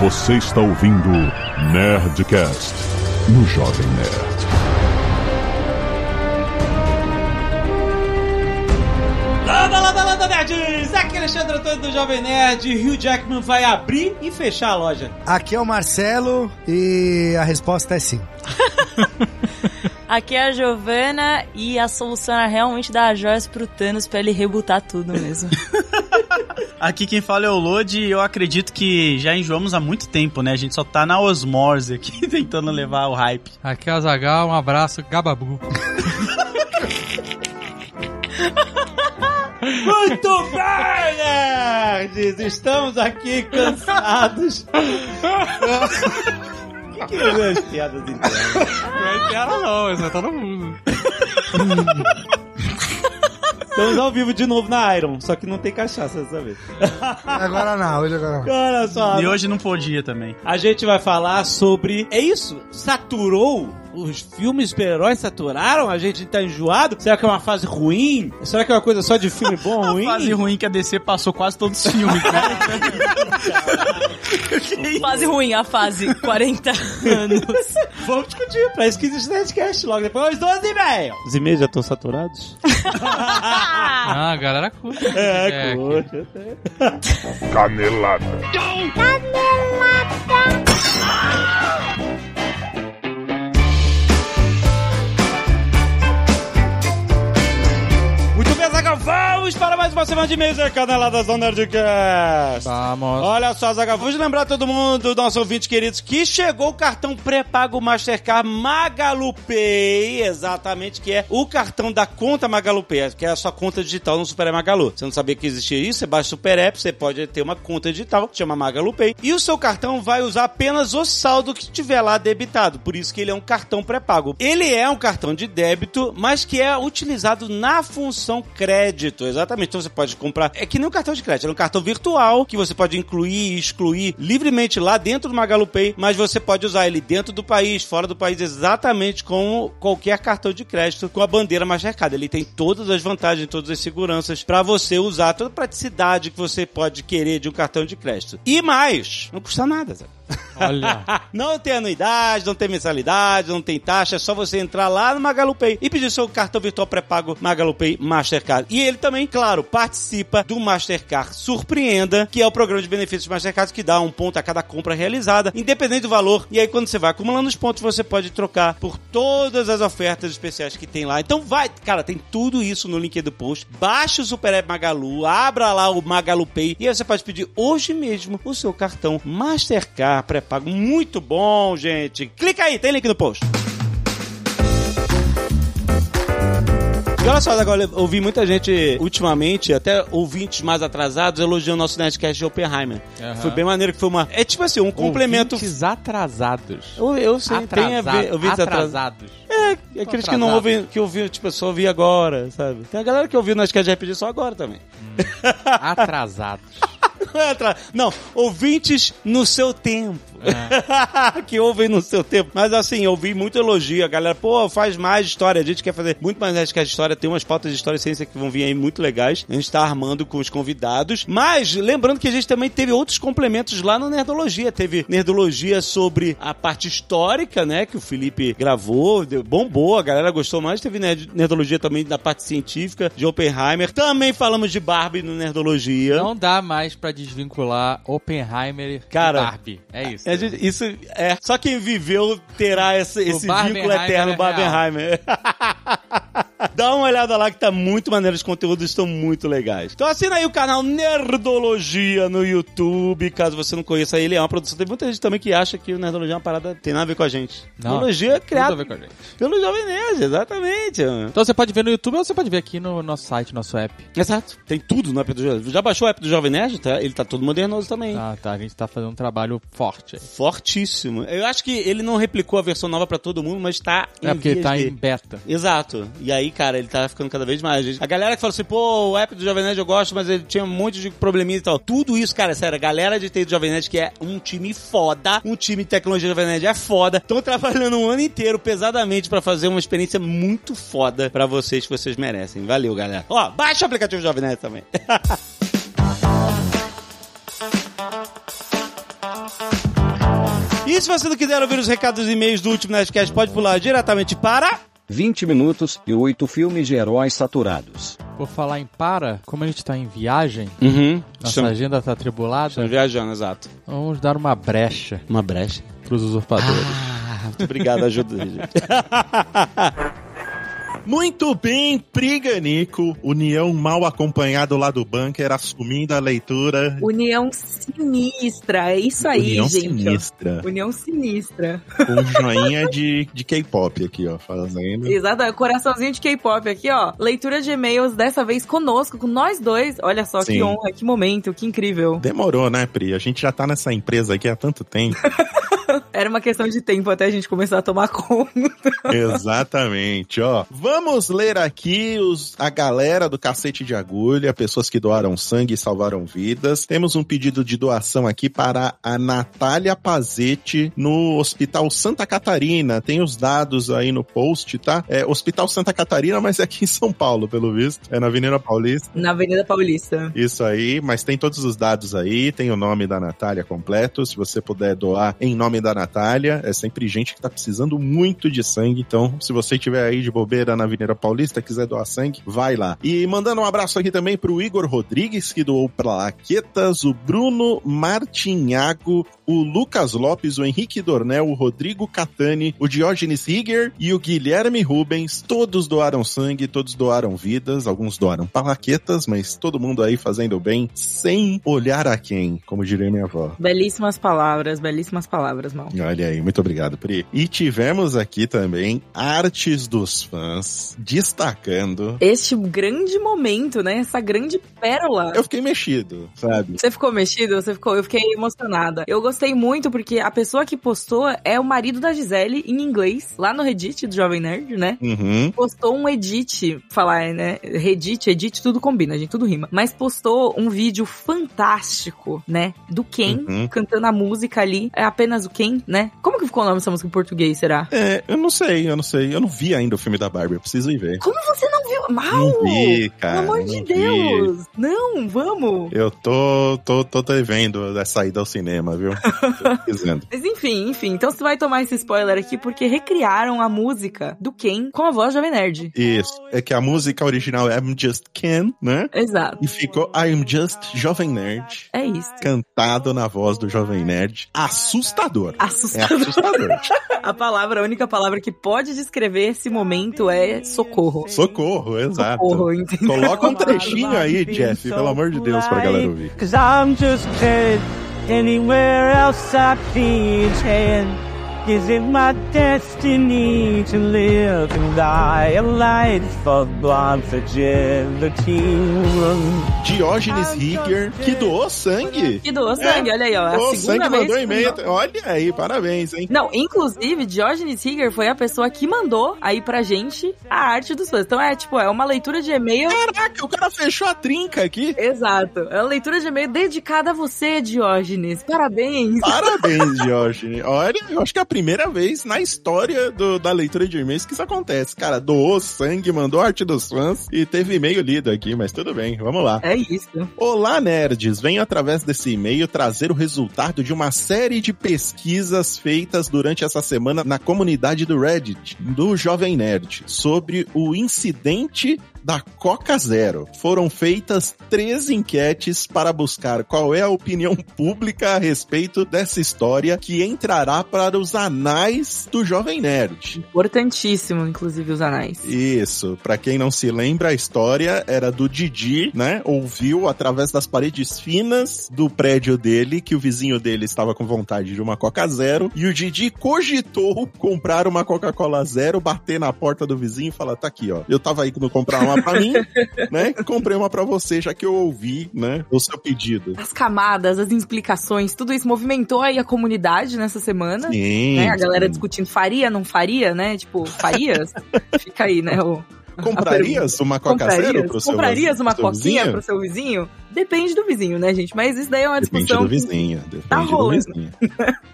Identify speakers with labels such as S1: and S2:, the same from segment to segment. S1: Você está ouvindo Nerdcast no Jovem Nerd.
S2: Landa, landa, landa, nerds! Aqui é Alexandre Antônio do Jovem Nerd. Hugh Jackman vai abrir e fechar a loja.
S3: Aqui é o Marcelo e a resposta é sim.
S4: Aqui é a Giovana e a solução é realmente dar a joias pro Thanos pra ele rebutar tudo mesmo.
S5: Aqui quem fala é o Lodi e eu acredito que já enjoamos há muito tempo, né? A gente só tá na osmose aqui tentando levar o hype.
S6: Aqui é a Zagal, um abraço, gababu.
S2: Muito bem, nerds! Estamos aqui cansados. que é as piadas internas?
S6: Não é piada não, é só todo mundo.
S2: Estamos ao vivo de novo na Iron, só que não tem cachaça dessa vez.
S3: Agora não, hoje agora não.
S2: Olha só.
S5: E hoje não podia também.
S2: A gente vai falar sobre. É isso? Saturou os filmes super-heróis saturaram? A gente tá enjoado? Será que é uma fase ruim? Será que é uma coisa só de filme bom ruim?
S5: A fase ruim que a DC passou quase todos os filmes,
S4: né? fase ruim, a fase 40 anos.
S2: Vamos discutir, pra isso que existe Nerdcast logo depois dos 12 e meia. Os e meia já estão saturados?
S6: ah, a galera curte.
S2: É, é curte. É,
S1: é. Canelada.
S2: Canelada. Muito bem, Zagal, vamos para mais uma semana de mês da Caneladas do Nerdcast.
S3: Ah,
S6: Vamos.
S2: Olha só, Zagal, vamos lembrar todo mundo, nossos ouvintes queridos, que chegou o cartão pré-pago Mastercard Magalupay, exatamente, que é o cartão da conta Magalupay, que é a sua conta digital no Super Magalu. Você não sabia que existia isso? Você baixa o Super App, você pode ter uma conta digital, que chama Magalupay, e o seu cartão vai usar apenas o saldo que tiver lá debitado, por isso que ele é um cartão pré-pago. Ele é um cartão de débito, mas que é utilizado na função crédito, exatamente. Então você pode comprar. É que nem um cartão de crédito, é um cartão virtual que você pode incluir e excluir livremente lá dentro do Magalu Pay, mas você pode usar ele dentro do país, fora do país, exatamente como qualquer cartão de crédito com a bandeira Mastercard. Ele tem todas as vantagens, todas as seguranças para você usar, toda a praticidade que você pode querer de um cartão de crédito. E mais, não custa nada, Zé.
S6: Olha.
S2: não tem anuidade, não tem mensalidade, não tem taxa, é só você entrar lá no MagaluPay e pedir seu cartão virtual pré-pago MagaluPay Mastercard. E ele também, claro, participa do Mastercard Surpreenda, que é o programa de benefícios Mastercard que dá um ponto a cada compra realizada, independente do valor. E aí, quando você vai acumulando os pontos, você pode trocar por todas as ofertas especiais que tem lá. Então vai, cara, tem tudo isso no link do post. Baixa o Super App Magalu, abra lá o MagaluPay e aí você pode pedir hoje mesmo o seu cartão Mastercard pré-pago. Muito bom, gente. Clica aí, tem link no post. E olha só, agora eu ouvi muita gente ultimamente, até ouvintes mais atrasados, elogiando o nosso Nerdcast de Oppenheimer. Uhum. Foi bem maneiro que foi uma. É tipo assim, um complemento.
S6: Ouvintes atrasados.
S2: Eu, eu sei, Atrasado. tem a ver. Ouvintes
S6: atrasados.
S2: É, é aqueles atrasado. que não ouvem, que ouviu, tipo, só ouvi agora, sabe? Tem a galera que ouviu o Nerdcast de RPG só agora também. Hum.
S6: Atrasados.
S2: Não, ouvintes no seu tempo. É. que ouvem no seu tempo. Mas assim, eu vi muito elogio. A galera, pô, faz mais história. A gente quer fazer muito mais acho que a história. Tem umas pautas de história e ciência que vão vir aí muito legais. A gente tá armando com os convidados. Mas, lembrando que a gente também teve outros complementos lá no Nerdologia. Teve Nerdologia sobre a parte histórica, né? Que o Felipe gravou, bombou, a galera gostou mais. Teve Nerdologia também da parte científica de Oppenheimer. Também falamos de Barbie no Nerdologia.
S6: Não dá mais pra desvincular Oppenheimer
S2: Cara,
S6: e Barbie. É isso.
S2: É, isso é. Só quem viveu terá esse, esse vínculo eterno é Barbenheimer. Dá uma olhada lá que tá muito maneiro, os conteúdos estão muito legais. Então assina aí o canal Nerdologia no YouTube, caso você não conheça ele, é uma produção. Tem muita gente também que acha que o Nerdologia é uma parada tem nada a ver com a gente.
S6: Não,
S2: Nerdologia é criado
S6: tem a ver com a gente.
S2: pelo Jovem Nerd, exatamente.
S6: Então você pode ver no YouTube ou você pode ver aqui no nosso site, nosso app.
S2: Exato, tem tudo no app do Jovem Já baixou o app do Jovem Nerd? Tá? Ele tá todo modernoso também.
S6: Ah, tá, a gente tá fazendo um trabalho forte.
S2: Fortíssimo. Eu acho que ele não replicou a versão nova para todo mundo, mas tá
S6: em É porque tá de... em beta.
S2: Exato. E aí, cara, ele tá ficando cada vez mais. A galera que fala assim, pô, o app do Jovem Nerd eu gosto, mas ele tinha um monte de probleminha e tal. Tudo isso, cara, sério, a galera de TI do Jovem Nerd que é um time foda, um time de tecnologia do Jovem Nerd é foda. Estão trabalhando um ano inteiro pesadamente para fazer uma experiência muito foda para vocês que vocês merecem. Valeu, galera. Ó, baixa o aplicativo do Jovem Nerd também. E se você não quiser ouvir os recados e e-mails do último Nerdcast, pode pular diretamente para.
S7: 20 minutos e 8 filmes de heróis saturados.
S6: Por falar em para, como a gente tá em viagem,
S2: Uhum.
S6: nossa agenda tá atribulada,
S2: viajando, exato.
S6: vamos dar uma brecha
S2: Uma brecha.
S6: pros usurpadores.
S2: Muito obrigado, ajuda.
S8: Muito bem, Priganico, União mal acompanhado lá do bunker, assumindo a leitura.
S9: União sinistra. É isso aí,
S8: União
S9: gente. ó.
S8: sinistra.
S9: União sinistra.
S8: Com um joinha de, de K-pop aqui, ó, fazendo.
S9: Exato, coraçãozinho de K-pop aqui, ó. Leitura de e-mails, dessa vez conosco, com nós dois. Olha só
S8: Sim.
S9: que honra, que momento, que incrível.
S8: Demorou, né, Pri? A gente já tá nessa empresa aqui há tanto tempo.
S9: Era uma questão de tempo até a gente começar a tomar conta.
S8: Exatamente, ó. Vamos ler aqui os, a galera do Cacete de Agulha, pessoas que doaram sangue e salvaram vidas. Temos um pedido de doação aqui para a Natália Pazetti no Hospital Santa Catarina. Tem os dados aí no post, tá? É Hospital Santa Catarina, mas é aqui em São Paulo, pelo visto. É na Avenida Paulista.
S9: Na Avenida Paulista.
S8: Isso aí, mas tem todos os dados aí, tem o nome da Natália completo. Se você puder doar em nome da Natália, é sempre gente que tá precisando muito de sangue. Então, se você tiver aí de bobeira na Avenida Paulista, quiser doar sangue, vai lá. E mandando um abraço aqui também pro Igor Rodrigues, que doou plaquetas, o Bruno Martinhago, o Lucas Lopes, o Henrique Dornel, o Rodrigo Catani, o Diógenes Higger e o Guilherme Rubens. Todos doaram sangue, todos doaram vidas, alguns doaram palaquetas, mas todo mundo aí fazendo bem, sem olhar a quem, como diria minha avó.
S9: Belíssimas palavras, belíssimas palavras, mal.
S8: Olha aí, muito obrigado, Pri. E tivemos aqui também artes dos fãs destacando.
S9: Este grande momento, né? Essa grande pérola.
S8: Eu fiquei mexido, sabe?
S9: Você ficou mexido? Você ficou? Eu fiquei emocionada. Eu gostei muito porque a pessoa que postou é o marido da Gisele em inglês, lá no Reddit do Jovem Nerd, né?
S8: Uhum.
S9: postou um edit, falar, né? Reddit, edit, tudo combina, gente, tudo rima. Mas postou um vídeo fantástico, né? Do Ken,
S8: Uhum.
S9: cantando a música ali. É apenas o Ken, né? Como que ficou o nome dessa música em português, será?
S8: É, eu não sei, eu não sei. Eu não vi ainda o filme da Barbie, eu preciso ir ver.
S9: Como você não viu? Mal!
S8: Não vi, cara.
S9: Pelo amor de
S8: não vi.
S9: Deus! Não, vamos!
S8: Eu tô, tô, tô devendo a saída ao cinema, viu? Tô dizendo.
S9: Mas enfim, enfim. Então você vai tomar esse spoiler aqui porque recriaram a música do Ken com a voz do Jovem Nerd.
S8: Isso. É que a música original é I'm Just Ken, né?
S9: Exato.
S8: E ficou I'm Just Jovem Nerd.
S9: É isso.
S8: Cantado na voz do Jovem Nerd. Assustador. É
S9: Assustador.
S8: assustador.
S9: A palavra, a única palavra que pode descrever esse momento é socorro.
S8: Socorro, exato.
S9: Socorro, entendeu?
S8: Coloca um trechinho aí, Jeff, pelo amor de Deus, pra galera ouvir.
S10: Cause I'm just kidding. Anywhere else I've been heading. Is it my destiny to live and die a life of blind fragility?
S8: Diógenes Higger, que doou sangue.
S9: Que doou sangue, olha aí, ó.
S8: É. Doou
S9: a segunda
S8: sangue,
S9: vez
S8: mandou
S9: que-
S8: e-mail. Olha aí, parabéns, hein?
S9: Não, inclusive, Diógenes Higger foi a pessoa que mandou aí pra gente a arte dos fãs. Então é tipo, é uma leitura de e-mail.
S8: Caraca, o cara fechou a trinca aqui.
S9: Exato. É uma leitura de e-mail dedicada a você, Diógenes. Parabnis.
S8: Parabéns, Jorge. Olha, eu acho que é a primeira vez na história do- da leitura de e-mails que isso acontece. Cara, doou sangue, mandou arte dos fãs e teve e-mail lido aqui, mas tudo bem, vamos lá.
S9: É isso.
S8: Olá, nerds! Venho através desse e-mail trazer o resultado de uma série de pesquisas feitas durante essa semana na comunidade do Reddit, do Jovem Nerd, sobre o incidente da Coca Zero. Foram feitas três enquetes para buscar qual é a opinião pública a respeito dessa história que entrará para os anais do Jovem Nerd.
S9: Importantíssimo, inclusive, os anais.
S8: Isso. Pra quem não se lembra, a história era do Didi, né? Ouviu através das paredes finas do prédio dele que o vizinho dele estava com vontade de uma Coca Zero e o Didi cogitou comprar uma Coca-Cola Zero, bater na porta do vizinho e falar: "Tá aqui, ó. Eu tava aí querendo comprar uma pra mim, né? Comprei uma pra você, já que eu ouvi, né, o seu pedido."
S9: As camadas, as implicações, tudo isso movimentou aí a comunidade nessa semana.
S8: Sim.
S9: né? A galera
S8: sim.
S9: discutindo faria, não faria, né? Tipo, farias? Fica aí, né? O, a pergunta.
S8: comprarias uma Coca Zero pro
S9: Comprarias,
S8: seu
S9: comprarias uma
S8: pro seu
S9: coquinha
S8: vizinho?
S9: pro seu vizinho? Depende do vizinho, né, gente? Mas isso daí é uma
S8: Depende
S9: discussão.
S8: do vizinho, depende do
S9: rolando.
S8: vizinho.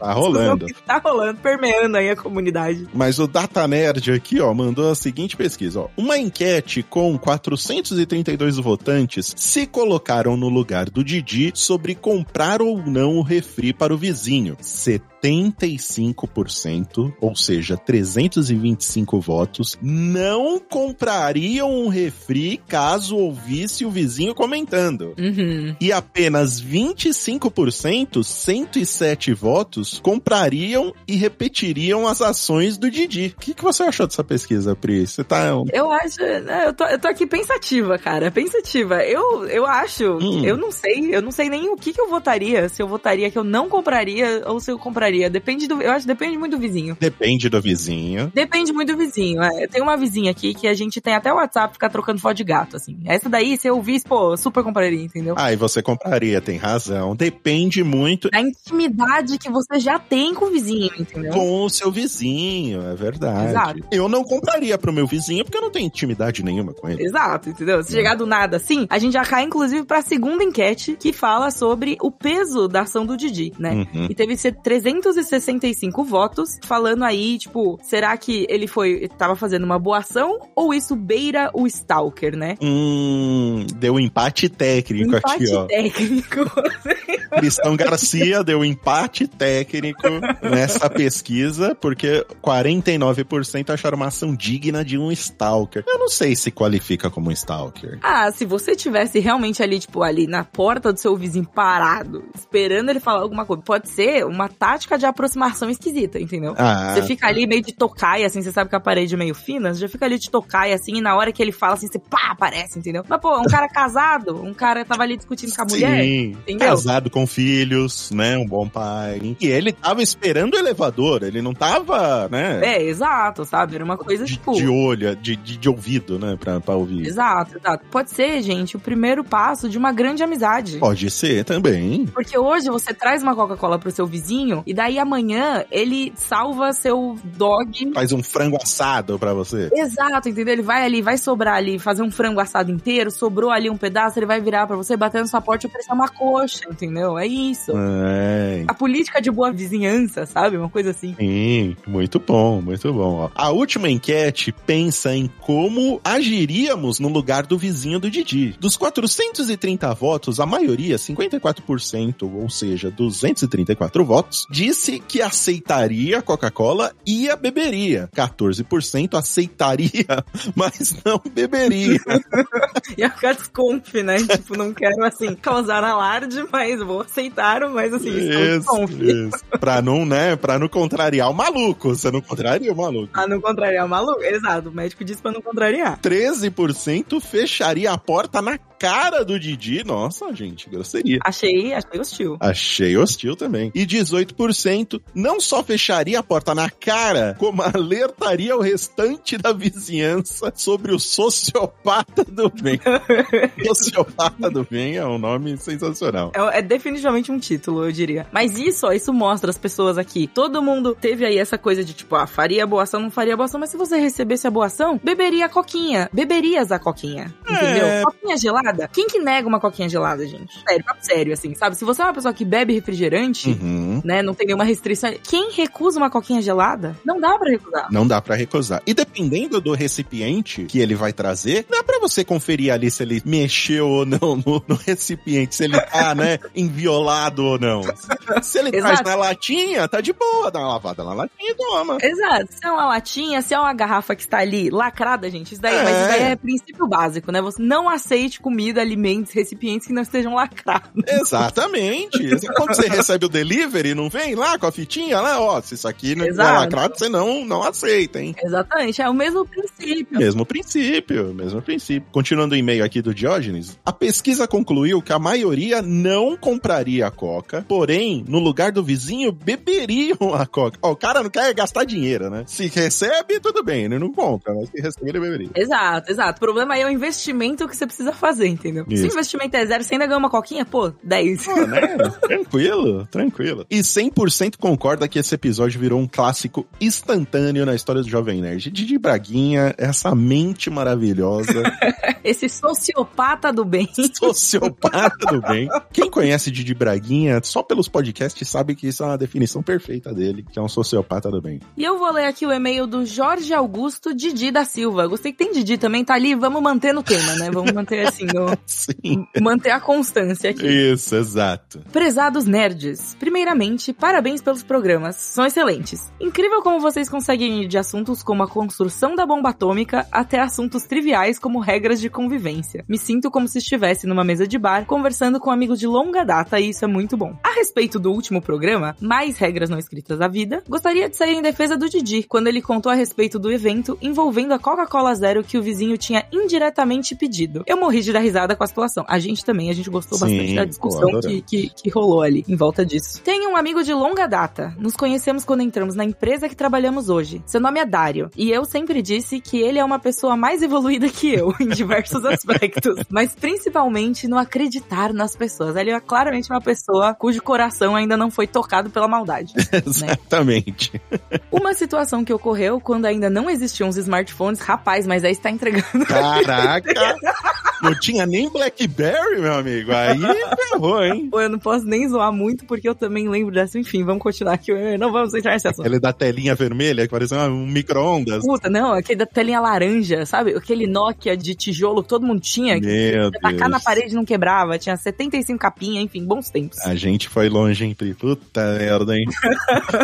S8: Tá rolando.
S9: discussão que Tá rolando, permeando aí a comunidade.
S8: Mas o Data Nerd aqui, ó, mandou a seguinte pesquisa, ó. Uma enquete com 432 votantes se colocaram no lugar do Didi sobre comprar ou não o refri para o vizinho. 70 75%, ou seja, 325 votos, não comprariam um refri caso ouvisse o vizinho comentando.
S9: Uhum.
S8: E apenas 25%, 107 votos, comprariam e repetiriam as ações do Didi. O que, que você achou dessa pesquisa, Pri? Você tá.
S9: Eu acho. né, Eu tô, eu tô aqui pensativa, cara. Pensativa. Eu, eu acho.
S8: Hum.
S9: Eu não sei. Eu não sei nem o que, que eu votaria. Se eu votaria que eu não compraria ou se eu compraria. Depende do. Eu acho que depende muito do vizinho.
S8: Depende do vizinho.
S9: Depende muito do vizinho. é. Tem uma vizinha aqui que a gente tem até o WhatsApp ficar trocando foto de gato, assim. Essa daí, se eu ouvisse, pô, eu super compraria, entendeu?
S8: Ah, e você compraria, tem razão. Depende muito
S9: Da intimidade que você já tem com o vizinho, entendeu?
S8: com o seu vizinho, é verdade.
S9: Exato.
S8: Eu não compraria pro meu vizinho porque eu não tenho intimidade nenhuma com ele.
S9: Exato, entendeu? Se chegar do nada assim, a gente já cai, inclusive, pra segunda enquete que fala sobre o peso da ação do Didi, né?
S8: Uhum.
S9: E teve ser 365 votos falando aí, tipo, será que ele foi tava fazendo uma boa ação ou isso beira o Stalker, né?
S8: Hum, deu empate técnico
S9: Um Empate
S8: aqui, ó.
S9: técnico.
S8: Cristão Garcia deu um empate técnico nessa pesquisa, porque 49% acharam uma ação digna de um stalker. Eu não sei se qualifica como um stalker.
S9: ah, se você tivesse realmente ali, tipo, ali na porta do seu vizinho parado, esperando ele falar alguma coisa, pode ser uma tática de aproximação esquisita, entendeu?
S8: Ah,
S9: Você fica ali meio de tocaia, assim, você sabe que a parede é meio fina, você já fica ali de tocaia, assim, e na hora que ele fala, assim, você pá, aparece, entendeu? Mas, pô, um cara casado, um cara tava ali discutindo com a mulher,
S8: Sim,
S9: entendeu?
S8: casado com filhos, né? Um bom pai. E ele tava esperando o elevador, ele não tava, né?
S9: É, exato, sabe? Era uma coisa,
S8: de,
S9: tipo...
S8: de olho, de, de, de ouvido, né? Pra, pra ouvir.
S9: Exato, exato. Pode ser, gente, o primeiro passo de uma grande amizade.
S8: Pode ser também.
S9: Porque hoje você traz uma Coca-Cola pro seu vizinho, e daí amanhã ele salva seu dog
S8: Faz um frango assado pra você.
S9: Exato, entendeu? Ele vai ali, vai sobrar ali, fazer um frango assado inteiro, sobrou ali um pedaço, ele vai virar pra você, bater na sua porta e oferecer uma coxa, entendeu? É isso.
S8: É,
S9: A política de boa vizinhança, sabe? Uma coisa assim.
S8: Sim, muito bom, muito bom. ó. A última enquete pensa em como agiríamos no lugar do vizinho do Didi. Dos 430 votos, a maioria, 54%, ou seja, 234 votos, disse que aceitaria a Coca-Cola e a beberia. 14% aceitaria, mas não beberia.
S9: E a desconf, né? tipo, não quero, assim, causar alarde, mas vou aceitar, mas assim,
S8: Isso,
S9: desconf.
S8: isso. Pra não, né, pra não contrariar o maluco. Você não contraria o maluco.
S9: Ah, não contrariar o maluco? Exato, o médico disse pra não contrariar.
S8: 13% fecharia a porta na cara do Didi. Nossa, gente, grosseria.
S9: Achei, achei hostil.
S8: Achei hostil também. E 18% não só fecharia a porta na cara, como alertaria o restante da vizinhança sobre o sociopata do bem.
S9: É,
S8: sociopata do bem é um nome sensacional.
S9: É, é definitivamente um título, eu diria. Mas isso, ó, isso mostra as pessoas aqui. Todo mundo teve aí essa coisa de tipo, ah, faria boa ação, não faria boa ação, mas se você recebesse a boa ação, beberia a coquinha. Beberias a coquinha. Entendeu? Coquinha gelada? Quem que nega uma coquinha gelada, gente? Sério, papo sério, assim, sabe? Se você é uma pessoa que bebe refrigerante,
S8: Uhum.
S9: né, não tem nenhuma restrição. Quem recusa uma coquinha gelada? Não dá pra recusar.
S8: Não dá pra recusar. E dependendo do recipiente que ele vai trazer, dá pra você conferir ali se ele mexeu ou não no, no recipiente, se ele tá, né, inviolado ou não. Se ele traz
S9: Exato.
S8: na latinha, tá de boa, dá uma lavada na latinha e toma.
S9: Exato. Se é uma latinha, se é uma garrafa que está ali lacrada, gente, isso daí,
S8: É.
S9: mas isso daí é princípio básico, né? Você não aceite comida, alimentos, recipientes que não estejam lacrados.
S8: Exatamente. Quando você recebe o delivery, não vem lá com a fitinha lá, ó, se isso aqui não é
S9: Exato.
S8: lacrado, você não, não aceita, hein?
S9: Exatamente, é o mesmo princípio.
S8: Mesmo princípio, mesmo princípio. Continuando o e-mail aqui do Diógenes, a pesquisa concluiu que a maioria não compraria a Coca, porém, no lugar do vizinho, beberiam a Coca. Ó, o cara não quer gastar dinheiro, né? Se recebe, tudo bem, ele não compra, mas se recebe, ele beberia.
S9: Exato, exato. O problema aí é o investimento que você precisa fazer, entendeu? Se
S8: Isso.
S9: o investimento é zero, você ainda ganha uma coquinha? Pô, 10.
S8: Ah, né? tranquilo, tranquilo. E 100% concorda que esse episódio virou um clássico instantâneo na história do Jovem Nerd. Didi Braguinha, essa mente maravilhosa.
S9: Esse sociopata do bem.
S8: Sociopata do bem. Quem conhece Didi Braguinha, só pelos podcasts, sabe que isso é uma definição perfeita dele, que é um sociopata do bem.
S9: E eu vou ler aqui o e-mail do Jorge Augusto Didi da Silva. Gostei que tem Didi também, tá ali. Vamos manter no tema, né? Vamos manter assim, o-
S8: Sim.
S9: manter a constância aqui.
S8: Isso, exato.
S9: Prezados nerds, primeiramente, parabéns pelos programas, são excelentes. Incrível como vocês conseguem ir de assuntos como a construção da bomba atômica até assuntos triviais como regras de convivência. Me sinto como se estivesse numa mesa de bar conversando com amigos de longa data e isso é muito bom. A respeito do último programa, mais regras não escritas da vida, gostaria de sair em defesa do Didi, quando ele contou a respeito do evento envolvendo a Coca-Cola Zero que o vizinho tinha indiretamente pedido. Eu morri de dar risada com a situação. A gente também, a gente gostou
S8: Sim,
S9: bastante da
S8: pô,
S9: discussão
S8: adoramos.
S9: que, que, que rolou ali em volta disso. Tenho um amigo de longa data. Nos conhecemos quando entramos na empresa que trabalhamos hoje. Seu nome é Dário. E eu sempre disse que ele é uma pessoa mais evoluída que eu, em diversos aspectos. Mas principalmente no acreditar nas pessoas. Ele é claramente uma pessoa cujo coração ainda não foi tocado pela maldade.
S8: Exatamente.
S9: Uma situação que ocorreu quando ainda não existiam os smartphones. Rapaz, mas aí está entregando.
S8: Caraca! Não tinha nem Blackberry, meu amigo. Aí ferrou, hein?
S9: Pô, Eu não posso nem zoar muito porque eu também lembro dessa. Enfim, vamos continuar aqui. Não vamos entrar nesse assunto.
S8: Ele da telinha vermelha, que parecia um micro-ondas.
S9: Puta, não, aquele da telinha laranja, sabe? Aquele Nokia de tijolo que todo mundo tinha. É, que
S8: Meu
S9: você tacar na
S8: Deus.
S9: parede não quebrava, tinha 75 capinha, enfim, bons tempos.
S8: A gente foi longe, hein, Pri? Puta merda, hein?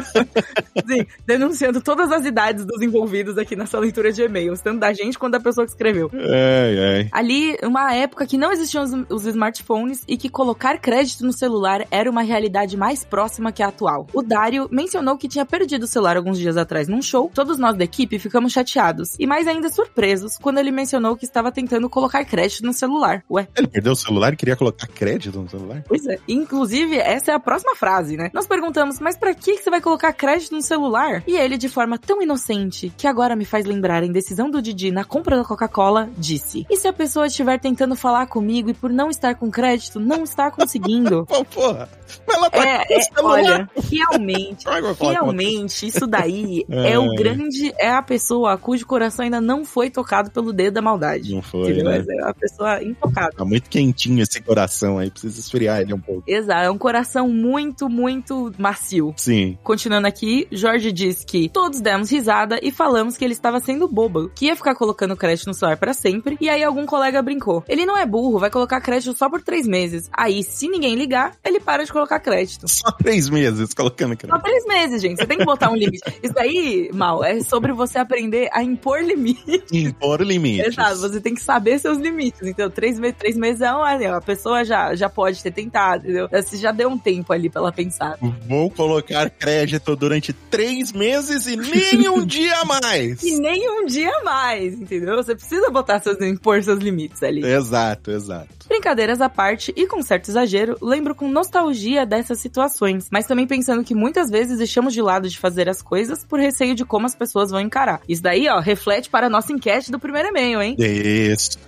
S9: Assim, denunciando todas as idades dos envolvidos aqui nessa leitura de e-mails, tanto da gente quanto da pessoa que escreveu.
S8: Ai, ai.
S9: Ali, uma época que não existiam os, os smartphones e que colocar crédito no celular era uma realidade mais próxima que a atual. O Dário mencionou que tinha perdido o celular alguns dias atrás num show. Todos nós da equipe ficamos chateados e mais ainda surpresos quando ele mencionou que estava tentando colocar crédito no celular. Ué,
S8: Ele perdeu o celular e queria colocar crédito no celular?
S9: Pois é. Inclusive, essa é a próxima frase, né? Nós perguntamos, mas pra que que você vai colocar crédito no celular? E ele, de forma tão inocente, que agora me faz lembrar a indecisão do Didi na compra da Coca-Cola, disse: E se a pessoa estiver tentando falar comigo e por não estar com crédito, não está conseguindo?
S8: Pô, porra! Mas ela tá
S9: É,
S8: com o
S9: é,
S8: celular.
S9: olha, realmente,
S8: Como é que eu vou falar com ela?
S9: realmente, isso daí é o
S8: É.
S9: grande, é a pessoa cujo coração ainda não foi tocado pelo dedo da maldade.
S8: Não foi,
S9: Entendeu?
S8: né?
S9: Mas É a pessoa intocada.
S8: Tá muito quentinho esse coração aí, precisa esfriar ele um pouco.
S9: Exato, é um coração muito, muito macio.
S8: Sim.
S9: Continuando aqui, Jorge diz que todos demos risada e falamos que ele estava sendo bobo, que ia ficar colocando crédito no celular pra sempre. E aí algum colega brincou: ele não é burro, vai colocar crédito só por três meses. Aí, se ninguém ligar, ele para de colocar crédito.
S8: Só três meses colocando
S9: Só
S8: crédito.
S9: três meses, gente. Você tem que botar um limite. Isso daí, mal, é sobre você aprender a impor limite.
S8: Impor limites.
S9: Exato, você tem que saber seus limites. Então, três, me três meses é uma, a pessoa já, já pode ter tentado, entendeu? Você já deu um tempo ali pra ela pensar.
S8: Vou colocar crédito durante três meses e nem um dia a mais.
S9: E nem um dia mais, entendeu? Você precisa botar seus, impor seus limites ali.
S8: É. Exato, exato.
S9: Brincadeiras à parte e com certo exagero, lembro com nostalgia dessas situações, mas também pensando que muitas vezes deixamos de lado de fazer as coisas por receio de como as pessoas vão encarar. Isso daí, ó, reflete para a nossa enquete do primeiro e-mail, hein?
S8: Isso.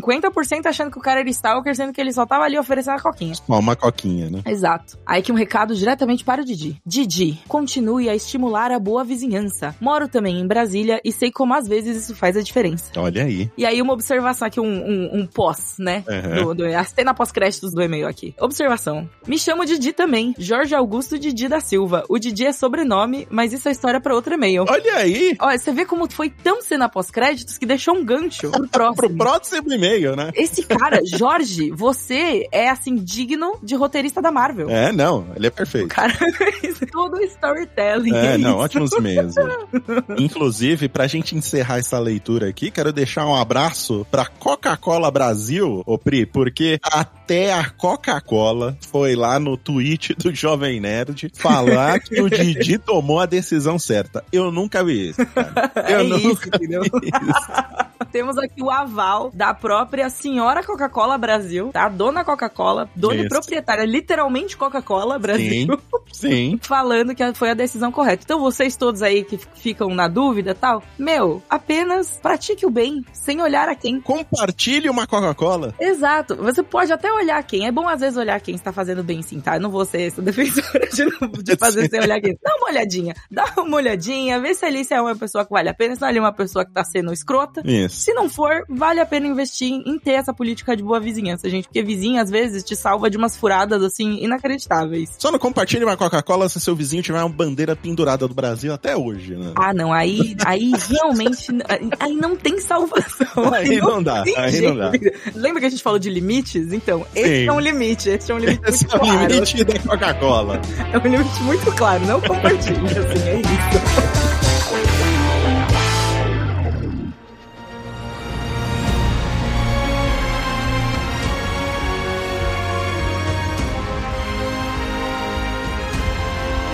S9: 50% achando que o cara era stalker, sendo que ele só tava ali oferecendo a coquinha.
S8: Ó, uma coquinha, né?
S9: Exato. Aí que um recado diretamente para o Didi. Didi, continue a estimular a boa vizinhança. Moro também em Brasília e sei como às vezes isso faz a diferença.
S8: Olha aí.
S9: E aí, uma observação aqui, um, um, um pós, né?
S8: Aham.
S9: Do, do, a cena pós-créditos do e-mail aqui. Observação. Me chamo Didi também. Jorge Augusto Didi da Silva. O Didi é sobrenome, mas isso é história para outro e-mail.
S8: Olha aí.
S9: Olha, você vê como foi tão cena pós-créditos que deixou um gancho pro
S8: Pro
S9: próximo.
S8: próximo e-mail, né?
S9: Esse cara, Jorge, você é, assim, digno de roteirista da Marvel.
S8: É, não, ele é
S9: O
S8: perfeito.
S9: cara fez todo o storytelling.
S8: É, não,
S9: isso.
S8: ótimos meses. Inclusive, pra gente encerrar essa leitura aqui, quero deixar um abraço pra Coca-Cola Brasil, ô Pri, porque até a Coca-Cola foi lá no tweet do Jovem Nerd falar que o Didi tomou a decisão certa. Eu nunca vi isso. Cara. Eu
S9: é
S8: nunca
S9: isso, entendeu?
S8: vi isso.
S9: Temos aqui o aval da própria senhora Coca-Cola Brasil, tá? Dona Coca-Cola, dona e
S8: Isso.
S9: proprietária, literalmente Coca-Cola Brasil.
S8: Sim.
S9: Falando que foi a decisão correta. Então, vocês todos aí que f- ficam na dúvida e tal, meu, apenas pratique o bem, sem olhar a quem.
S8: Compartilhe uma Coca-Cola.
S9: Exato. Você pode até olhar quem. É bom, às vezes, olhar quem está fazendo bem, sim, tá? Eu não vou ser essa defensora de, não- de fazer
S8: Sim.
S9: sem olhar quem. Não, uma olhadinha. Dá uma olhadinha, vê se ali se é uma pessoa que vale a pena, se ali é uma pessoa que tá sendo escrota.
S8: Isso.
S9: Se não for, vale a pena investir em em ter essa política de boa vizinhança, gente. Porque vizinha, às vezes, te salva de umas furadas, assim, inacreditáveis.
S8: Só não compartilhe uma Coca-Cola se seu vizinho tiver uma bandeira pendurada do Brasil até hoje, né?
S9: Ah, não, aí, aí realmente, aí- aí não tem salvação.
S8: Aí não dá,
S9: tem
S8: aí não dá.
S9: jeito. Lembra que a gente falou de limites? Então, esse
S8: Sim.
S9: é um limite, esse é um limite
S8: Esse
S9: muito
S8: é o
S9: claro.
S8: limite da Coca-Cola.
S9: É um limite muito claro, não compartilhe, assim, é isso.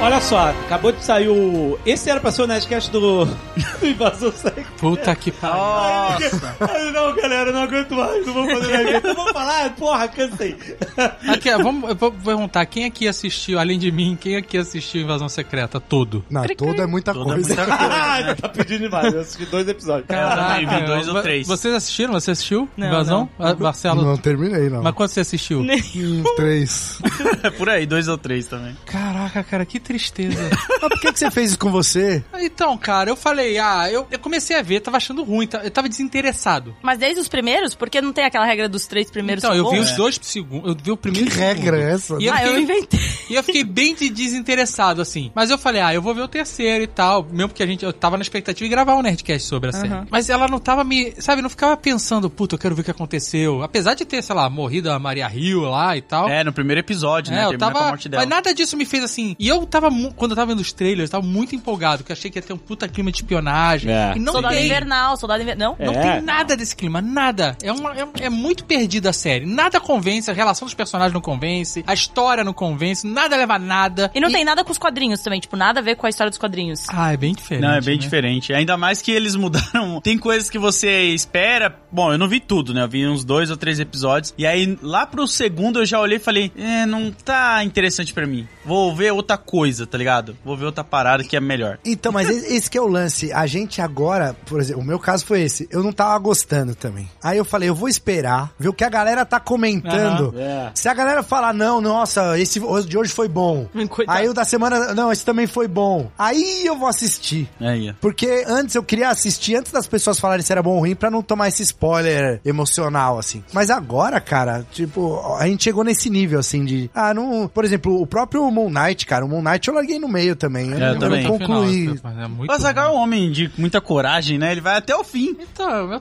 S2: Olha só, acabou de sair o. Esse era pra ser o Nerdcast do, do Invasor Secret.
S6: Puta que pariu.
S5: Nossa!
S2: Ai, Não, galera, não aguento mais, não vou fazer Nerdcast. Eu vou falar, porra, cansei.
S11: Aqui, vamos, eu vou perguntar, quem aqui assistiu, além de mim, quem aqui assistiu Invasão Secreta? Todo.
S3: Não, toda é muita
S5: Toda
S3: coisa.
S5: muita coisa.
S2: Ah, tá pedindo demais, eu assisti dois episódios.
S5: também vi dois
S11: eu-
S5: ou três.
S11: Vocês assistiram? Você assistiu?
S4: Não,
S11: Invasão? Ah, Marcelo?
S3: Não terminei, não.
S11: Mas quando você assistiu?
S3: Hum, três.
S5: É por aí, dois ou três também.
S11: Caraca, cara, que tristeza.
S3: Mas por que, que você fez isso com você?
S11: então, cara, eu falei, ah, eu, eu comecei a ver, tava achando ruim, tá- eu tava desinteressado.
S4: Mas desde os primeiros? Porque não tem aquela regra dos três primeiros
S11: então,
S4: que
S11: eu vi
S4: bons?
S11: os dois segundos, eu vi o
S3: Que
S11: primeiro e o segundo.
S3: regra é essa?
S11: E eu,
S4: Ah, eu
S11: fiquei,
S4: inventei.
S11: e eu fiquei bem de desinteressado, assim. Mas eu falei, ah, eu vou ver o terceiro e tal. Mesmo porque a gente, eu tava na expectativa de gravar um Nerdcast sobre a série. Mas ela não tava me, sabe, não ficava pensando, puta, eu quero ver o que aconteceu. Apesar de ter, sei lá, morrido a Maria Hill lá e tal.
S5: É, no primeiro episódio, né?
S11: É, eu
S5: Termina com a
S11: tava.
S5: morte dela.
S11: Mas nada disso me fez assim. E eu tava. mu- Quando eu tava vendo os trailers, eu tava muito empolgado, porque eu achei que ia ter um puta clima de espionagem.
S2: É.
S11: E não
S4: soldado
S11: tem.
S4: invernal, soldado invernal. Não?
S11: Não
S2: É.
S11: tem nada desse clima, nada. É, uma, é, é muito perdida a série. Nada convence, a relação dos personagens não convence, a história não convence, nada leva a nada.
S4: E não tem nada com os quadrinhos também, tipo, nada a ver com a história dos quadrinhos.
S11: Ah, é bem diferente.
S5: Não, é bem
S11: né?
S5: diferente. Ainda mais que eles mudaram. Tem coisas que você espera. Bom, eu não vi tudo, né? Eu vi uns dois ou três episódios. E aí, lá pro segundo, eu já olhei e falei: É, não tá interessante pra mim. Vou ver outra coisa, tá ligado? Vou ver outra parada que é melhor.
S3: Então, mas esse esse que é o lance. A gente agora, por exemplo, o meu caso foi esse. Eu não tava gostando também. Aí eu falei, eu vou esperar, ver o que a galera tá comentando.
S2: É.
S3: Se a galera falar, não, nossa, esse o de hoje foi bom.
S4: Coitado.
S3: Aí o da semana, não, esse também foi bom. Aí eu vou assistir.
S5: Aí, ó.
S3: Porque antes eu queria assistir antes das pessoas falarem se era bom ou ruim pra não tomar esse spoiler emocional, assim. Mas agora, cara, tipo, a gente chegou nesse nível, assim, de. Ah, não. Por exemplo, o próprio Moon Knight, cara, o Moon Knight eu larguei no meio também. Eu,
S5: É, eu
S3: não-
S5: também.
S3: não concluí.
S11: Final, mas é muito
S5: O Azaghal é
S11: ruim.
S5: um homem de muita coragem, né? Ele vai até o fim.
S11: Então, é o meu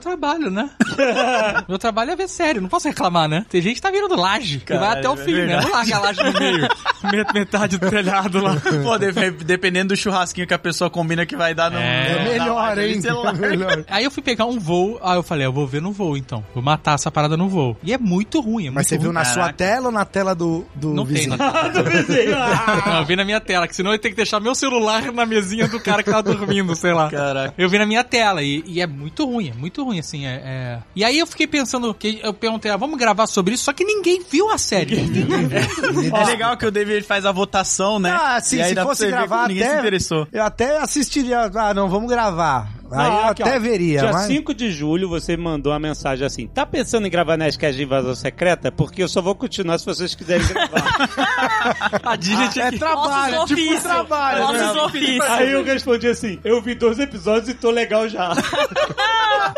S11: trabalho, né? meu trabalho é ver sério, não posso reclamar, né? Tem gente que tá virando laje, que vai
S5: Caralho,
S11: até o
S5: é
S11: fim, né?
S5: verdade.
S11: Não larga a laje no meio. Met- Metade do telhado lá.
S5: Pô, de- dependendo do churrasquinho que a pessoa combina que vai dar no.
S11: É.
S3: É melhor, hein? É melhor.
S11: Aí eu fui pegar um voo, aí eu falei, eu vou ver no voo então. Vou matar essa parada no voo. E é muito ruim, é muito
S3: Mas você viu
S11: ruim.
S3: na sua
S5: Caraca.
S3: tela ou na tela do, do
S11: Não tem,
S3: vizinho?
S11: não. Não, eu vi na minha tela, que senão eu tenho que deixar meu celular na mesinha do cara que tava dormindo, sei lá.
S5: Caraca.
S11: Eu vi na minha tela e, e é muito ruim, é muito ruim, assim, é, é- E aí eu fiquei pensando, que eu perguntei, ah, vamos gravar sobre isso, só que ninguém viu a série.
S5: É legal que o David faz a votação, né?
S3: Ah, sim,
S5: E aí
S3: se
S5: dá pra
S3: fosse
S5: você ver
S3: gravar
S5: como Ninguém
S3: até-
S5: se interessou.
S3: Eu até assistiria. Ah, não, vamos gravar. Aí eu
S2: Ah, aqui,
S3: até
S2: ó.
S3: veria,
S2: Dia
S3: mas.
S2: 5 de julho você me mandou uma mensagem assim: tá pensando em gravar Nerdcast de invasão secreta? Porque eu só vou continuar se vocês quiserem gravar.
S5: A Disney tinha
S3: É
S5: que-
S3: trabalho, é
S4: Nossos
S3: tipo um
S4: ofícios.
S3: trabalho.
S4: Nossos
S3: né?
S4: ofícios.
S2: Aí eu respondi assim: eu vi dois episódios e tô legal já.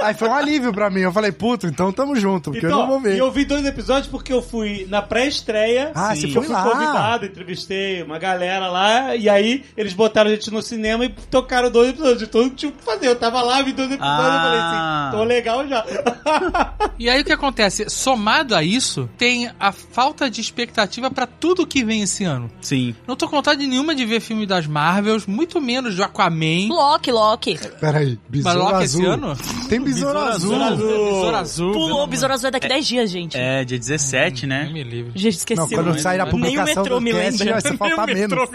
S3: Aí foi um alívio pra mim. Eu falei, puto, então tamo junto, porque eu não vou ver.
S2: e eu vi dois episódios porque eu fui na pré-estreia.
S3: Ah,
S2: Sim.
S3: você
S2: Eu
S3: foi
S2: fui
S3: lá.
S2: convidado, entrevistei uma galera lá, e aí eles botaram a gente no cinema e tocaram dois episódios. Então não tinha o que fazer. Eu tava lá, vi dois episódios
S5: Ah.
S2: e falei assim, tô legal já.
S11: E aí o que acontece? Somado a isso, tem a falta de expectativa pra tudo que vem esse ano.
S5: Sim.
S11: Não tô com vontade nenhuma de ver filme das Marvels, muito menos do Aquaman.
S4: Loki, Loki.
S3: Peraí,
S11: Mas
S3: besouro
S11: Loki
S3: azul.
S11: esse ano?
S3: Tem besouro
S5: Besouro
S3: azul.
S5: azul.
S11: Besouro azul.
S4: Pulou, o Besouro Azul é daqui 10 dias, gente.
S5: É, dia 17,
S11: Não
S5: né?
S11: me livre.
S4: Gente, esqueci.
S3: Não, quando sair a
S5: Nem o
S3: publicação
S4: metrô
S3: do
S4: me
S3: cast,
S4: lembra.
S3: vai ser faltar menos.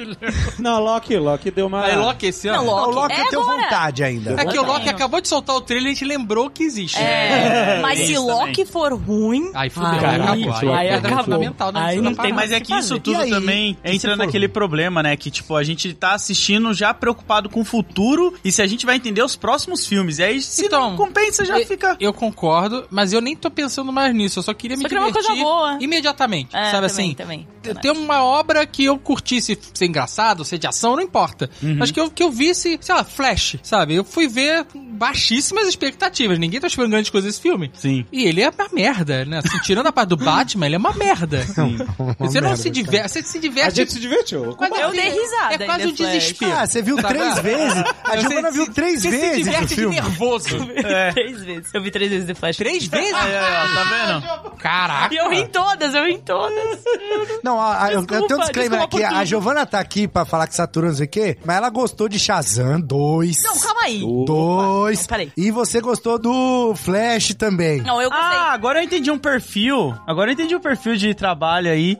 S2: Não, Loki, Loki deu uma.
S11: É Loki esse ano?
S4: Não,
S3: Não, O Loki
S4: É
S3: eu tenho
S4: agora.
S3: vontade ainda.
S11: É que o Loki
S4: Tenho.
S11: acabou de soltar o trailer e a gente lembrou que existe.
S4: É, mas
S5: isso
S4: se Loki for ruim.
S11: Aí fudeu,
S4: Aí,
S11: acabou. Aí,
S4: aí
S11: é
S4: acabou.
S11: fundamental, né?
S4: Aí
S11: Você
S4: não
S11: tá
S4: tem
S11: parado.
S4: mais
S5: Mas é
S4: que
S5: que isso
S4: fazer.
S5: tudo
S3: E aí?
S5: também
S3: E se
S5: entra
S3: for
S5: naquele
S3: ruim?
S5: problema, né? Que, tipo, a gente tá assistindo já preocupado com o futuro e se a gente vai entender os próximos filmes. E aí, se
S11: Então,
S5: não pensa, já fica.
S11: Eu concordo, mas eu nem tô pensando mais nisso. Eu só queria me
S4: Só queria uma
S11: divertir
S4: coisa boa.
S11: imediatamente.
S4: É,
S11: sabe
S4: também,
S11: assim?
S4: também.
S11: T- Ter uma obra que eu curtisse ser engraçado, ser de ação, não importa. Mas que eu, que eu visse, sei lá, Flash, sabe? Eu fui ver com baixíssimas expectativas. Ninguém tá esperando grandes coisas desse filme.
S5: Sim.
S11: E ele é uma merda, né? Assim, tirando a parte do Batman, ele é uma merda. você não
S3: merda,
S11: se diverte, você se diverte.
S2: A gente se divertiu.
S11: Mas
S4: Eu
S11: assim,
S4: dei risada
S11: É quase
S4: em
S11: um
S4: The Flash.
S11: desespero.
S3: Ah, você viu
S4: Tá,
S3: três vezes? A
S11: Eu
S3: Giovana
S11: sei,
S3: viu
S11: se- É.
S3: três
S11: você
S3: vezes
S11: Se
S3: o
S11: diverte de
S3: filme.
S11: nervoso.
S4: Três vezes. Eu vi três vezes The Flash.
S11: Três
S5: É,
S11: vezes?
S5: tá
S11: Caraca.
S4: E eu ri em todas, eu ri em todas.
S3: Não, a, a- eu- eu tenho um
S4: Desculpa,
S3: disclaimer
S4: desculpa
S3: aqui.
S4: por
S3: A
S4: tudo.
S3: Giovana tá aqui pra falar que Saturno não sei o quê, mas ela gostou de Shazam 2.
S4: Não, calma aí.
S3: Dois.
S4: Não, peraí.
S3: E você gostou do Flash também.
S4: Não, eu gostei.
S5: Ah, agora eu entendi um perfil. Agora eu entendi um perfil de trabalho aí.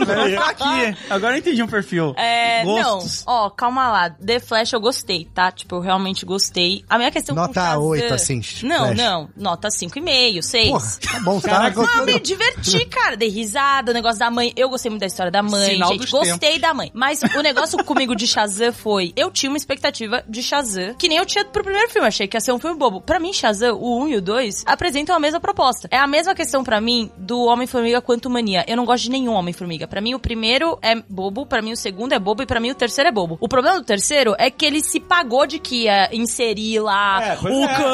S5: Agora tá aqui. Agora eu entendi um perfil.
S4: É,
S5: Gostos.
S4: não, ó, calma lá. The Flash eu gostei, tá? Tipo, eu realmente gostei. A minha questão
S3: Nota
S4: com Shazam-
S3: oito, assim, Flash.
S4: Não, não. Nota 5,5, 6.
S3: Porra, tá bom, você tava
S4: Ah, me
S3: gostando.
S4: diverti, cara. Dei risada, o negócio da mãe. Eu gostei muito da história da mãe,
S11: Sinal
S4: gente.
S11: dos
S4: Gostei da mãe. Mas o negócio comigo de Shazam foi... Eu tinha uma expectativa de Shazam, que nem eu tinha pro primeiro filme. Achei que ia ser um filme bobo. Pra mim, Shazam, o 1 e o 2, apresentam a mesma proposta. É a mesma questão pra mim do Homem-Formiga quanto Mania. Eu não gosto de nenhum Homem-Formiga. Pra mim, o primeiro é bobo, pra mim o segundo é bobo e pra mim o terceiro é bobo. O problema do terceiro é que ele se pagou de que ia inserir lá
S2: É, pois
S4: o
S2: é.
S4: Kang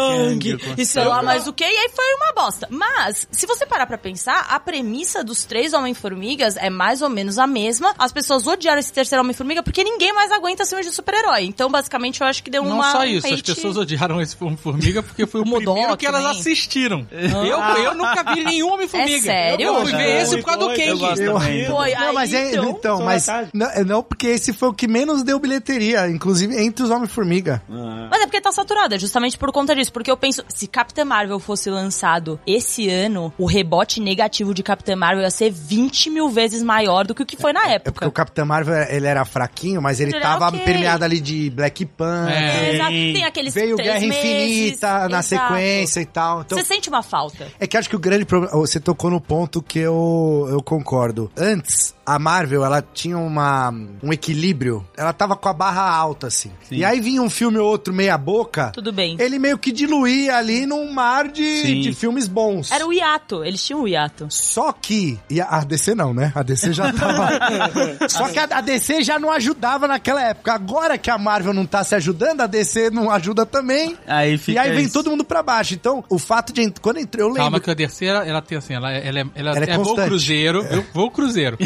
S2: Kang,
S4: e sei lá mais o que, e aí foi uma bosta. Mas, se você parar pra pensar, a premissa dos três Homem-Formigas é mais ou menos a mesma. As pessoas odiaram esse terceiro Homem-Formiga porque ninguém mais aguenta filme de super-herói. Então, basicamente, eu acho que deu
S11: Não
S4: uma...
S11: só
S4: um
S11: isso, as
S4: hate-
S11: pessoas odiaram esse Homem-Formiga porque foi o,
S4: Mudou
S11: primeiro que elas
S4: também. Ah.
S11: assistiram. Eu, eu nunca vi nenhum Homem-Formiga.
S4: É sério?
S11: Eu fui
S4: Eu
S11: ver esse por causa do
S2: Eu gosto
S11: Kang.
S2: também.
S4: Foi,
S3: Não, mas é, então,
S2: só
S3: mas
S2: metade.
S3: não, não, porque esse foi o que menos deu bilheteria, inclusive entre os Homem-Formiga.
S4: Mas é porque tá saturada, justamente por conta disso. Porque eu penso, se Capitã Marvel fosse lançado esse ano, o rebote negativo de Capitã Marvel ia ser 20 mil vezes maior do que o que foi na
S3: É porque
S4: época.
S3: o Capitão Marvel, ele era fraquinho, mas ele
S4: Ele era
S3: tava
S4: ok.
S3: permeado ali de Black Panther.
S4: É,
S5: É.
S4: exato. Tem aqueles
S3: Veio
S4: três
S3: Guerra
S4: meses,
S3: Infinita na
S4: exato.
S3: sequência e tal. Então,
S4: Você sente uma falta.
S3: É que acho que o grande problema. Você tocou no ponto que eu, eu concordo. Antes, a Marvel, ela tinha uma, um equilíbrio. Ela tava com a barra alta, assim. E aí vinha um filme ou outro meia-boca.
S4: Tudo bem.
S3: Ele meio que diluía ali num mar de,
S5: Sim.
S3: de filmes bons.
S4: Era o hiato, eles tinham o hiato.
S3: Só que. E a a DC não, né? A DC já tava. Só que a, a DC já não ajudava naquela época. Agora que a Marvel não tá se ajudando, a DC não ajuda também.
S5: Aí fica
S3: e aí vem
S5: isso.
S3: todo mundo pra baixo. Então, o fato de. ent- Quando entrou, eu lembro.
S11: Calma que a terceira, ela tem assim, ela, ela, ela,
S3: Ela é
S11: é voo
S3: constante.
S11: cruzeiro, eu vou cruzeiro.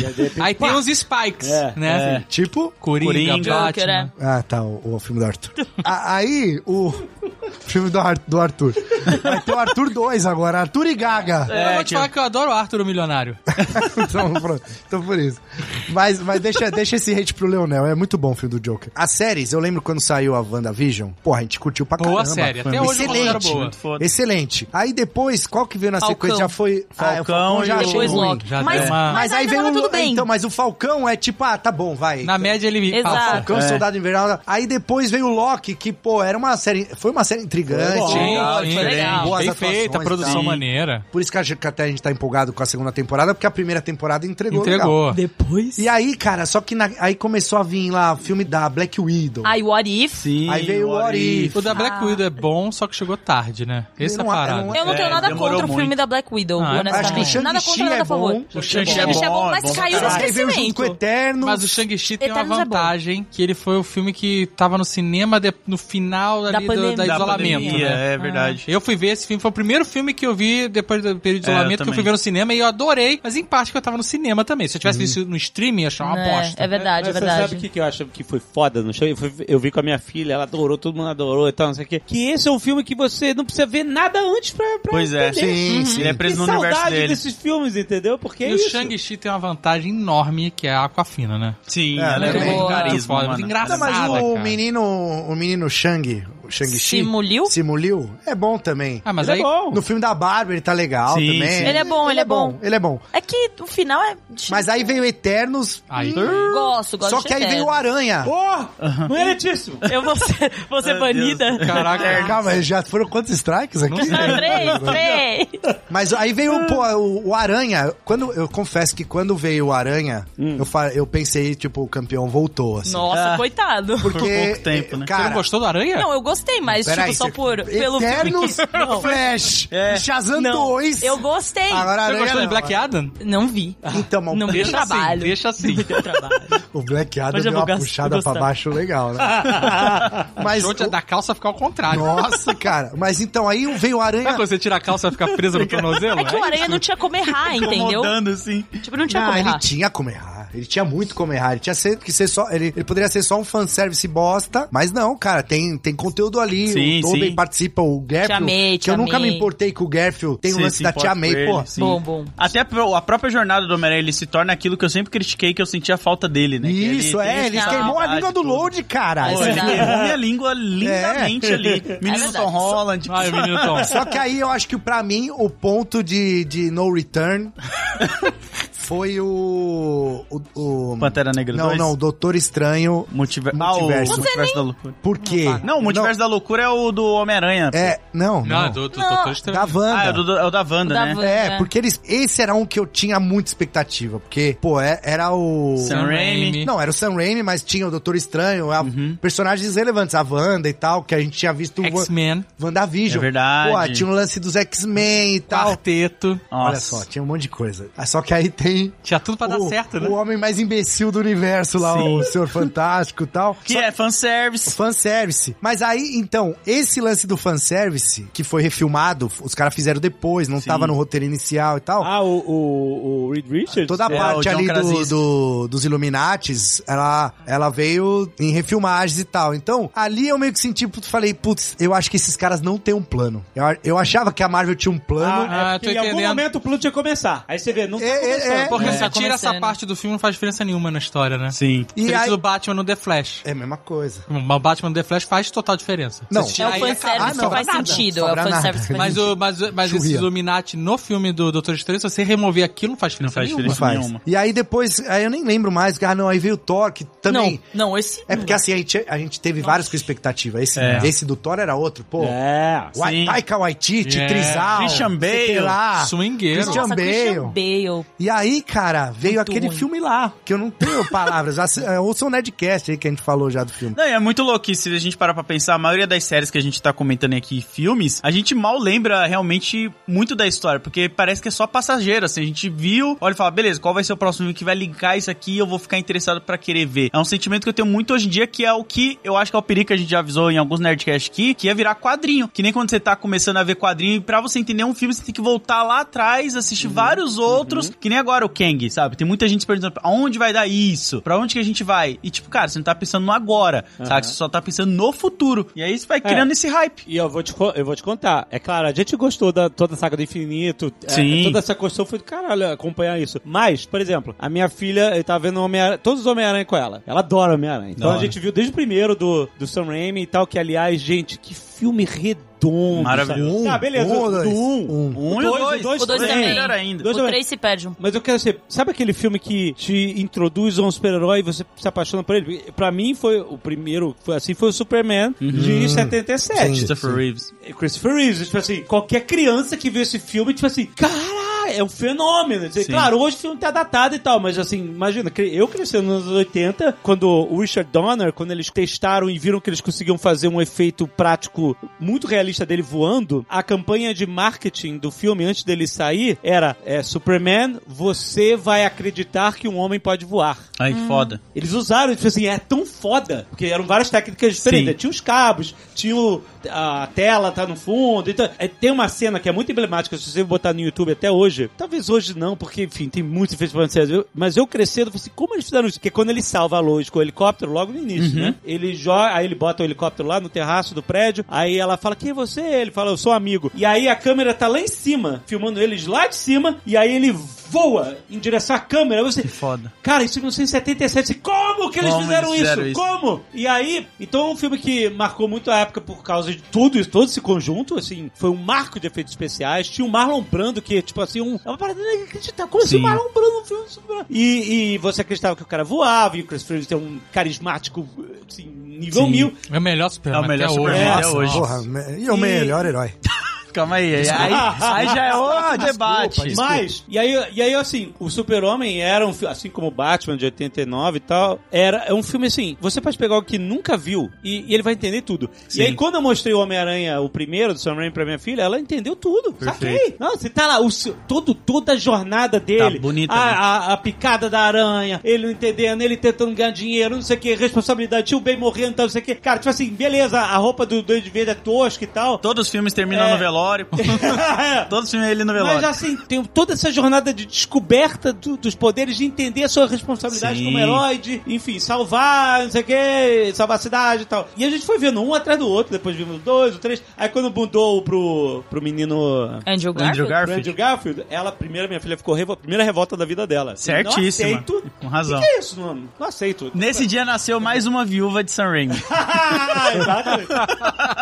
S11: Aí tem os spikes,
S2: É,
S11: né? Assim,
S3: Tipo.
S11: Coringa,
S5: Coringa.
S11: Batman.
S4: Joker, é.
S3: Ah, tá, o, o filme do Arthur. A- aí, o filme do, Ar- do Arthur. Vai ter o Arthur 2 agora, Arthur e Gaga.
S11: É, eu vou te falar que eu adoro o Arthur o Milionário.
S3: então, pronto, então por isso. Mas, mas deixa, deixa esse hate pro Leonel, é muito bom o filme do Joker. As séries, eu lembro quando saiu a WandaVision, porra, a gente curtiu pra
S11: Boa
S3: caramba.
S11: série, até
S3: Foi
S11: hoje eu considero
S3: Excelente,
S11: boa.
S5: Muito foda.
S3: excelente. Aí depois, qual que veio na
S4: Falcão.
S3: sequência? Já foi... Ah, é, o
S5: Falcão
S3: já
S5: e
S3: achei
S4: Depois
S3: ruim. Ah.
S4: Loki.
S11: já
S4: mas,
S11: deu uma-
S4: mas,
S3: Mas aí
S4: ainda
S3: vem
S4: tá
S3: o...
S4: tudo bem.
S3: Então, mas o Falcão é tipo, ah, tá bom, vai.
S11: Na média ele
S4: Exato.
S11: passa.
S3: Falcão,
S5: É.
S3: Soldado Invernal. Aí depois veio o Loki, que, pô, era uma série. Foi uma série intrigante.
S5: Foi bom.
S11: Sim,
S5: Legal,
S11: um sim,
S4: legal.
S3: Boas
S11: bem
S3: atuações
S11: feita,
S3: e
S11: produção
S3: tal.
S11: maneira.
S3: Por isso que, a gente- que até a gente tá empolgado com a segunda temporada, porque a primeira temporada entregou. legal.
S11: Entregou.
S4: Depois.
S3: E aí, cara, só que na- aí começou a vir lá o filme da Black Widow.
S4: Ai, What If?
S5: Sim,
S3: aí veio o
S5: What If.
S3: Ori.
S11: O da Black Widow é bom, só que chegou tarde, né? Essa é a
S3: Não,
S11: parada.
S3: não
S4: Eu não
S5: É,
S4: tenho nada
S5: demorou
S4: contra o filme
S5: muito.
S4: da Black Widow,
S11: Ah,
S3: Acho que o
S4: honestamente. nada
S3: Shang-Chi
S4: contra,
S3: é
S4: nada a favor.
S3: bom.
S5: O
S4: O
S5: Shang-Chi é
S4: Shang-Chi é bom, mas
S5: bom pra
S4: caiu no
S5: caralho.
S3: Aí um veio junto
S4: esquecimento.
S3: Eternos.
S11: Mas o Shang-Chi tem uma
S4: Eternos é bom.
S11: vantagem, que ele foi o filme que tava no cinema de- no final
S4: Da
S11: ali do-
S4: pandemia.
S11: da
S4: Da
S11: isolamento,
S5: pandemia,
S11: né?
S5: É verdade.
S11: Eu fui ver esse filme, foi o primeiro filme que eu vi depois do período de
S5: É, eu
S11: isolamento que eu
S5: também.
S11: fui ver no cinema e eu adorei, mas em parte que eu tava no cinema também. Se eu tivesse visto no streaming, ia achar uma aposta.
S4: É, é verdade,
S2: Mas você
S4: é verdade.
S2: sabe o que, que eu acho que foi foda no show? Eu, fui- eu vi com a minha filha, ela adorou, todo mundo adorou e tal, não sei o quê. Que esse é um filme que você não precisa ver nada antes pra, pra
S5: Pois é.
S2: entender. Uhum.
S3: Sim, sim.
S5: Ele é
S2: Que
S5: preso no universo
S2: saudade
S5: dele.
S2: desses filmes, entendeu? Porque é
S11: e o
S2: isso.
S11: Shang-Chi tem uma vantagem enorme, que é a Aquafina, né?
S5: Sim,
S3: É,
S5: ela é
S3: muito
S5: bem
S4: boa.
S5: carisma,
S11: Foda,
S5: mano.
S11: muito engraçado.
S3: Não, mas
S11: Nada,
S3: o
S11: cara.
S3: menino, o menino Shang, o Shang-Chi.
S4: Simuliu?
S3: Simuliu. É bom também.
S11: Ah, mas
S2: Ele
S11: aí
S2: é bom.
S3: No filme da Barbie ele tá legal
S5: Sim,
S3: também.
S5: sim.
S4: Ele é bom, ele é bom.
S3: Ele é bom.
S4: É que o final é...
S3: Mas aí veio Eternos. Hum.
S11: Aí.
S4: Gosto, Hum, gosto
S3: Só
S4: de
S3: que aí
S4: Eterno.
S3: veio o Aranha.
S2: Pô, não é meritíssimo.
S4: Eu vou ser, vou ser banida?
S11: Caraca.
S3: É, Calma, já foram quantos strikes aqui?
S4: Não, três, três.
S3: Mas aí veio o- pô, o, o Aranha. Quando, eu confesso que quando veio o Aranha, eu, fa- eu pensei, tipo, o campeão voltou, assim.
S4: Nossa, coitado.
S3: Porque,
S5: Por pouco tempo, né?
S11: Você não
S3: Cara,
S11: gostou do Aranha?
S4: Não, eu gostei, mas,
S3: É. Peraí,
S4: tipo, só
S3: você- é
S4: por. Pelo
S3: Eternos,
S4: Não.
S3: Flash,
S4: É.
S3: Shazam
S4: Não,
S3: 2.
S4: Eu gostei.
S3: Agora, é
S11: Você
S3: Aranha
S11: gostou de
S3: não,
S11: Black Adam?
S4: Não vi.
S3: Então, mas
S4: Não
S3: o-
S4: deu
S11: Deixa assim,
S4: trabalho.
S11: deixa assim.
S3: o Black Adam
S4: Mas eu
S3: deu uma
S4: vou gas-
S3: puxada pra
S4: gostar.
S3: baixo legal, né? Mas
S11: Deixou
S3: o-
S11: da calça ficar ao contrário.
S3: Nossa, cara. Mas então aí veio o Aranha...
S11: Sabe quando você tira a calça e fica presa no tornozelo?
S4: É que o Aranha não tinha como errar, entendeu?
S5: Incomodando, assim.
S4: Tipo, não tinha
S3: Ah,
S4: como
S3: ele
S4: errar.
S3: tinha como errar. Ele tinha muito como errar. Ele tinha sempre que ser só. Ele, ele poderia ser só um fanservice bosta, mas não, cara, tem, tem conteúdo ali.
S5: Sim,
S3: o Tobey
S5: sim.
S3: participa, o Garfield.
S4: Tia May,
S3: que
S4: Tia
S3: eu nunca
S4: May.
S3: me importei que o Garfield tem o
S5: Sim,
S3: lance
S5: se
S3: da
S5: importa
S3: Tia May,
S5: com ele,
S3: pô.
S5: sim.
S4: Bom, bom.
S5: Até a pro- a própria jornada do Homem-Aranha, ele se torna aquilo que eu sempre critiquei, que eu sentia falta dele, né? Que ele
S3: Isso,
S5: tem
S3: é,
S5: essa
S3: eles queimou a
S5: liberdade
S3: língua do
S5: toda.
S3: Load, cara.
S5: Pô,
S4: É
S5: ele
S4: verdade.
S5: queimou minha língua
S3: É.
S5: lindamente ali. Menino
S4: verdade.
S5: Tom Holland.
S11: Ai, menino Tom.
S3: Só que aí eu acho que pra mim o ponto de, de no return foi o. o, o-
S5: Pantera Negra
S3: Não,
S5: 2?
S3: não, o Doutor Estranho.
S5: Multiver...
S3: Multiverso.
S5: Ah, o Multiverso da Loucura.
S3: Por quê?
S5: Não, o Multiverso da Loucura é o do Homem-Aranha. pô.
S3: É, não.
S11: Não,
S3: não.
S11: é do, do,
S4: Não.
S11: Doutor Estranho.
S3: Da Wanda.
S5: Ah, é, o do- é o da Wanda,
S4: Da
S5: né?
S4: Wanda.
S3: É,
S4: né?
S3: porque eles. Esse era um que eu tinha muita expectativa. Porque, pô, é- era o.
S5: Sam Raimi.
S3: Não, era o Sam Raimi, mas tinha o Doutor Estranho, a-
S5: Uhum.
S3: personagens relevantes, a Wanda e tal, que a gente tinha visto o Wa-
S11: X-Men.
S3: WandaVision.
S5: É verdade.
S3: Pô, tinha o lance dos X-Men e tal.
S11: Quarteto.
S5: Nossa.
S3: Olha só, tinha um monte de coisa. Ah, Só que aí tem.
S11: Tinha tudo pra dar
S3: o,
S11: certo, né?
S3: o homem mais imbecil do universo lá, o Senhor Fantástico e tal.
S5: Que
S3: Só-
S5: é fanservice.
S3: Fanservice. Mas aí, então, esse lance do fanservice, que foi refilmado, os caras fizeram depois, não
S5: Sim.
S3: tava no roteiro inicial e tal.
S2: Ah, o, o, o Reed Richards?
S3: Toda a
S5: É, o
S3: parte
S5: John
S3: ali do,
S5: Krasinski.
S3: do- dos Illuminates, ela, ela veio em refilmagens e tal. Então, ali eu meio que senti, putz, falei, putz, eu acho que esses caras não têm um plano. Eu, a- eu achava que a Marvel tinha um plano.
S11: Ah,
S2: Ah, é
S11: tô
S2: porque em algum
S11: entendendo.
S2: momento o plano tinha que começar. Aí você vê, não tá
S3: É, é,
S2: começando.
S3: é.
S11: Porque
S4: É,
S11: se
S4: tá
S11: tira essa
S4: começando.
S11: parte do filme, não faz diferença nenhuma na história, né?
S5: Sim.
S3: e
S11: Diferente
S3: aí,
S11: do Batman no The Flash.
S3: é a mesma coisa.
S11: O Batman no The Flash faz total diferença.
S3: Não.
S11: Se
S4: É
S11: tirar
S4: o
S11: aí,
S3: Ah,
S4: fanservice
S3: não,
S4: que faz
S3: nada.
S4: sentido. É o
S3: Sobra nada.
S4: fanservice que faz
S11: Mas, o, mas, mas esse
S3: Churria.
S11: Illuminati no filme do Doutor Estranho, se você remover aquilo, não faz diferença
S5: faz
S11: nenhuma.
S3: Não
S5: diferença.
S3: faz.
S5: nenhuma.
S3: E aí depois, aí eu nem lembro mais, ah não, aí veio o Thor, que também...
S4: sentido. Não, não, esse.
S3: É porque assim, a gente, a gente teve vários com expectativa. Esse,
S5: É.
S3: esse do Thor era outro, pô.
S2: É.
S3: Wa-
S5: sim.
S3: Taika Waititi,
S11: É.
S3: Trizal,
S5: Christian
S3: sei que
S5: Bale,
S3: lá.
S11: Swingueiro.
S3: Ah, Christian
S4: Nossa, Christian é um Bale.
S3: E aí, cara, veio
S4: Muito
S3: aquele
S4: ruim.
S3: filme lá, que eu não tenho palavras. Assi- é, Ouça o Nedcast aí que a gente falou já do filme.
S5: Não, e é muito louco isso, se a gente parar pra pensar, a maioria das séries que a gente tá comentando aqui, filmes, a gente mal lembra realmente muito da história, porque parece que é só passageiro, assim, a gente viu, olha e fala, beleza, qual vai ser o próximo filme que vai linkar isso aqui e eu vou ficar interessado pra querer ver. É um sentimento que eu tenho muito hoje em dia, que é o que eu acho que é o perigo que a gente já avisou em alguns Nerdcast aqui, que é virar quadrinho, que nem quando você tá começando a ver quadrinho, e pra você entender um filme, você tem que voltar lá atrás, assistir vários outros, que nem agora o Kang, sabe? Tem muita gente se perguntando, aonde vai dar isso? Pra onde que a gente vai? E tipo, cara, você não tá pensando no agora, sabe? Você só tá pensando no futuro. E aí você vai criando esse hype.
S2: É. E eu vou, te, co- eu vou te contar. É claro, a gente gostou da toda a saga do infinito. é,
S5: Sim.
S2: toda essa construção foi do caralho acompanhar isso. Mas, por exemplo, a minha filha, eu tava vendo Homem todos os Homem-Aranha com ela. Ela adora Homem-Aranha. Então
S5: Da
S2: a
S5: hora.
S2: gente viu desde o primeiro do, do Sam Raimi e tal, que, aliás, gente, que filme redondo.
S5: Maravilhoso.
S2: sabe? Ah, beleza.
S3: Um,
S2: o- do
S3: dois.
S2: um.
S3: Um.
S5: Um
S2: O
S5: e o
S2: dois,
S5: dois.
S2: o dois
S4: O dois
S2: também.
S4: também.
S5: Melhor ainda.
S2: Dois
S4: o
S2: também.
S4: 3 se perde um.
S2: Mas eu quero saber, sabe aquele filme que te introduz a um super-herói e você se apaixona por ele? Pra mim foi o primeiro, foi assim, foi o Superman de 77.
S5: Uhum. Christopher Reeves.
S2: Christopher Reeves. Tipo assim, qualquer criança que viu esse filme, tipo assim, cara, é um fenômeno. Assim,
S5: Sim.
S2: Claro, hoje o filme tá datado e tal, mas assim, imagina, cre- eu cresci nos anos 80, quando o Richard Donner, quando eles testaram e viram que eles conseguiam fazer um efeito prático muito realista dele voando, a campanha de marketing do filme antes dele sair era é, Superman, você vai acreditar que um homem pode voar.
S5: Ai, que foda.
S2: Eles usaram, tipo assim, é tão foda, porque eram várias técnicas diferentes.
S5: Sim.
S2: Tinha os cabos, tinha o- a tela tá no fundo. Então, é, tem uma cena que é muito emblemática, se você botar no YouTube até hoje. Talvez hoje não, porque, enfim, tem muitos efeitos francês. Eu- Mas eu crescendo, eu falei assim, como eles fizeram isso? Porque quando ele salva a Lois com o helicóptero, logo no
S5: Uhum.
S2: início, né? Ele joga, aí ele bota o helicóptero lá no terraço do prédio, aí ela fala, quem é você? Ele fala, eu sou amigo. E aí a câmera tá lá em cima, filmando eles lá de cima, e aí ele voa em direção à câmera. Aí Você,
S5: Que foda.
S2: Cara, isso em 1977. Como que eles
S5: Como
S2: fizeram,
S5: eles fizeram
S2: isso?
S5: isso?
S2: Como? E aí, então é um filme que marcou muito a época por causa de tudo isso, todo esse conjunto, assim, foi um marco de efeitos especiais. Tinha o Marlon Brando, que, tipo assim, um, é uma parada inacreditável. Como assim
S5: Sim.
S2: o Marlon Brando no filme do Superman? E, e você acreditava que o cara voava, e o Chris Reeves tem um carismático, assim, nível mil.
S11: É o melhor Superman
S5: É o melhor
S11: até
S5: Superman
S11: hoje.
S5: até hoje.
S3: Porra, me- e é o
S2: E-
S3: melhor herói.
S5: Calma aí. Aí, aí já é outro debate.
S2: Mas, e aí, e aí assim, o Super-Homem era um filme, assim como o Batman de 89 e tal, era é um filme assim, você pode pegar o que nunca viu e, e ele vai entender tudo. E aí, quando eu mostrei o Homem-Aranha, o primeiro do Sam Raimi pra minha filha, ela entendeu tudo. Saquei. Não, você tá lá, o, seu- todo, toda a é jornada dele.
S5: bonita,
S2: a,
S5: né?
S2: a, a picada da aranha, ele não entendendo, ele tentando ganhar dinheiro, não sei o que, responsabilidade, tio bem morrendo, tal, não sei o que. Cara, tipo assim, beleza, a roupa do Doide Verde é tosca e tal.
S5: Todos os filmes terminam
S2: É.
S5: no velório. Todos os filmes ele no velório.
S2: Mas assim, tem toda essa jornada de descoberta do- dos poderes, de entender a sua responsabilidade
S5: Sim.
S2: como herói, de, enfim, salvar, não sei o que, salvar a cidade e tal. E a gente foi vendo um atrás do outro, depois vimos dois, o três. Aí quando mudou pro, pro menino.
S4: Andrew Garfield?
S5: Andrew Garfield.
S2: Andrew Garfield, ela, primeira, minha filha ficou revol... primeira revolta da vida dela. Assim,
S5: Certíssima.
S2: Não aceito.
S5: Com razão.
S2: O que é isso, mano? Não aceito.
S5: Nesse dia nasceu mais uma viúva de Sam Raimi.
S2: Ah, exatamente.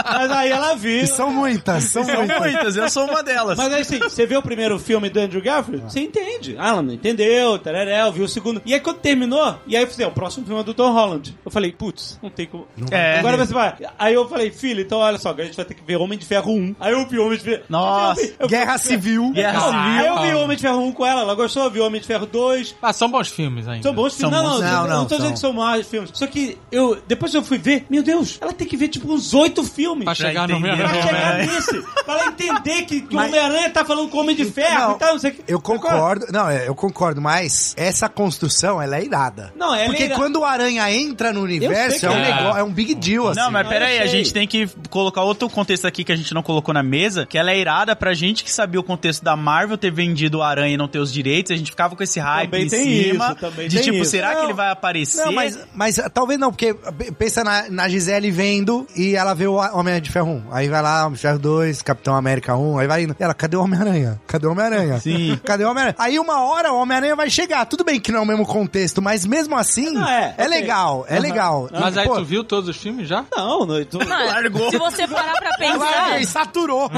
S2: Mas aí ela viu.
S3: E são muitas, são
S5: São
S3: muitas.
S11: Então,
S5: muitas, eu sou uma delas.
S2: Mas aí assim, você vê o primeiro filme do Andrew Garfield, você entende. Ah, ela não entendeu, tararel, viu o segundo. E aí quando terminou, e aí eu falei, ó, o próximo filme é do Tom Holland. Eu falei, putz, não tem como.
S5: É.
S2: Agora você vai. Aí eu falei, filho, então olha só, agora a gente vai ter que ver Homem de Ferro 1. Aí eu é vi Homem de Ferro.
S5: Nossa.
S2: Eu vi- eu vi-
S3: Guerra Civil.
S5: Guerra
S2: Não,
S5: Civil.
S2: Aí eu vi Homem de Ferro 1 com ela, ela gostou, eu vi Homem de Ferro 2.
S11: Ah, são bons filmes ainda.
S2: São bons
S5: São
S2: filmes. Não, não,
S5: bons.
S2: não,
S3: Não,
S2: não,
S3: não,
S2: tô dizendo
S3: são.
S2: que são maus filmes. Só que eu, depois eu fui ver, meu Deus, ela tem que ver tipo uns oito filmes.
S11: Pra chegar no
S5: entender.
S11: meu
S2: Pra chegar
S5: Homem-Aranha.
S2: nesse, pra ela entender que, que o Homem-Aranha tá falando com o Homem de Ferro
S3: Não,
S2: e tal, não sei o que.
S3: Eu concordo. Não, é, eu concordo, mas essa construção, ela é irada.
S2: Não, ela é
S3: Porque
S2: irada.
S3: quando o Aranha entra no
S2: Eu sei
S3: universo, é
S2: que
S3: um,
S2: é.
S3: negócio, é um big deal, assim.
S5: Não, mas
S2: Não,
S5: pera
S2: eu
S5: aí, a
S2: sei.
S5: gente tem que colocar outro contexto aqui que a gente não colocou na mesa, que ela é irada pra gente que sabia o contexto da Marvel ter vendido o Aranha e não ter os direitos, a gente ficava com esse hype
S2: Também
S5: em
S2: tem
S5: cima
S2: isso, também
S5: de
S2: tem
S5: tipo,
S2: isso.
S5: será
S2: Não.
S5: que ele vai aparecer?
S3: Não, mas, mas ah, talvez não, porque p- pensa na, na Gisele vendo e ela vê o A- Homem de Ferro 1. Aí vai lá, Homem de Ferro 2, Capitão América 1, aí vai indo. E ela, cadê o Homem-Aranha? Cadê o Homem-Aranha?
S5: Sim.
S3: Cadê o Homem-Aranha? Aí uma hora o Homem-Aranha vai chegar. Tudo bem que não é o mesmo contexto, mas mesmo assim,
S2: Não, é,
S3: é,
S2: ok.
S3: legal, é legal.
S11: Mas
S3: E,
S11: aí
S3: pô,
S11: tu viu todos os filmes já?
S2: Não, não, eu tô...
S4: Mano,
S5: Largou.
S4: Se você parar pra pensar,
S3: Larguei, saturou.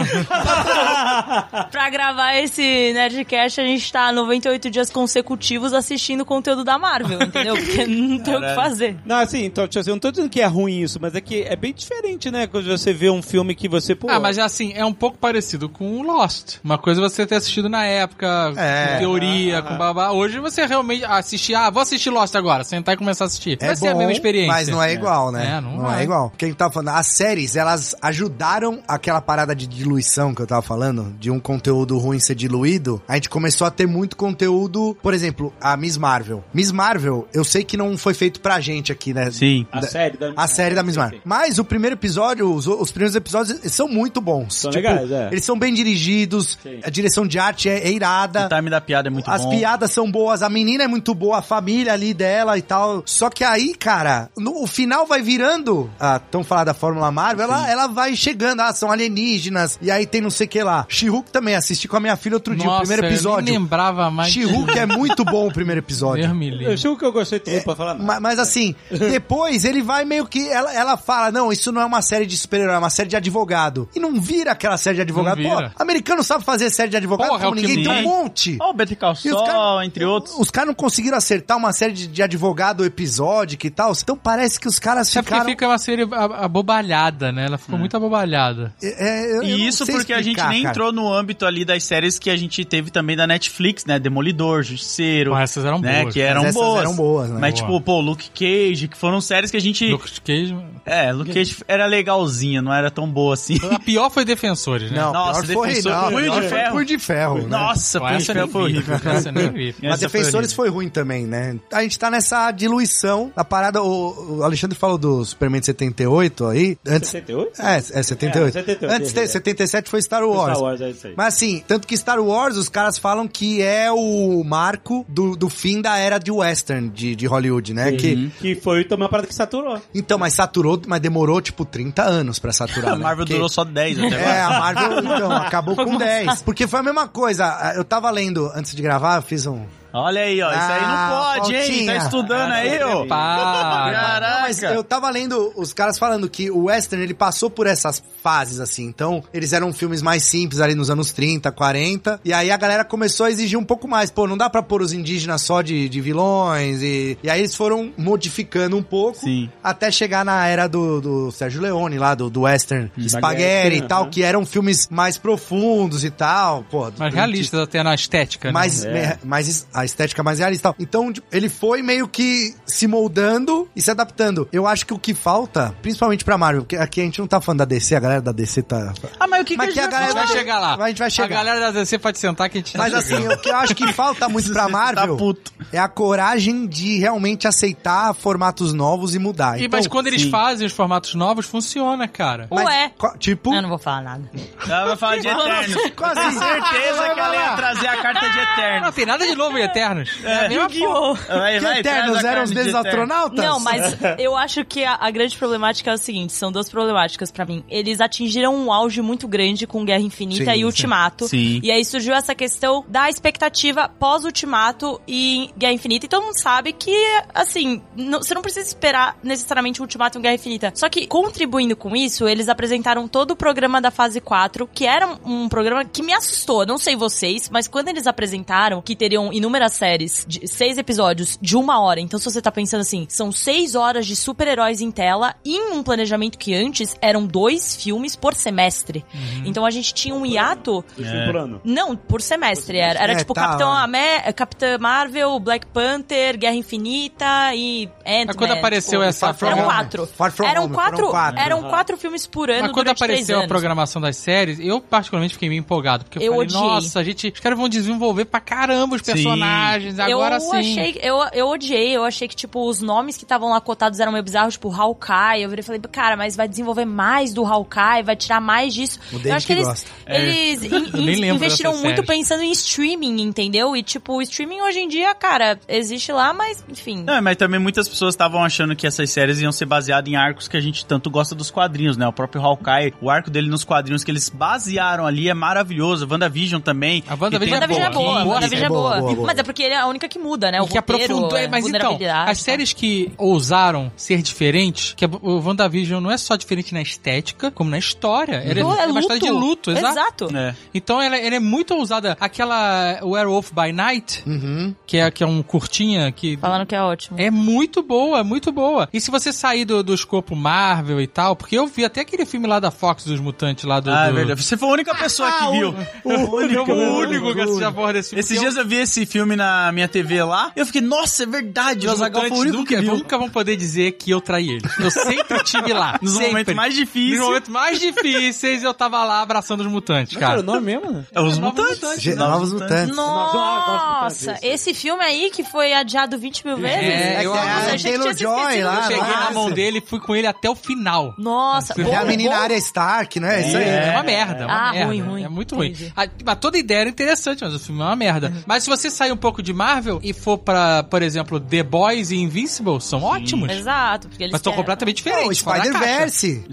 S4: pra gravar esse Nerdcast, a gente tá 98 dias consecutivos assistindo o conteúdo da Marvel, entendeu? Porque não tem o que
S5: Caralho.
S4: fazer.
S2: Não, assim, então, deixa eu dizer, eu não tô dizendo que é ruim isso, mas é que é bem diferente, né? Quando você vê um filme que você, pô...
S11: Ah, mas assim, é um pouco parecido com o Lost. Uma coisa é você ter assistido na época,
S3: É.
S11: com teoria, com babá. Hoje você realmente assistir, ah, vou assistir Lost agora, sentar e começar a assistir.
S3: É
S11: Vai ser a
S3: bom,
S11: mesma experiência.
S3: Mas não é igual, né?
S11: É, não
S3: é
S11: é.
S3: igual. Quem tá falando, as séries, elas ajudaram aquela parada de diluição que eu tava falando, de um conteúdo ruim ser diluído. A gente começou a ter muito conteúdo, por exemplo, a Miss Marvel. Miss Marvel, eu sei que não foi feito pra gente aqui, né?
S5: Sim.
S2: A
S3: da-
S2: série da...
S3: A série da Miss Marvel. Mas o primeiro episódio, os, os primeiros episódios eles são muito bons.
S2: São
S3: Tipo,
S2: legais, é.
S3: Eles são bem dirigidos,
S2: Sim.
S3: a direção de arte é, é irada.
S5: O time da piada é muito
S3: As
S5: bom.
S3: piadas são boas, a menina é muito boa, a família ali dela e tal. Só que aí, cara, no, o final vai virando. Ah, tão falar da Fórmula Marvel, ela, ela vai chegando. Ah, são alienígenas. E aí tem não sei o que lá. She-Hulk também, assisti com a minha filha outro dia, o
S11: Nossa,
S3: primeiro
S11: Eu nem
S3: episódio.
S11: lembrava mais.
S3: She-Hulk é muito bom o primeiro
S11: Deus
S3: episódio.
S11: me
S2: Eu
S11: livre.
S2: achei que eu gostei também, pra falar nada.
S3: Ma- Mas, assim,
S11: É.
S3: depois ele vai meio que. Ela, ela fala: não, isso não é uma série de super-herói, é uma série de advogado. E não vira aquela série de advogado.
S11: Não vira.
S3: Pô, americano sabe fazer série de advogado
S11: Porra, é
S3: como
S11: o que
S3: ninguém, tem um
S5: mais.
S3: monte.
S5: Ó, o Better Call
S3: E os
S5: Saul,
S3: cara-
S5: entre outros.
S3: Os caras não conseguiram acertar uma série de, de advogado episódico e tal. Então parece que os caras
S11: É porque
S3: ficaram.
S11: fica uma série a- abobalhada, né? Ela ficou
S5: Hum.
S11: muito abobalhada.
S3: É, é, eu- eu não
S5: E isso
S3: sei
S5: porque a gente
S3: explicar,
S5: nem
S3: cara.
S5: entrou no âmbito ali das séries que a gente teve também da Netflix, né? Demolidor, Justiceiro.
S11: Pô, essas eram
S5: né?
S11: boas.
S5: Que eram
S3: Mas essas
S5: boas.
S3: eram boas, né?
S5: Mas
S11: Boa.
S5: tipo, pô, Luke Cage, que foram séries que a gente.
S11: Lucas Cage.
S5: É, Luke Cage era legalzinha, não era tão boa assim.
S11: A pior foi Defensores, né?
S3: Não,
S5: Nossa,
S3: pior foi,
S5: Defensor-
S3: não,
S5: Punho de
S3: pior foi
S5: Ferro.
S3: Punho de ferro. né?
S5: Nossa,
S11: Pô,
S5: Punho de
S11: essa é
S5: Ferro
S11: nem
S5: foi
S11: vi,
S5: horrível.
S11: essa nem vi.
S5: Essa
S3: Mas
S5: foi
S3: Defensores foi ruim também, né? A gente tá nessa diluição. A parada, o, o Alexandre falou do Superman de 78 aí. Antes,
S2: 78?
S3: É, é 78.
S2: É, 78,
S3: Antes de
S2: é.
S3: 77 foi Star Wars.
S2: Star Wars, é isso aí.
S3: Mas assim, tanto que Star Wars, os caras falam que é o marco do, do fim da era de western de, de Hollywood, né? Que,
S2: Que foi também uma parada que saturou.
S3: então, mas saturou, mas demorou tipo 30 anos pra saturar.
S5: A
S3: né?
S5: Marvel
S3: Porque-
S5: durou só 10 até
S3: É,
S5: agora.
S3: a Marvel então, acabou com 10. Porque foi a mesma coisa. Eu tava lendo antes de gravar, eu fiz um,
S5: Olha aí, ó. isso aí não
S3: Ah,
S5: pode, hein?
S3: Paulinha.
S5: Tá estudando aí, ô.
S3: Para.
S5: Caraca.
S3: Não, mas eu tava lendo os caras falando que o western ele passou por essas fases assim. Então, eles eram filmes mais simples ali nos anos 30, 40, e aí a galera começou a exigir um pouco mais. Pô, não dá pra pôr os indígenas só de, de vilões e e aí eles foram modificando um pouco até chegar na era do, do Sérgio Leone lá do, do western Spaghetti e tal,
S11: aham.
S3: que eram filmes mais profundos e tal, pô.
S11: Mas realistas até na estética, né?
S3: mais,
S11: É.
S3: né, mais es- a estética mais realista. e tal. Então, tipo, ele foi meio que se moldando e se adaptando. Eu acho que o que falta, principalmente pra Marvel, porque aqui a gente não tá falando da DC, a galera da DC tá.
S5: Ah, mas o que,
S11: mas que, a galera vai chegar lá? A gente vai
S3: chegar.
S11: A galera da DC pode sentar que a gente tá
S3: Mas assim,
S11: chegando.
S3: o que eu acho que falta muito
S11: tá
S3: pra
S5: tá
S3: Marvel é a coragem de realmente aceitar formatos novos e mudar. Então,
S11: E, mas quando eles fazem os formatos novos, funciona, cara.
S4: Ué.
S3: tipo.
S5: Ah,
S3: assim?
S4: Eu não vou falar nada.
S5: Ela vai falar de Eternos. Com certeza que ela ia trazer a carta de Eternos.
S11: Não tem nada de novo em Eternos.
S5: É.
S11: a mesma porra.
S5: Vai, vai, traz a carne de Eterno.
S4: Não, mas eu acho que a, a grande problemática é o seguinte: são duas problemáticas pra mim. Eles atingiram um auge muito grande com Guerra Infinita
S12: Sim,
S4: e
S12: sim.
S4: Ultimato.
S12: Sim.
S4: E aí surgiu essa questão da expectativa pós-Ultimato e Guerra Infinita. E todo mundo sabe que, assim, não- você não precisa esperar necessariamente o Ultimato e Guerra Infinita. Só que, contribuindo com isso, eles apresentaram todo o programa da fase 4, que era um, um programa que me assustou. Não sei vocês, mas quando eles apresentaram que teriam inúmeras séries de seis episódios de uma hora. Então, se você tá pensando assim, são seis horas de super-heróis em tela em um planejamento que antes eram dois filmes por semestre. Então a gente tinha um hiato.
S2: Dois filmes por ano.
S4: Não, por semestre. Era, era
S2: É,
S4: tipo
S2: tá.
S4: Capitão, Amé- Capitã Marvel, Black Panther, Guerra Infinita e Ant-Man.
S11: Mas quando apareceu
S4: tipo,
S11: essa
S4: Eram quatro. Eram quatro, eram quatro filmes por ano
S11: Mas quando
S4: durante três
S11: apareceu a
S4: anos.
S11: programação das séries, eu particularmente fiquei meio empolgado. Porque eu,
S4: Eu
S11: falei,
S4: odiei.
S11: nossa, a gente, os caras vão desenvolver pra caramba os personagens, agora
S4: eu
S11: sim.
S4: Achei, eu, eu odiei, eu achei que, tipo, os nomes que estavam lá cotados eram meio bizarros, tipo, Hawkeye. Eu virei e falei, cara, mas vai desenvolver mais do Hawkeye, vai tirar mais disso.
S12: O David
S4: eu acho que
S12: que
S4: eles,
S12: gosta. É.
S4: eles in-
S12: Eu
S4: in-
S12: nem lembro
S4: investiram
S12: dessas
S4: muito
S12: séries.
S4: pensando em streaming, entendeu? E, tipo, o streaming hoje em dia, cara, existe lá, mas, enfim.
S5: Não, mas também muitas pessoas estavam achando que essas séries iam ser baseadas em arcos que a gente tanto gosta dos quadrinhos, né? O próprio Hawkeye, o arco dele nos quadrinhos que eles basearam ali é maravilhoso. WandaVision também. A
S4: WandaVision é boa, WandaVision é boa. Mas é porque ele é a única que muda, né? O
S11: E que
S4: roteiro,
S11: aprofundou. é,
S4: a
S11: Mas então,
S4: vulnerabilidade. tá?
S11: as séries que ousaram ser diferentes, que a- o WandaVision não é só diferente na estética, como na história. Era,
S4: Não, é
S11: é uma história
S4: luto.
S11: de luto, exato.
S4: Exato.
S5: É.
S11: Então ela, ela é muito ousada. Aquela Werewolf by Night,
S5: Uhum.
S11: que, é, que é um curtinha que.
S4: Falando que é ótimo.
S11: É muito boa, é muito boa. E se você sair do, do escopo Marvel e tal, porque eu vi até aquele filme lá da Fox dos Mutantes lá do.
S5: Ah,
S11: do...
S5: velho, você foi a única pessoa que viu.
S11: o- o único, o único que assistiu a porra desse filme.
S5: Esses dias eu vi esse filme na minha TV lá, eu fiquei, nossa, é verdade, o
S11: Os
S5: Azaghal foi o
S11: mutantes
S5: único que
S11: nunca,
S5: viu.
S11: é? nunca vão poder dizer que eu traí eles. Eu sempre tive lá.
S5: Nos
S11: sempre.
S5: momentos mais difíceis.
S11: Nos momentos mais difíceis, eu tava lá abraçando os mutantes,
S5: Não,
S11: cara.
S5: cara, o nome
S11: mesmo?
S5: É os
S11: mutantes.
S3: Ge- Novos Mutantes.
S4: Nossa, esse filme aí que foi adiado 20 mil vezes.
S11: É, eu-
S4: Nossa,
S11: é,
S4: achei que tinha
S3: Taylor
S4: se
S3: Joy
S4: esquecido
S3: lá, assim.
S4: do
S11: Eu
S4: filme.
S11: peguei na mão dele e fui com ele até o final.
S4: Nossa,
S3: É a menina Arya Stark, né?
S11: É,
S3: Isso aí. né?
S11: é uma merda. é uma
S4: Ah,
S11: merda.
S4: ruim, ruim.
S11: É muito ruim. A, mas toda ideia era interessante, mas o filme é uma merda.
S4: Uhum.
S11: Mas se você sair um pouco de Marvel e for pra, por exemplo, The Boys e Invincible, são ótimos.
S4: Exato, porque eles
S11: Mas são
S4: querem.
S11: completamente diferentes. fora da caixa.
S3: Spider-Verse.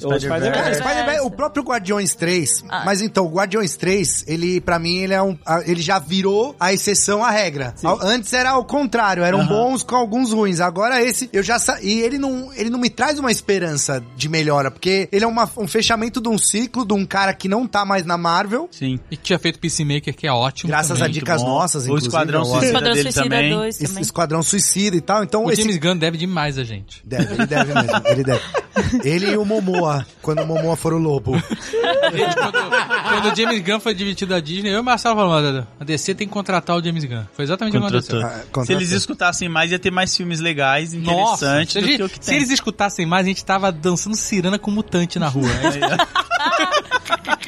S3: Cara, Spider-Verse, o próprio Guardiões 3.
S4: Ah.
S3: Mas então, o Guardiões 3, ele, pra mim, ele é um. a- Ele já virou a exceção à regra. Ao- Antes era o contrário, eram
S13: Aham.
S3: bons com alguns ruins. Agora esse, eu já sa... E ele não, ele não me traz uma esperança de melhora, porque ele é uma- um fechamento de um ciclo de um cara que não tá mais na Marvel.
S5: Sim.
S11: E tinha feito Peacemaker, que é ótimo.
S3: Graças
S11: também.
S3: a dicas
S11: Muito bom.
S3: nossas, inclusive. é ótimo. Es- Esquadrão Suicida e tal. Então,
S11: O
S3: esse-
S11: James Gunn deve demais a gente.
S3: Deve, ele deve mesmo, ele deve. Ele e o Momoa, quando o Momoa for o lobo.
S11: Quando o James Gunn foi demitido da Disney, eu e o Marcelo falamos, a DC tem que contratar o James Gunn. Foi exatamente o que aconteceu.
S5: Se eles escutassem mais, ia ter mais filmes legais,
S11: Nossa,
S5: interessantes
S11: se,
S5: do
S11: a gente-
S5: que o que
S11: se
S5: tem.
S11: eles escutassem mais, a gente tava dançando cirana com mutante na rua.
S5: É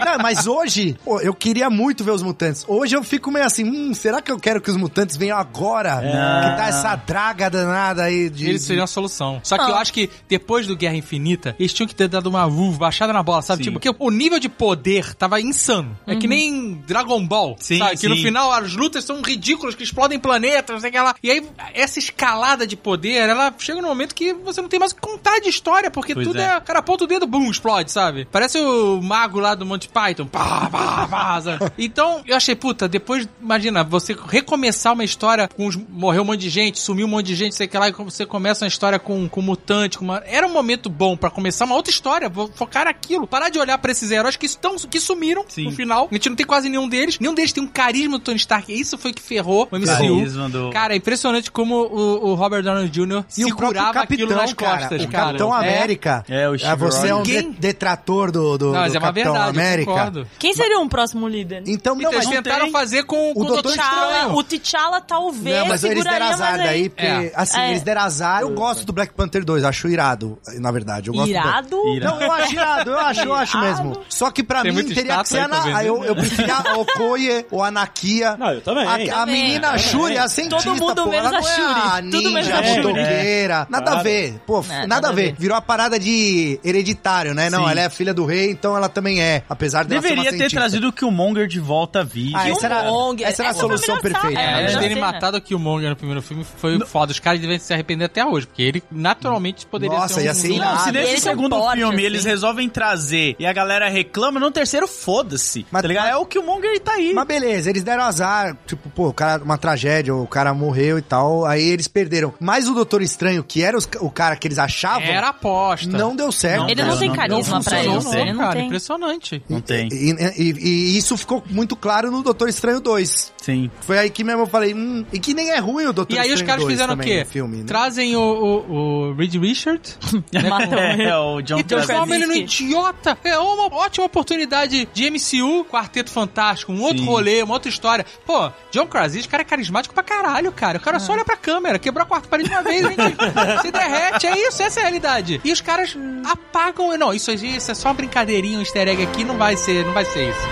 S3: Não, mas hoje, pô, eu queria muito ver os mutantes. Hoje eu fico meio assim, hum, será que eu quero que os mutantes venham agora?
S11: É.
S3: Que tá essa draga danada aí de.
S11: Eles seriam a solução. Só que eu acho que depois do Guerra Infinita, eles tinham que ter dado uma uva, baixada na bola, sabe? Tipo, porque o nível de poder tava insano. É que nem Dragon Ball, sabe? Que no
S5: sim.
S11: final as lutas são ridículas, que explodem planetas, não sei o que lá. E aí, essa escalada de poder, ela chega num momento que você não tem mais o que contar de história, porque
S5: Pois
S11: tudo
S5: é.
S11: é. Cara, aponta o dedo, bum, explode, sabe? Parece o mago lá lá do Monty Python. Pá, pá, pá, sabe? Então, eu achei, puta, depois, imagina, você recomeçar uma história com os, morreu um monte de gente, sumiu um monte de gente, sei que lá, e você começa uma história com, com um mutante, com uma- era um momento bom pra começar uma outra história, vou focar naquilo, parar de olhar pra esses heróis que estão que sumiram no final. A gente não tem quase nenhum deles, nenhum deles tem um carisma do Tony Stark, isso foi o que ferrou o MCU.
S5: Carisma do-
S11: Cara, é impressionante como o, o Robert Downey Jr.
S3: E o próprio
S11: segurava aquilo
S3: Capitão,
S11: nas
S3: cara,
S11: costas,
S3: o
S11: cara.
S3: Capitão América.
S5: É, o
S3: Ah, você é um
S11: Ninguém-
S3: de- detrator do, do,
S11: Não, mas
S3: do
S11: é uma
S3: Capitão
S11: verdade, eu
S3: América.
S11: concordo.
S4: Quem seria um próximo líder?
S3: Então, não,
S11: Eles
S3: mas
S11: tentaram fazer com, com
S4: o T'Challa, o T'Challa talvez
S3: Não, mas eles deram
S4: seguraria
S3: azar
S4: mais
S3: daí,
S4: aí.
S3: porque, assim,
S4: É.
S3: eles deram azar. Eu gosto do Black Panther 2, acho irado, na verdade. Eu gosto do-
S4: Irado?
S3: Não, eu acho irado, eu acho, eu acho
S4: Irado.
S3: mesmo. Só que pra
S11: Tem
S3: mim
S11: muita
S3: teria que ser
S11: estátua aí pra
S3: Ana,
S11: vender,
S3: eu,
S11: né?
S3: eu preferia a Okoye ou a Nakia.
S5: Ah,
S2: Não, eu também.
S3: A, a
S4: Também.
S3: menina
S2: Também.
S3: Shuri, é a cientista,
S4: Todo mundo
S3: pô, ela
S4: menos a
S3: não é a
S4: Shuri. Tudo menos
S3: ninja,
S4: a Shuri.
S3: motoqueira.
S2: É,
S3: nada a
S2: claro.
S3: ver. Pô,
S4: É,
S3: nada,
S4: nada
S3: a
S4: a
S3: ver.
S4: ver.
S3: Virou a parada de hereditário, né? Não,
S5: Sim.
S3: ela é a filha do rei, então ela também é. Apesar dela ser uma
S5: Deveria ter
S3: cientista.
S5: trazido o Killmonger de volta um- à vida.
S3: Ah, essa era,
S4: Killmonger.
S3: essa era a
S4: Essa foi a
S3: solução
S4: melhor saga.
S3: perfeita. né? na
S4: É,
S11: É,
S4: melhor
S11: antes
S3: verdade.
S11: dele
S4: cena.
S11: matado o Killmonger no primeiro filme foi foda. Os caras devem se arrepender até hoje, porque ele naturalmente poderia
S3: Nossa,
S11: ser um...
S3: ia ser
S11: um-
S3: irado.
S5: Não, se
S4: nada.
S5: nesse
S4: Ele tem um
S5: segundo
S4: porte,
S5: filme
S4: assim.
S5: eles resolvem trazer e a galera reclama, no terceiro, foda-se.
S3: Mas-
S5: Tá ligado?
S3: mas-
S5: É o Killmonger e tá aí.
S3: Mas beleza, eles deram azar, tipo, pô, o cara, uma tragédia, o cara morreu e tal, aí eles perderam. Mas o Doutor Estranho, que era os- o cara que eles achavam,
S11: Era aposta.
S3: não deu certo.
S4: Ele não
S5: Não,
S4: tem
S5: não,
S4: carisma
S5: não
S4: pra
S5: funcionou,
S4: isso. Ele não
S11: cara,
S4: tem.
S11: impressionante.
S5: Não tem.
S3: E, né, e- e isso ficou muito claro no Doutor Estranho 2.
S5: Sim.
S3: Foi aí que mesmo eu falei, hum, e que nem é ruim o Doutor
S11: E aí
S3: Estranho
S11: os caras
S3: 2
S11: fizeram o
S3: também,
S11: quê?
S3: no filme, né?
S11: Trazem o, o, o Reed Richard né,
S4: um Então,
S11: Então, é com-
S5: É, o John
S11: e transforma ele no
S4: Krasinski.
S11: idiota. É uma ótima oportunidade de MCU, Quarteto Fantástico, um outro
S5: Sim.
S11: rolê, uma outra história. Pô, John Krasinski, cara é carismático pra caralho, cara. O cara
S4: É.
S11: só olha pra câmera, quebrou a quarta parede uma vez, gente, se derrete. É isso, essa é a realidade. E os caras apagam... Não, isso, aí, isso é só uma brincadeirinha, um easter egg aqui, não vai ser, não vai ser isso.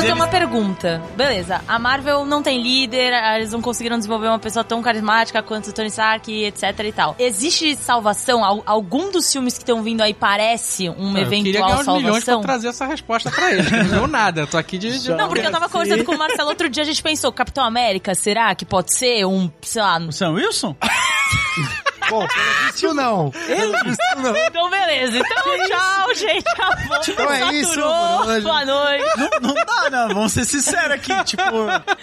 S5: Mas
S4: eu tenho
S5: eles-
S4: uma pergunta. Beleza, a Marvel não tem líder, a- eles não conseguiram desenvolver uma pessoa tão carismática quanto o Tony Stark, etc e tal. Existe salvação? Al- algum dos filmes que estão vindo aí parece uma
S11: Eu queria
S4: eventual
S11: ganhar uns milhões pra
S4: salvação?
S11: trazer essa resposta pra eles. que Não deu nada, eu tô aqui de... de-
S4: Não, porque eu tava conversando com o Marcelo outro dia, a gente pensou, Capitão América, será que pode ser um, sei lá...
S5: O Sam Wilson?
S3: Bom, pelo visto não. Pelo visto não.
S4: Então beleza,
S11: É
S4: então tchau, gente, acabou.
S11: Tipo,
S3: Então é isso, por
S4: Saturou,
S3: hoje.
S4: boa noite.
S5: Não, não dá, não. Vamos ser sinceros aqui. Tipo,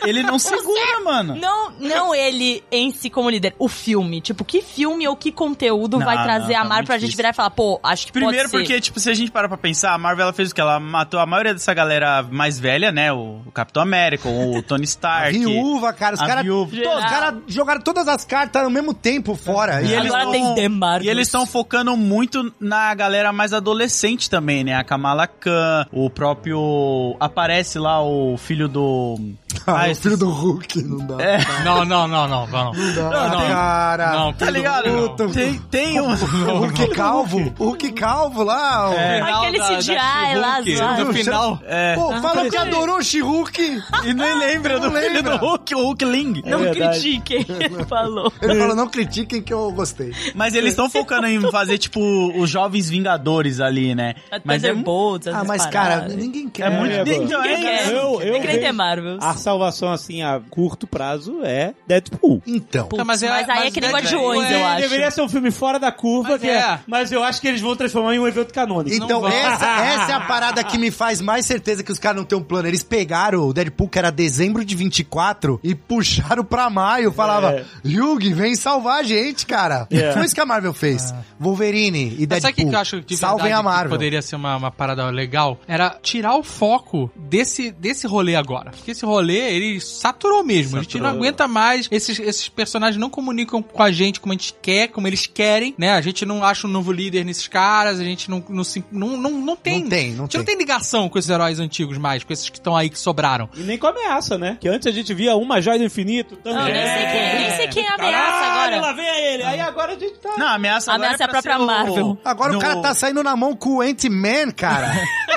S5: ele não segura, mano.
S4: Não, não ele em si como líder, o filme. Tipo, que filme ou que conteúdo
S5: Não,
S4: vai trazer
S5: não,
S4: a
S5: tá
S4: Marvel
S5: muito
S4: pra gente
S5: difícil.
S4: virar e falar, pô, acho que
S5: Primeiro
S4: pode ser.
S5: porque, tipo, se a gente parar pra pensar, a Marvel ela fez o que? Ela matou a maioria dessa galera mais velha, né? O o Capitão América, o Tony
S11: é
S3: A
S5: Stark.
S3: viúva, cara, os
S5: A
S3: caras
S5: viúva.
S3: os cara jogaram todas as cartas ao mesmo tempo fora.
S5: E eles
S4: Agora
S5: tão-
S4: tem The Marvels.
S5: E eles estão focando muito na galera mais adolescente também, né? A Kamala Khan, o próprio. Aparece lá o filho do.
S3: Ah,
S5: Ah,
S3: o filho do Hulk, não dá.
S5: É.
S11: Não, não, não, não,
S3: Não,
S11: não.
S5: Não, não.
S3: cara.
S11: Não,
S5: Tá ligado?
S3: Puta,
S5: Tem, tem um.
S3: O Hulk calvo, o Hulk calvo lá. ó.
S5: É.
S11: final
S4: Aquele
S11: da- da
S4: CGI
S11: She-Hulk,
S4: lá,
S11: No
S3: zoado.
S11: final.
S5: É.
S3: Pô, falou que adorou o She-Hulk.
S5: E nem lembra
S3: Não
S5: do filho
S3: lembra.
S5: do Hulk, o Hulkling.
S4: Não
S2: É verdade.
S4: critiquem, ele falou.
S3: Ele falou, não critiquem que eu gostei.
S5: Mas eles estão focando em fazer, tipo, os jovens vingadores ali, né?
S4: Tá
S5: Mas é,
S4: Thunderbolts,
S3: Ah, mas cara, ninguém quer.
S5: é muito.
S2: É, pô.
S5: então, é
S4: Ninguém quer.
S5: isso.
S2: Eu, eu
S4: Tem que nem ter
S2: vejo
S4: Marvels.
S2: a salvação, assim, a curto prazo é Deadpool.
S3: Então.
S4: Putz,
S11: Tá, mas
S4: mas,
S11: é-
S4: aí
S11: mas
S4: é que nem
S11: Deadpool
S4: Guardiões,
S11: é-
S4: eu acho.
S2: Deveria ser um filme fora da curva,
S11: Mas
S2: que é-
S11: é.
S2: mas eu acho que eles vão transformar em um evento canônico.
S3: Então,
S11: vão.
S3: essa, essa é a parada que me faz mais certeza que os caras não têm um plano. Eles pegaram o Deadpool, que era dezembro de 24, e puxaram pra maio. Falava,
S2: É.
S3: Hugh, vem salvar a gente, cara.
S2: É.
S3: Foi isso que a Marvel fez. Wolverine e
S11: Ah.
S3: Deadpool.
S11: Mas sabe o que que eu acho de
S3: Salvem
S11: verdade
S3: a Marvel.
S11: que poderia ser uma, uma parada legal? Era tirar o foco desse, desse rolê agora. Porque esse rolê, ele saturou mesmo. A gente não
S2: Saturou.
S11: aguenta mais. Esses, esses personagens não comunicam com a gente como a gente quer, como eles querem, né? A gente não acha um novo líder nesses caras, a gente não, não, se- não, não, não tem.
S3: Não tem, não
S11: a gente não
S3: tem.
S11: tem ligação com esses heróis antigos mais, com esses que estão aí que sobraram.
S2: E nem com ameaça, né? Que antes a gente via uma joia do infinito. Também.
S4: Não, nem sei quem, nem sei quem é a ameaça
S2: Caralho,
S4: agora.
S2: lá vem ele. Aí agora a gente tá...
S5: Não, a ameaça,
S4: A
S5: agora
S4: ameaça é a
S5: pra
S4: própria
S5: ser
S4: Marvel.
S3: Agora
S5: no-
S3: o cara tá saindo na mão com o Ant-Man, cara.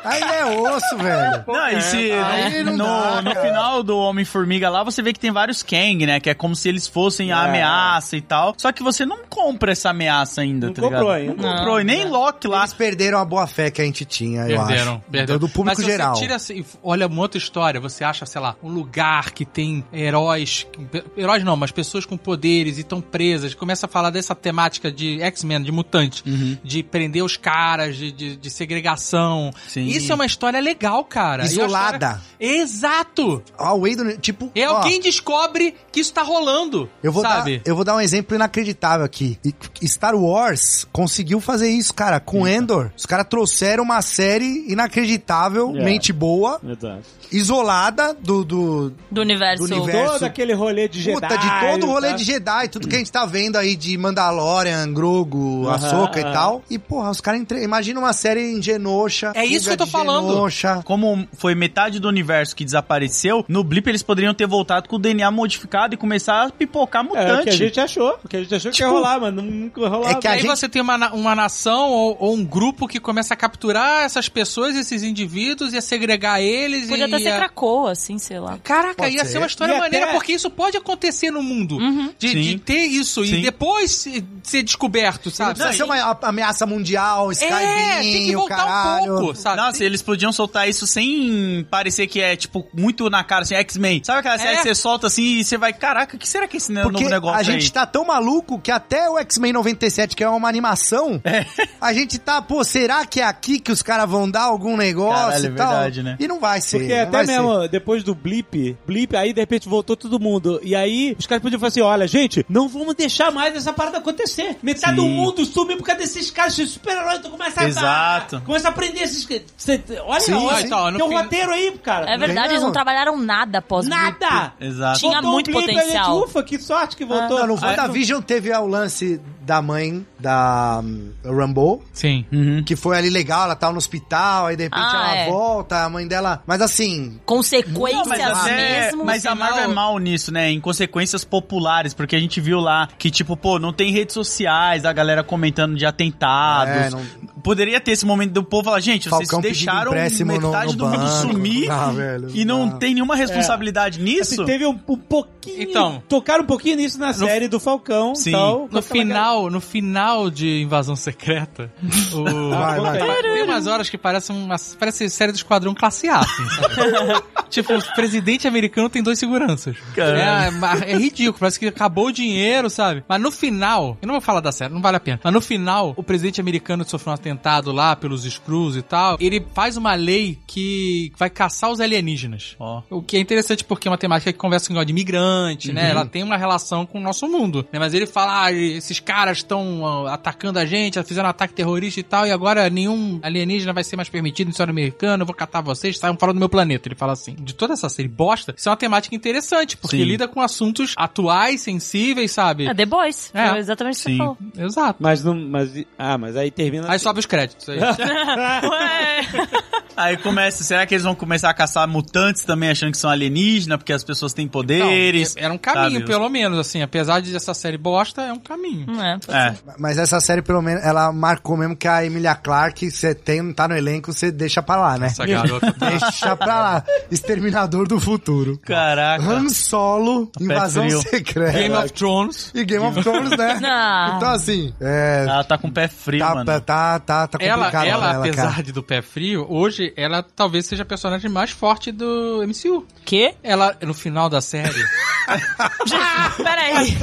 S3: Aí é osso, velho.
S5: Não, e se
S3: Aí não
S5: no,
S3: dá,
S5: no
S3: cara.
S5: final do Homem-Formiga lá, você vê que tem vários Kang, né? Que é como se eles fossem a
S2: É.
S5: ameaça e tal. Só que você não compra essa ameaça ainda, tá
S2: comprou
S5: ligado?
S2: ainda.
S5: Não comprou. E nem Loki lá.
S3: Eles perderam a boa fé que a gente tinha, eu
S11: Perderam,
S3: acho.
S11: perderam.
S3: Do público
S11: Mas se
S3: geral.
S11: Você tira, assim, olha uma outra história, você acha, sei lá, um lugar que tem heróis. Heróis não, mas pessoas com poderes e estão presas. Começa a falar dessa temática de X-Men, de mutante,
S3: Uhum.
S11: de prender os caras, de, de, de segregação.
S5: Sim.
S11: Isso é uma história legal, cara. E a
S3: Isolada.
S11: história- Exato!
S3: Ah, o Whedon, tipo.
S11: E
S3: ó,
S11: alguém descobre que isso tá rolando.
S3: Eu vou,
S11: sabe?
S3: Dar, eu vou dar um exemplo inacreditável aqui. E Star Wars conseguiu fazer isso, cara, com Endor. Os caras trouxeram uma série inacreditável,
S2: É.
S3: mente boa,
S2: Exato.
S3: isolada do, do,
S4: Do universo.
S3: Do universo.
S2: Todo aquele rolê de Jedi.
S3: Puta, de todo o rolê
S2: tá?
S3: de Jedi, tudo que a gente tá vendo aí de Mandalorian, Grogu,
S2: Aham,
S3: Ahsoka
S2: aham.
S3: e tal. E, porra, os caras entre... Imagina uma série em Genosha.
S11: É isso
S3: fuga
S11: que eu tô
S3: de
S11: falando.
S3: Genosha.
S5: Como foi metade do universo que desapareceu, no Blip eles poderiam ter voltado com o DNA modificado e começar a pipocar
S2: É, o que a
S5: mutante.
S2: gente achou. O que a gente achou que ia
S11: Tipo,
S2: rolar, mas nunca rolava.
S3: é que a
S11: aí
S3: gente-
S11: você tem uma, na- uma nação ou, ou um grupo que começa a capturar essas pessoas, esses indivíduos, e a segregar eles.
S4: Podia
S11: e,
S4: até
S11: e
S4: ser
S11: a-
S4: Cracoa, assim, sei lá.
S11: Caraca,
S3: Pode
S11: ia
S3: ser.
S11: ser uma história
S2: E
S11: maneira,
S2: até-
S11: porque isso pode acontecer no mundo.
S4: Uhum.
S11: De,
S5: Sim.
S11: de ter isso
S5: Sim.
S11: e depois se- ser descoberto, sabe?
S3: Precisa ser uma a- ameaça mundial,
S11: é, tem que
S3: Skyrim, o
S11: voltar
S3: caralho.
S11: um pouco, sabe?
S5: Nossa, eles podiam soltar isso sem parecer que é, tipo, muito na cara, assim, X-Men. Sabe aquela série
S11: É.
S5: que você solta assim e você vai, caraca, o que será que é esse
S3: Porque
S5: novo negócio
S3: a gente
S5: aí?
S3: tá tão maluco que até o X-Men 97, que é uma animação,
S5: É.
S3: a gente tá, pô, será que é aqui que os caras vão dar algum negócio
S5: Caralho, é
S3: e tal?
S5: verdade, né?
S3: E não vai ser.
S2: Porque
S3: não
S2: até
S3: vai
S2: mesmo, depois do blip, blip, aí de repente voltou todo mundo. E aí os caras podiam falar assim: olha, gente, não vamos deixar mais essa parada acontecer. Metade
S5: Sim.
S2: do mundo sumiu por causa desses caras de super-heróis. Então começa a.
S5: Exato.
S2: Começa a aprender esses. Cê, olha,
S3: Sim,
S2: olha,
S11: sim. Então, no
S2: tem um
S11: fim-
S2: roteiro aí, cara.
S4: É verdade, eles não
S3: mesmo.
S4: trabalharam nada após
S2: Nada!
S5: Exato.
S4: Tinha
S2: Voltou
S4: muito
S2: o blip,
S4: potencial.
S2: a gente, ufa, que sorte que voltou.
S3: Não, no
S2: Ah,
S3: WandaVision teve ah, o lance da mãe da hum, Rambo,
S11: Sim.
S5: Hum.
S3: que foi ali legal, ela tava no hospital, aí de repente
S4: Ah,
S3: ela
S4: é.
S3: volta, a mãe dela. Mas assim,
S4: Consequências
S5: mas até-
S4: é mesmo.
S5: mas a
S4: final-
S5: Marvel é mal nisso, né? Em consequências populares, porque a gente viu lá que, tipo, pô, não tem redes sociais, a galera comentando de atentados.
S3: é, não-
S5: Poderia ter esse momento do povo falar, gente,
S3: Falcão
S5: vocês
S3: pedindo
S5: deixaram
S3: empréstimo no-
S5: metade
S3: no
S5: do mundo
S3: banco.
S5: sumir
S3: Ah, velho,
S5: e não
S3: ah.
S5: tem nenhuma responsabilidade nisso.
S2: assim, teve um, um pouquinho.
S11: Então.
S2: Tocaram um pouquinho nisso na
S5: No-
S2: série do Falcão.
S5: Sim.
S2: Tal,
S11: No final, no final de Invasão Secreta, o...
S3: Vai, vai.
S11: tem umas horas que parece uma parece série do Esquadrão Classe A, assim, sabe? tipo, o presidente americano tem dois seguranças. É, ma- é ridículo, parece que acabou o dinheiro, sabe? Mas no final, eu não vou falar da série, não vale a pena. Mas no final, o presidente americano que sofreu um atentado lá pelos Screws e tal, ele faz uma lei que vai caçar os alienígenas.
S5: Ó.
S11: O que é interessante porque é uma temática que conversa com o negócio de imigrante,
S2: Uhum.
S11: né? Ela tem uma relação com o nosso mundo, né? Mas ele fala, ah, esses caras estão ah, atacando a gente, fizeram um ataque terrorista e tal, e agora nenhum alienígena vai ser mais permitido no solo americano, eu vou catar vocês, saiam fora do meu planeta. Ele fala assim. De toda essa série bosta, isso é uma temática interessante, porque
S5: Sim.
S11: lida com assuntos atuais, sensíveis, sabe?
S4: É The Boys.
S11: É.
S4: Foi exatamente o que
S5: Sim.
S4: você falou.
S11: Exato.
S2: Mas não. Mas, ah, mas aí termina.
S11: Aí sobe os créditos. Aí.
S4: Ué.
S5: Aí começa, será que eles vão começar a caçar mutantes também, achando que são alienígenas, porque as pessoas têm
S11: Não,
S5: poderes?
S2: é,
S11: era um caminho,
S5: sabe?
S11: pelo menos, assim. Apesar de essa série bosta, é um caminho.
S4: Não é.
S5: É.
S3: Mas essa série, pelo menos, ela marcou mesmo que a Emilia Clarke, você tem, tá no elenco, você deixa pra lá, né?
S11: Essa garota tá
S3: Deixa pra lá. Exterminador do Futuro.
S5: Caraca.
S3: Han Solo, Invasão
S5: frio.
S3: Secreta.
S11: Tá Game of Thrones.
S3: E Game of Thrones, né?
S4: Não.
S3: Então, assim, é.
S5: Ela tá com o pé frio,
S3: Tá,
S5: mano.
S3: tá, tá, tá, tá
S11: Ela,
S3: complicado
S11: ela,
S3: pra
S11: apesar
S3: cara.
S11: de do pé frio, hoje ela talvez seja a personagem mais forte do MCU.
S4: Quê?
S11: Ela, no final da série,
S4: Peraí.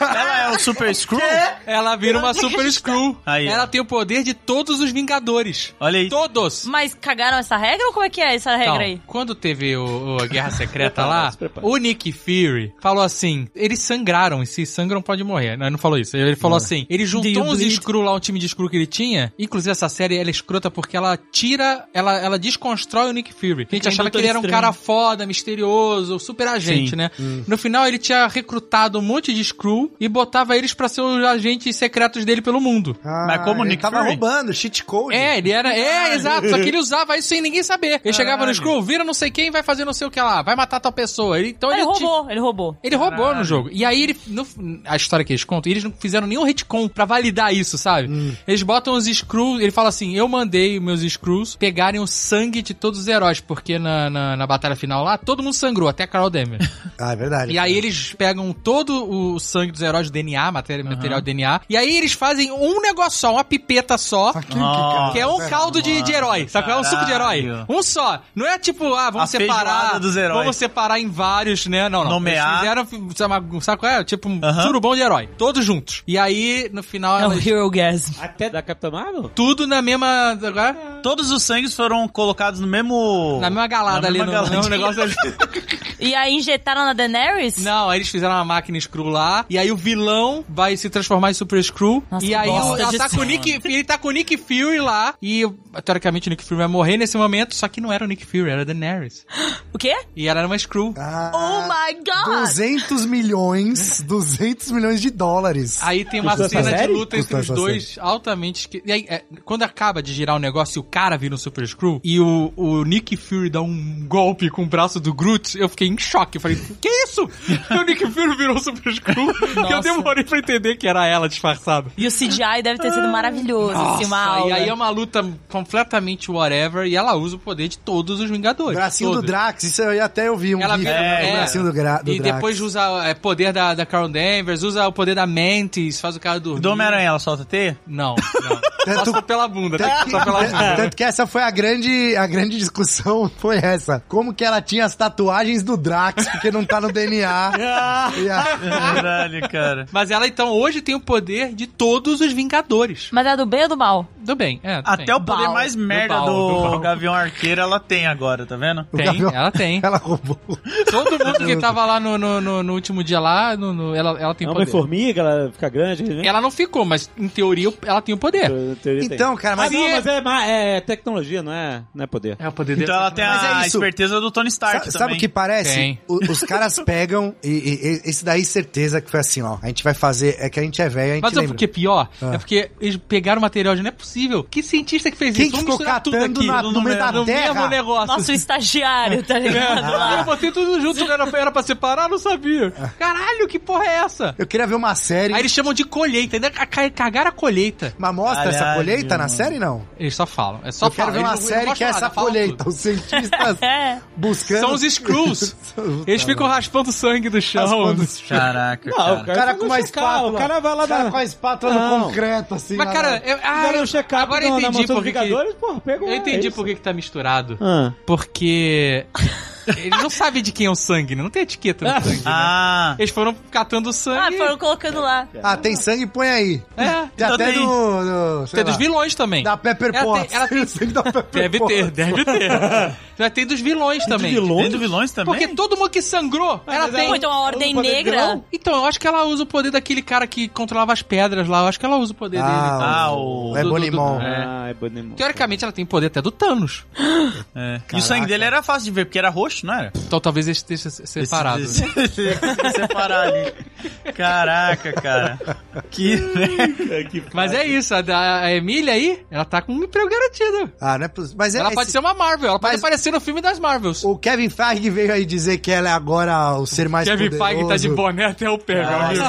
S5: Ela é o Super Screw?
S11: ela vira uma Super Screw.
S5: Aí, ó.
S11: ela tem o poder de todos os Vingadores.
S5: Olha aí.
S11: Todos!
S4: Mas cagaram essa regra ou como é que é essa regra
S11: Então,
S4: aí?
S11: quando teve o, o a Guerra Secreta lá,
S2: se prepara.
S11: o Nick Fury falou assim: eles sangraram, e se sangram pode morrer. Não, ele não falou isso. Ele falou assim: ele
S4: Do you
S11: juntou uns
S4: bleed?
S11: Screw lá, um time de Screw que ele tinha. Inclusive, essa série ela é escrota porque ela tira, ela, ela desconstrói o Nick Fury. A gente
S5: Tem
S11: achava que
S5: Doutor
S11: ele era um
S5: Estranho.
S11: cara foda, misterioso, super agente,
S5: Sim.
S2: Hum.
S11: né? No No final, ele tinha recrutado um monte de Skrull e botava eles pra ser os agentes secretos dele pelo mundo.
S3: Ah,
S5: Mas como
S11: ele
S5: Nick
S11: tava
S5: Fury?
S11: roubando,
S3: cheat code.
S11: É, ele era... É, exato. Só que ele usava isso sem ninguém saber. Ele chegava
S5: Caralho.
S11: no Skrull, vira não sei quem, vai fazer não sei o que lá, vai matar tal pessoa. Ele, então
S4: Ele
S11: ele,
S4: roubou, ele roubou.
S11: Ele roubou no jogo. E aí ele. no- a história que eles contam, eles não fizeram nenhum retcon pra validar isso, sabe? Eles botam os Screws. Ele fala assim: eu mandei meus Screws pegarem o sangue de todos os heróis, porque na, na, na batalha final lá, todo mundo sangrou, até a Carol Demmer.
S3: Ah, é verdade.
S11: E aí eles pegam todo o sangue dos heróis, DNA, matéria, material DNA, e aí eles fazem um negócio só, uma pipeta só, que,
S5: cara.
S11: é um caldo de, de herói, sabe? É um suco de herói.
S5: Caralho.
S11: Um só. Não é tipo, ah, vamos
S5: A
S11: separar.
S5: feijoada dos heróis.
S11: Vamos separar em vários, né? Não, não.
S5: Nomear.
S11: Eles fizeram, sabe, sabe qual é? Tipo um surubão de herói. Todos juntos. E aí, no final,
S4: É o
S11: elas-
S4: Hero Gas.
S12: Até da Capitã Marvel?
S11: tudo na mesma. Agora,
S5: Todos os sangues foram colocados no mesmo.
S11: na mesma galada
S5: Na
S11: ali,
S5: mesma
S11: no, no
S5: galadinha.
S11: negócio ali.
S4: E aí injetaram na Daenerys?
S11: Não, aí eles fizeram uma máquina Screw lá, e aí o vilão vai se transformar em Super Screw,
S4: Nossa,
S11: e
S4: que
S11: aí o,
S4: bosta
S11: ela
S4: de
S11: tá com o
S4: cena.
S11: Nick, ele tá com o Nick Fury lá, e teoricamente o Nick Fury vai morrer nesse momento, só que não era o Nick Fury, era a Daenerys.
S4: O quê?
S11: E ela era uma Screw.
S4: Oh my god!
S3: 200 milhões, 200 milhões de dólares.
S11: Aí tem uma
S12: Custou essa
S11: cena de
S12: série?
S11: luta
S3: Custou
S11: entre os
S3: essa
S11: dois altamente. esqui- E aí, é, quando acaba de girar o negócio e o cara vira um Super Screw e o, o Nick Fury dá um golpe com o braço do Groot, eu fiquei em choque. Eu falei, que isso? o Nick Fury virou um Super Screw? que eu
S4: Nossa.
S11: demorei pra entender que era ela disfarçada.
S4: E o CGI deve ter sido maravilhoso, assim, uma
S11: Nossa,
S4: aula.
S11: e aí é uma luta completamente whatever e ela usa o poder de todos os Vingadores.
S3: Bracinho do
S11: todos.
S3: Drax, isso eu até eu vi um
S11: Ela
S3: vídeo.
S11: vira-
S3: o
S11: é.
S3: bracinho do, gra, do
S11: E
S3: Drax.
S11: depois usa o poder da, da Carol Danvers, usa o poder da Mantis, faz o cara dormir.
S5: Do Homem-Aranha, ela solta T?
S11: Não, não.
S3: Tanto-
S11: Só pela bunda, tá?
S3: Tanto que,
S11: Só pela bunda.
S3: tanto que essa foi a grande, a grande discussão, foi essa. Como que ela tinha as tatuagens do Drax, porque não tá no DNA. E a-
S11: É
S5: Caralho, cara.
S11: Mas ela, então, hoje tem o poder de todos os Vingadores.
S4: Mas é do bem ou do mal?
S11: Do bem, é. do
S5: Até
S11: bem.
S5: o poder
S4: Bal.
S5: mais merda
S11: Bal,
S5: do,
S11: do Bal.
S5: Gavião Arqueiro ela tem agora, tá vendo?
S3: o
S11: tem,
S3: Gavião-
S11: ela tem.
S3: Ela roubou.
S11: Todo mundo que tava lá no, no, no- no último dia lá, no- no- ela, ela tem
S12: É
S11: poder.
S12: uma formiga, ela fica grande. Né?
S11: Ela não ficou, mas em teoria ela tem o poder.
S12: Eu- eu teria- tem.
S3: Então, cara,
S12: Ah,
S3: mas...
S12: não, mas é, ma- é tecnologia, não é, não é poder.
S11: É o poder
S5: Então ela tem
S3: Mas é
S5: a
S3: isso.
S5: esperteza do Tony Stark
S3: Sabe,
S5: também.
S3: sabe o que parece?
S11: Tem.
S3: O- os caras pegam e, e- e- esse daí certeza que foi assim, ó. A gente vai fazer, é que a gente é velho, a gente
S11: Mas sabe
S3: lembra.
S11: o que é pior?
S3: Ah.
S11: É porque eles pegaram o material de não é possível. Que cientista que fez
S3: Quem
S11: isso?
S3: que
S11: Vamos
S3: ficou
S11: misturar tudo
S3: catando
S11: aqui,
S3: na-
S11: no,
S3: no meio da
S11: no
S3: terra?
S11: mesmo negócio.
S4: Nosso estagiário, tá ligado?
S11: Ah, Eu
S4: Lá.
S11: botei tudo junto, era, era pra separar, não sabia. Caralho, que porra é essa?
S3: Eu queria ver uma série.
S11: Aí eles chamam de colheita, ainda ca- ca- cagaram a colheita.
S3: Mas mostra essa
S5: Caralho,
S3: colheita na
S5: mano.
S3: série, não?
S11: Eles só falam, é só
S3: eu quero
S11: falar.
S3: ver uma
S11: Eles não- eles
S3: série
S11: não
S3: que é
S11: gostam
S3: essa
S11: nada, falam
S3: colheita.
S11: tudo.
S3: Os cientistas
S4: É.
S3: buscando...
S11: São os Skrulls. Eles ficam raspando sangue do chão.
S3: Raspando os-
S5: Caraca,
S12: Não,
S5: cara.
S12: o cara com uma espátula. O cara vai lá
S3: O cara
S12: na...
S3: com a espátula no
S12: Não.
S3: concreto, assim.
S11: Mas,
S3: lá
S11: cara,
S3: na-
S11: eu, ah,
S12: Fizeram
S11: eu,
S12: um check-up
S11: agora eu
S12: na- na
S11: entendi
S12: mansão
S11: por
S12: dos
S11: que que-
S12: Vingadores, pô, pega
S11: Eu
S12: lá,
S11: entendi
S12: é
S11: por
S12: isso.
S11: que que tá misturado.
S12: Ah.
S11: Porque eles não sabem de quem é o sangue, né? Não tem etiqueta no sangue. né?
S3: é?
S5: Ah,
S11: Eles foram catando o
S4: Ah,
S11: sangue.
S4: foram colocando lá.
S3: Ah, tem sangue, põe aí.
S11: É,
S3: Tem
S5: então
S3: até
S5: tem.
S3: do... do sei
S11: tem dos
S3: lá,
S11: vilões também.
S3: Da Pepper
S11: Ela tem-
S3: Potts.
S11: ela tem-
S3: sangue da Pepper
S11: Deve
S3: Potts.
S11: ter, deve ter. Mas tem dos vilões também.
S5: tem do vilões também?
S11: Porque todo mundo que sangrou, ela
S12: mas
S11: tem.
S4: Pô, então a Ordem Negra.
S11: Então, eu acho que ela usa o poder daquele cara que controlava as pedras lá. Eu acho que ela usa o poder dele.
S3: Ah,
S5: Ah,
S3: o...
S5: o-
S3: É
S11: do- do-
S3: Bonimon.
S11: do-
S12: Ah, é Bonimon.
S11: Teoricamente, ela tem poder até do Thanos.
S5: é. E o sangue dele era fácil de ver, porque era roxo, não era?
S11: Então talvez ele esteja se- separado. né?
S5: Esse- esse- esse- separado. Caraca, cara. Que.
S11: Mas é isso, a, da- a Emília aí, ela tá com um emprego garantido.
S3: Ah, não é possível. Mas é
S11: ela
S3: esse-
S11: pode ser uma Marvel, ela pode
S3: Mas-
S11: aparecer no filme das Marvels.
S3: O Kevin Feige veio aí dizer que ela é agora o ser mais
S11: Kevin
S3: poderoso.
S11: Feige tá de boné até o pé, meu amigo.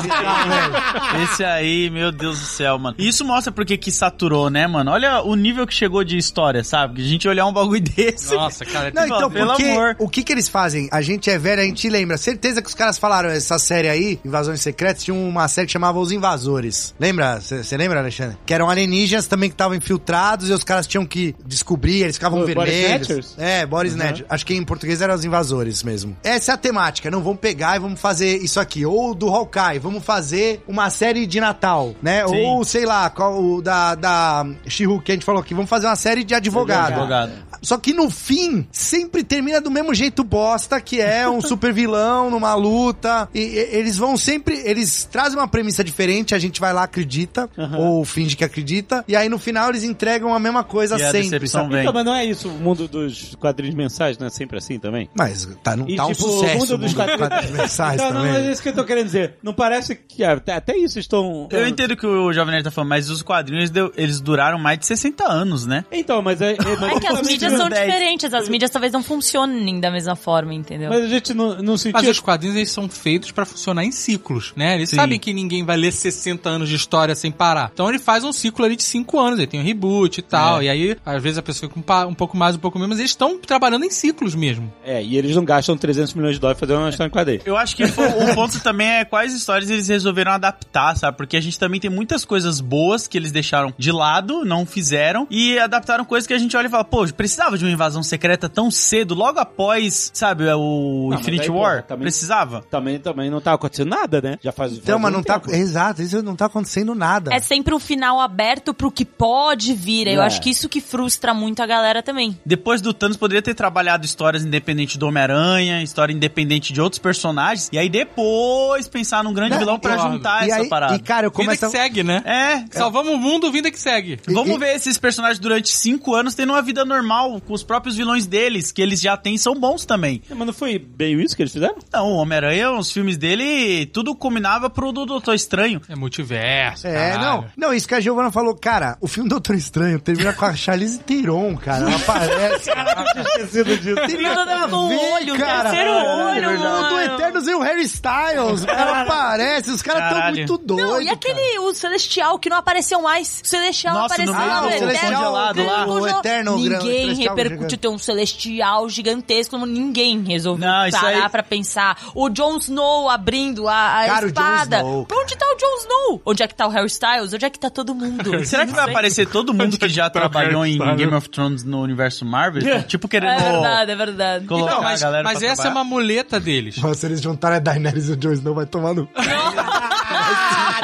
S5: Esse aí, meu Deus do céu, mano. Isso mostra porque que saturou, né, mano? Olha o nível que chegou de história, sabe? Que a gente olhar um bagulho desse.
S11: Nossa, cara, é
S3: Não, então,
S5: Pelo
S3: porque
S5: amor.
S3: o que que eles fazem? A gente é velho, a gente lembra. Certeza que os caras falaram essa série aí, Invasões Secretas, tinha uma série que chamava Os Invasores. Lembra? Você lembra, Alexandre? Que eram alienígenas também que estavam infiltrados e os caras tinham que descobrir, eles ficavam
S12: Bo- Body
S3: vermelhos.
S12: snatchers?
S3: é, Boris Snatchers. Acho que em português eram Os Invasores mesmo. Essa é a temática. Não, vamos pegar e vamos fazer isso aqui. Ou do Hawkeye, vamos fazer uma série de Natal, né?
S5: Sim.
S3: Ou, sei lá, qual, o da, da She-Hulk que a gente falou aqui, vamos fazer uma série de advogado.
S5: Advogado.
S3: Só que no fim, sempre termina do mesmo jeito bosta, que é um super vilão numa luta. E, e- eles vão sempre eles trazem uma premissa diferente, a gente vai lá, acredita, ou finge que acredita, e aí no final eles entregam a mesma coisa sempre. sabe?
S12: Então, mas não é isso o mundo dos quadrinhos mensais, não é sempre assim também?
S3: Mas tá, não
S12: E,
S3: tá um
S12: tipo,
S3: sucesso
S12: o mundo
S3: o
S12: dos
S3: mundo dos
S12: quadrinhos
S3: quadrinhos mensais
S12: então,
S3: Ah, também.
S12: Não, mas é isso que eu tô querendo dizer. Não parece que ah, até, até isso estão...
S2: Eu entendo que o Jovem Nerd tá falando, mas os quadrinhos deu- eles duraram mais de 60 anos, né?
S12: Então, mas é.
S4: É que as mídias são diferentes, as mídias talvez não funcionem da mesma forma, entendeu?
S12: Mas a gente não, não sentiu.
S11: Mas os quadrinhos eles são feitos pra funcionar em ciclos, né? Eles
S2: Sim.
S11: sabem que ninguém vai ler 60 anos de história sem parar. Então ele faz um ciclo ali de 5 anos, ele tem um reboot e tal. E aí, às vezes, a pessoa fica um, pa- um pouco mais, um pouco menos, mas eles estão trabalhando em ciclos mesmo.
S12: É, e eles não gastam 300 milhões de dólares fazendo uma história em quadrinho.
S2: Eu acho que foi- o ponto também é quais histórias eles resolveram adaptar, sabe? Porque a gente também tem muitas coisas boas que eles deixaram de lado, não fizeram, e adaptaram coisas que a gente olha e fala, pô, precisava de uma invasão secreta tão cedo, logo após, sabe, o
S12: mas
S2: Infinity
S12: daí, pô,
S2: War?
S12: também-
S2: Precisava.
S12: Também, também não tá acontecendo nada, né? Já faz.
S3: Então, mas não tá. Exato, isso não tá acontecendo nada.
S4: É sempre um final aberto pro que pode vir. Eu
S2: É.
S4: acho que isso que frustra muito a galera também.
S2: Depois do Thanos, poderia ter trabalhado histórias independentes do Homem-Aranha, história independente de outros personagens, e aí depois pensar num grande
S11: Né?
S2: vilão pra
S11: Eu-
S2: juntar
S11: e
S2: essa
S11: aí-
S2: parada.
S11: e, cara, eu Vida começo- que segue, né?
S2: É.
S11: Salvamos o mundo, vida que segue.
S2: Vamos ver esses personagens durante cinco anos tendo uma vida normal com os próprios vilões deles, que eles já têm e são bons também.
S12: É, Mas não foi bem isso que eles fizeram?
S2: Não, o Homem-Aranha, os filmes dele, tudo combinava pro do Doutor Estranho.
S11: É multiverso,
S3: É, não. Não, isso que a Giovana falou, cara, o filme Doutor Estranho termina com a Charlize Theron, cara. Ela aparece.
S12: esquecido disso. É,
S3: Tem nada a ver, cara.
S4: né? olho,
S3: O do
S4: mano.
S3: Eternos e o Harry Styles. Ela aparece, os caras estão
S4: Caralho.
S3: muito doidos.
S4: Não, e aquele, o Celestial, que não apareceu mais. O Celestial
S3: Nossa,
S4: apareceu
S3: no meio
S4: lá
S3: do
S4: no
S3: Celestial
S4: Eterno,
S3: congelado lá.
S4: congelou.
S3: O Eterno grande,
S4: Ninguém
S3: Celestial
S4: repercutiu
S3: gigante.
S4: ter um Celestial gigantesco, como ninguém resolveu
S2: Não, isso
S4: parar
S2: aí-
S4: pra pensar. O Jon Snow abrindo a, a
S2: Cara, o Jon
S4: espada.
S2: Snow,
S4: Pra onde tá o Jon Snow? Onde é que tá o Harry Styles? Onde é que tá todo mundo?
S2: Será que vai aparecer todo mundo que já trabalhou em Game of Thrones no universo Marvel? Tipo, querendo.
S4: É verdade, é verdade.
S2: Colocar
S11: Então,
S2: a galera
S11: mas
S2: pra
S11: essa é
S2: trabalhar.
S11: uma muleta deles.
S3: Nossa, se eles juntarem a Daenerys e o Jon Snow, vai tomar no...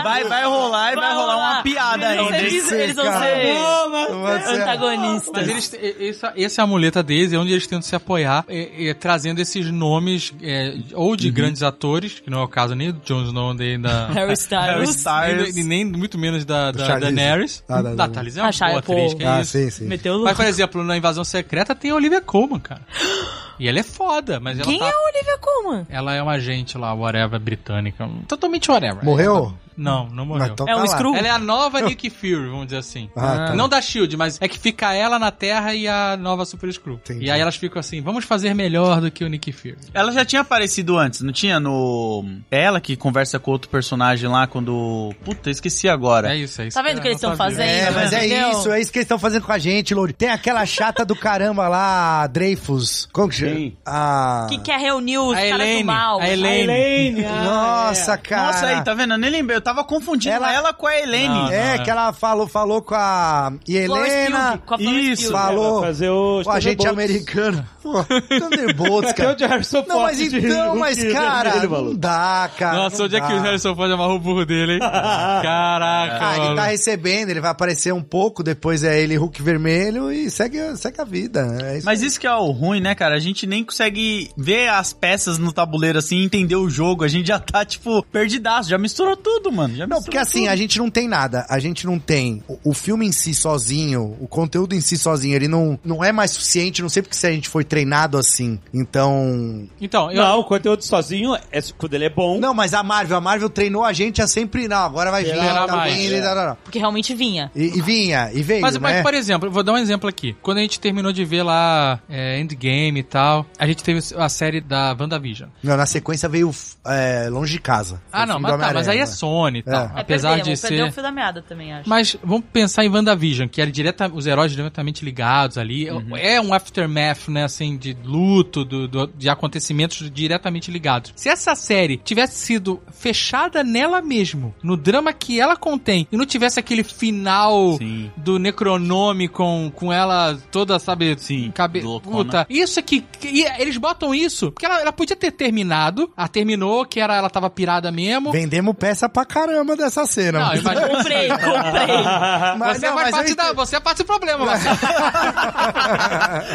S2: Vai, vai rolar e vai, rolar uma piada
S11: Eles
S2: ainda.
S11: vão
S2: hein?
S11: ser- eles vão Cara, ser
S12: É
S4: antagonistas.
S11: Mas eles, e- essa, essa é a muleta deles, é onde eles tentam se apoiar, é, é, trazendo esses nomes, é, ou
S3: Uhum.
S11: de grandes atores, que não é o caso nem do Jon Snow, nem da...
S4: Harry Styles.
S11: Harry
S4: Styles.
S11: E nem, nem muito menos da, da
S3: Charlize.
S11: Daenerys.
S3: Ah, da-
S11: da Thales é uma
S4: Ah,
S11: boa
S4: Charlize,
S11: atriz,
S4: pô.
S11: que é
S3: Ah,
S11: isso.
S3: sim, sim.
S4: Meteu
S11: Mas, por exemplo, na Invasão Secreta tem a Olivia Colman, cara. E ela é foda, mas ela
S4: Quem
S11: tá...
S4: é a Olivia Colman?
S11: Ela é uma agente lá, whatever, britânica. Totalmente whatever.
S3: Morreu?
S11: Não, não morreu.
S3: Mas então É tá um lá. Skrull?
S11: Ela é a nova Nick Fury, vamos dizer assim.
S3: Ah, tá.
S11: Não da Shield, mas é que fica ela na Terra e a nova Super Screw. E aí elas ficam assim, vamos fazer melhor do que o Nick Fury.
S2: Ela já tinha aparecido antes, não tinha no. É ela que conversa com outro personagem lá quando. Puta, esqueci agora.
S11: É isso, é isso.
S4: Tá vendo o que eles estão fazendo?
S3: É, mas é
S4: entendeu?
S3: isso, é isso que eles estão fazendo com a gente, Lourdes. Tem aquela chata do caramba lá, a Dreyfus. Como que chama? Ah, A...
S4: Ah. Que quer reunir
S11: É
S4: os
S3: A
S4: caras do
S3: Elaine,
S4: mal.
S3: a Elaine. A Elaine, ah, Nossa, é. cara.
S2: Nossa, aí, tá vendo? Eu nem lembrei. Eu tava confundindo ela, com a Helene.
S3: é, que ela falou, falou com a e
S2: Florence
S3: Helena.
S2: Pugh, com a Florence Pugh.
S3: isso, falou.
S12: Vai fazer o
S3: com a gente
S12: Thunderbolts.
S3: americano. Pô,
S11: É
S3: Thunderbolts, cara.
S12: Até o Harrison
S3: não, mas
S12: Ford de
S3: então, mas
S12: Hulk
S3: cara, Ah.
S12: vermelho,
S3: não
S12: maluco.
S3: dá, cara.
S11: né? Nossa,
S3: não
S11: onde é que
S3: dá.
S11: o Harrison Ford amarrou o burro dele, hein? Caraca,
S3: Ah, ele
S11: mano.
S3: tá recebendo, ele vai aparecer um pouco, depois é ele Hulk vermelho e segue, segue a vida. né? É isso
S2: Mas isso que é o ruim, né, cara? A gente nem consegue ver as peças no tabuleiro assim, entender o jogo. A gente já tá, tipo, perdidaço. Já misturou tudo, mano. Já
S3: Não, porque assim, a gente não tem nada. A gente não tem o- o filme em si sozinho, o conteúdo em si sozinho, ele não, não é mais suficiente. Não sei porque se a gente foi treinado assim. Então.
S11: Então,
S12: eu- Não, o conteúdo sozinho, é, quando ele é bom.
S3: Não, mas a Marvel, a Marvel treinou a gente a sempre. Não, agora vai vir,
S11: Esperar
S3: tá
S11: mais,
S3: vindo,
S11: é.
S3: tá, tá, tá.
S4: Porque realmente vinha.
S3: E, e vinha, e veio.
S11: Mas, mas,
S3: né?
S11: por exemplo, eu vou dar um exemplo aqui. Quando a gente terminou de ver lá é, Endgame e tal, a gente teve a série da WandaVision.
S3: Não, na sequência veio é, longe de casa.
S11: Ah,
S3: O
S11: não,
S3: filme
S11: mas
S3: do
S11: tá, mas aí
S3: Homem-Aranha,
S11: é
S3: né?
S11: Sony e tal.
S3: É.
S4: É,
S11: Apesar
S4: perdemos,
S11: de ser.
S4: Perdeu o fio da meada também, acho.
S11: Mas vamos pensar em WandaVision, que era direta, os heróis diretamente ligados ali.
S3: Uhum.
S11: É um aftermath, né, assim, de luto, do, do- de acontecimentos diretamente ligados. Se essa série tivesse sido fechada nela mesmo, no drama que ela contém, e não tivesse aquele final do Necronome com, com ela toda, sabe, Sim, cabe... Puta, isso é que... que- e eles botam isso, porque ela, ela podia ter terminado. Ela terminou, que era, ela tava pirada mesmo.
S3: Vendemos peça pra caramba dessa cena.
S11: um Não,
S3: mas-
S11: imagina.
S3: Comprei, comprei. Mas
S11: você,
S3: não, mas eu
S11: faz parte da,
S3: entendo.
S11: você é parte do problema, Marcelo.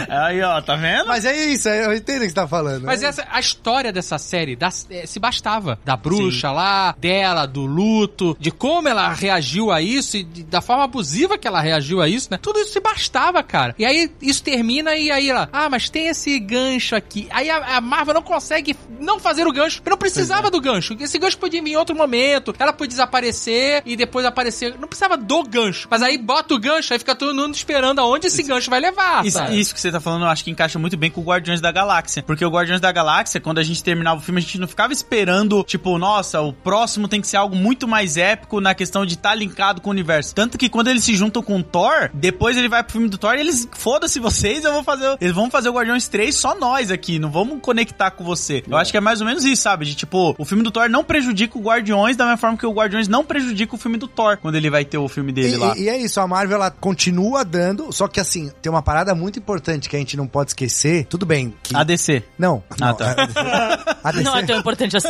S5: Aí, ó, tá vendo?
S3: Mas é isso, eu entendo o que você tá falando.
S5: Né?
S11: Mas
S3: é...
S11: essa, a história dessa série da- eh, se bastava. Da bruxa lá, dela, do luto, de como ela reagiu a isso e de- da forma abusiva que ela reagiu a isso, né? Tudo isso se bastava, cara. E aí isso termina e aí ela, ah, mas tem esse gancho aqui. Aí a, a Marvel não consegue não fazer o gancho, porque não precisava
S5: é.
S11: do gancho. Esse gancho podia vir em outro momento, ela podia desaparecer e depois aparecer. Não precisava do gancho. Mas aí bota o gancho, aí fica todo mundo esperando aonde esse gancho vai levar.
S5: Isso,
S11: sabe?
S5: isso que você tá falando, eu acho que encaixa muito bem com o Guardiões da Galáxia. Porque o Guardiões da Galáxia, quando a gente terminava o filme, a gente não ficava esperando, tipo, nossa, o próximo tem que ser algo muito mais épico na questão de estar tá linkado com o universo. Tanto que quando eles se juntam com o Thor, depois ele vai pro filme do Thor e eles, foda-se vocês, eu vou fazer. o- Eles vão fazer o Guardiões 3 só nós aqui, não vamos conectar com você. Eu acho que é mais ou menos isso, sabe? De tipo, o filme do Thor não prejudica o Guardiões da mesma forma que o Guardiões não prejudica o filme do Thor quando ele vai ter o filme dele
S3: E,
S5: lá.
S3: e- e é isso, a Marvel ela continua dando, só que assim, tem uma parada muito importante que a gente não pode esquecer. Tudo bem. que-
S5: ADC.
S3: Não,
S5: Ah,
S3: não, é,
S5: tá.
S3: a- a
S4: Não é
S3: terceira-
S4: tão importante assim.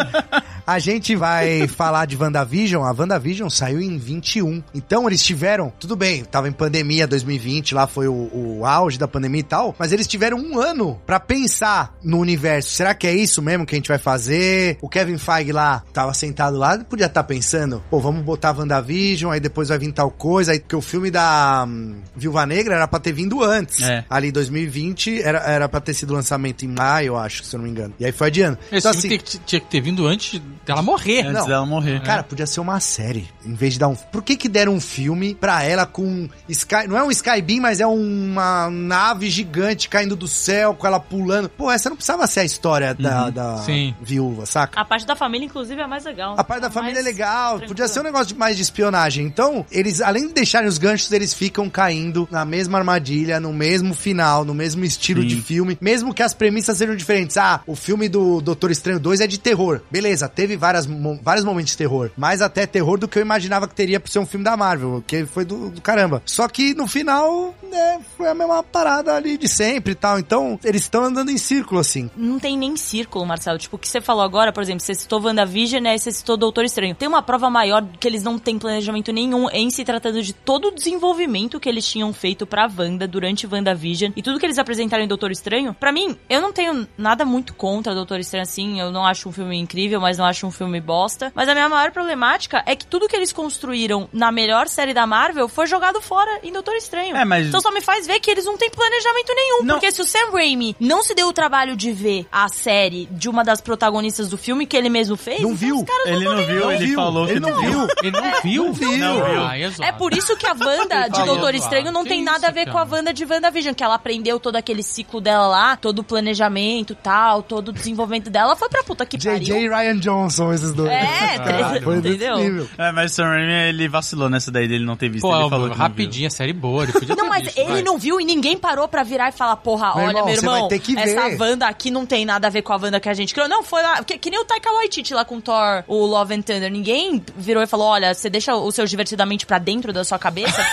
S3: A gente vai falar de WandaVision. A WandaVision saiu em 21. Então eles tiveram. Tudo bem, tava em pandemia 2020, lá foi o, o auge da pandemia e tal. Mas eles tiveram um ano pra pensar no universo. Será que é isso mesmo que a gente vai fazer? O Kevin Feige lá tava sentado lá, podia estar pensando: pô, vamos botar WandaVision, aí depois vai vir tal coisa. Aí, porque o filme da hum, Viúva Negra era pra ter vindo antes.
S5: É.
S3: Ali 2020 era, era pra ter sido lançamento em maio, eu acho, se eu não me engano. E aí foi adiando.
S11: Esse
S3: Então,
S11: filme
S3: assim,
S11: tem que- tinha que ter vindo antes dela morrer.
S3: Antes Não. dela
S5: morrer.
S3: É. Cara, podia ser uma série. Em vez de dar um. Por que, que deram um filme pra ela com Sky. Não é um Skybeam, mas é uma nave gigante caindo do céu, com ela pulando. Pô, essa não precisava ser a história da, da
S11: Sim.
S3: viúva, saca?
S4: A parte da família, inclusive, é a mais legal.
S3: A parte da família é legal, podia ser um negócio de- mais de espionagem. Então, eles, além de deixarem os ganchos, eles ficam caindo na mesma armadilha, no mesmo final, no mesmo estilo de filme, mesmo que as premissas sejam diferentes. Ah, o filme do Doutor Estranho 2 é de terror. Beleza, teve várias, mo- vários momentos de terror, mas até terror do que eu imaginava que teria pra ser um filme da Marvel, que foi do, do caramba. Só que no final, né, foi a mesma parada ali de sempre e tal. Então, eles estão andando em círculo, assim.
S4: Não tem nem círculo, Marcelo. Tipo, o que você falou agora, por exemplo, você citou WandaVision, né? Você citou Doutor Estranho. Tem uma prova maior que eles não têm planejamento nenhum em se tratando de todo o desenvolvimento que eles tinham feito pra Wanda durante WandaVision e tudo que eles apresentaram em Doutor Estranho. Pra mim, eu não tenho nada muito contra Doutor Estranho assim. Eu não acho um filme incrível, mas não acho um filme bosta. Mas a minha maior problemática é que tudo que eles construíram na melhor série da Marvel foi jogado fora em Doutor Estranho.
S5: É, mas-
S4: Então só me faz ver que eles não têm planejamento nenhum. Porque se o Sam Raimi não se deu o trabalho de ver a série de uma das protagonistas do filme que ele mesmo fez,
S3: Não
S4: então
S3: viu.
S4: os caras
S5: Ele
S4: não
S5: não
S4: tão nem
S5: viu,
S4: aí.
S5: ele falou que
S3: Ele não viu.
S11: Ele não viu?
S3: Não viu.
S11: Ah, exato.
S4: É por isso que a Wanda de
S11: falou,
S4: Doutor
S11: Eduardo.
S4: Estranho não
S11: Que
S4: tem nada a ver com a Wanda de WandaVision, que ela aprendeu todo aquele ciclo dela lá, todo o planejamento tal, todo o desenvolvimento dela, foi pra puta que
S3: JJ e
S4: pariu.
S3: Ryan Johnson, esses dois.
S4: É,
S3: Cara, foi desse
S4: entendeu?
S3: nível.
S5: É, mas o Sam Raimi, ele vacilou nessa daí dele não ter visto.
S11: Pô, é
S5: ele falou que não viu.
S11: rapidinho, a série boa. Ele podia
S4: Não,
S11: ter
S4: mas
S11: visto,
S4: ele
S11: vai.
S4: não viu e ninguém parou pra virar e falar, porra,
S3: Meu
S4: olha,
S3: irmão,
S4: meu
S3: você
S4: irmão,
S3: vai ter que
S4: essa
S3: ver.
S4: Wanda aqui não tem nada a ver com a Wanda que a gente criou. Não, foi lá, que, que nem o Taika Waititi lá com Thor, o Love and Thunder. Ninguém virou e falou, olha, você deixa o seu divertidamente pra dentro da sua cabeça,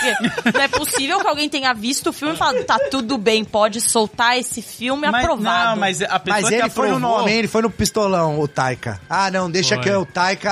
S4: porque não é possível que alguém tenha visto o filme e falado, tá tudo bem, pode soltar esse filme,
S5: Mas-
S4: aprovado.
S5: Não, mas a pessoa
S3: Mas
S5: que
S3: ele foi no
S5: aprovou-
S3: nome, ele foi no pistolão, o Taika. Ah, não, deixa
S11: Foi.
S3: que o Taika.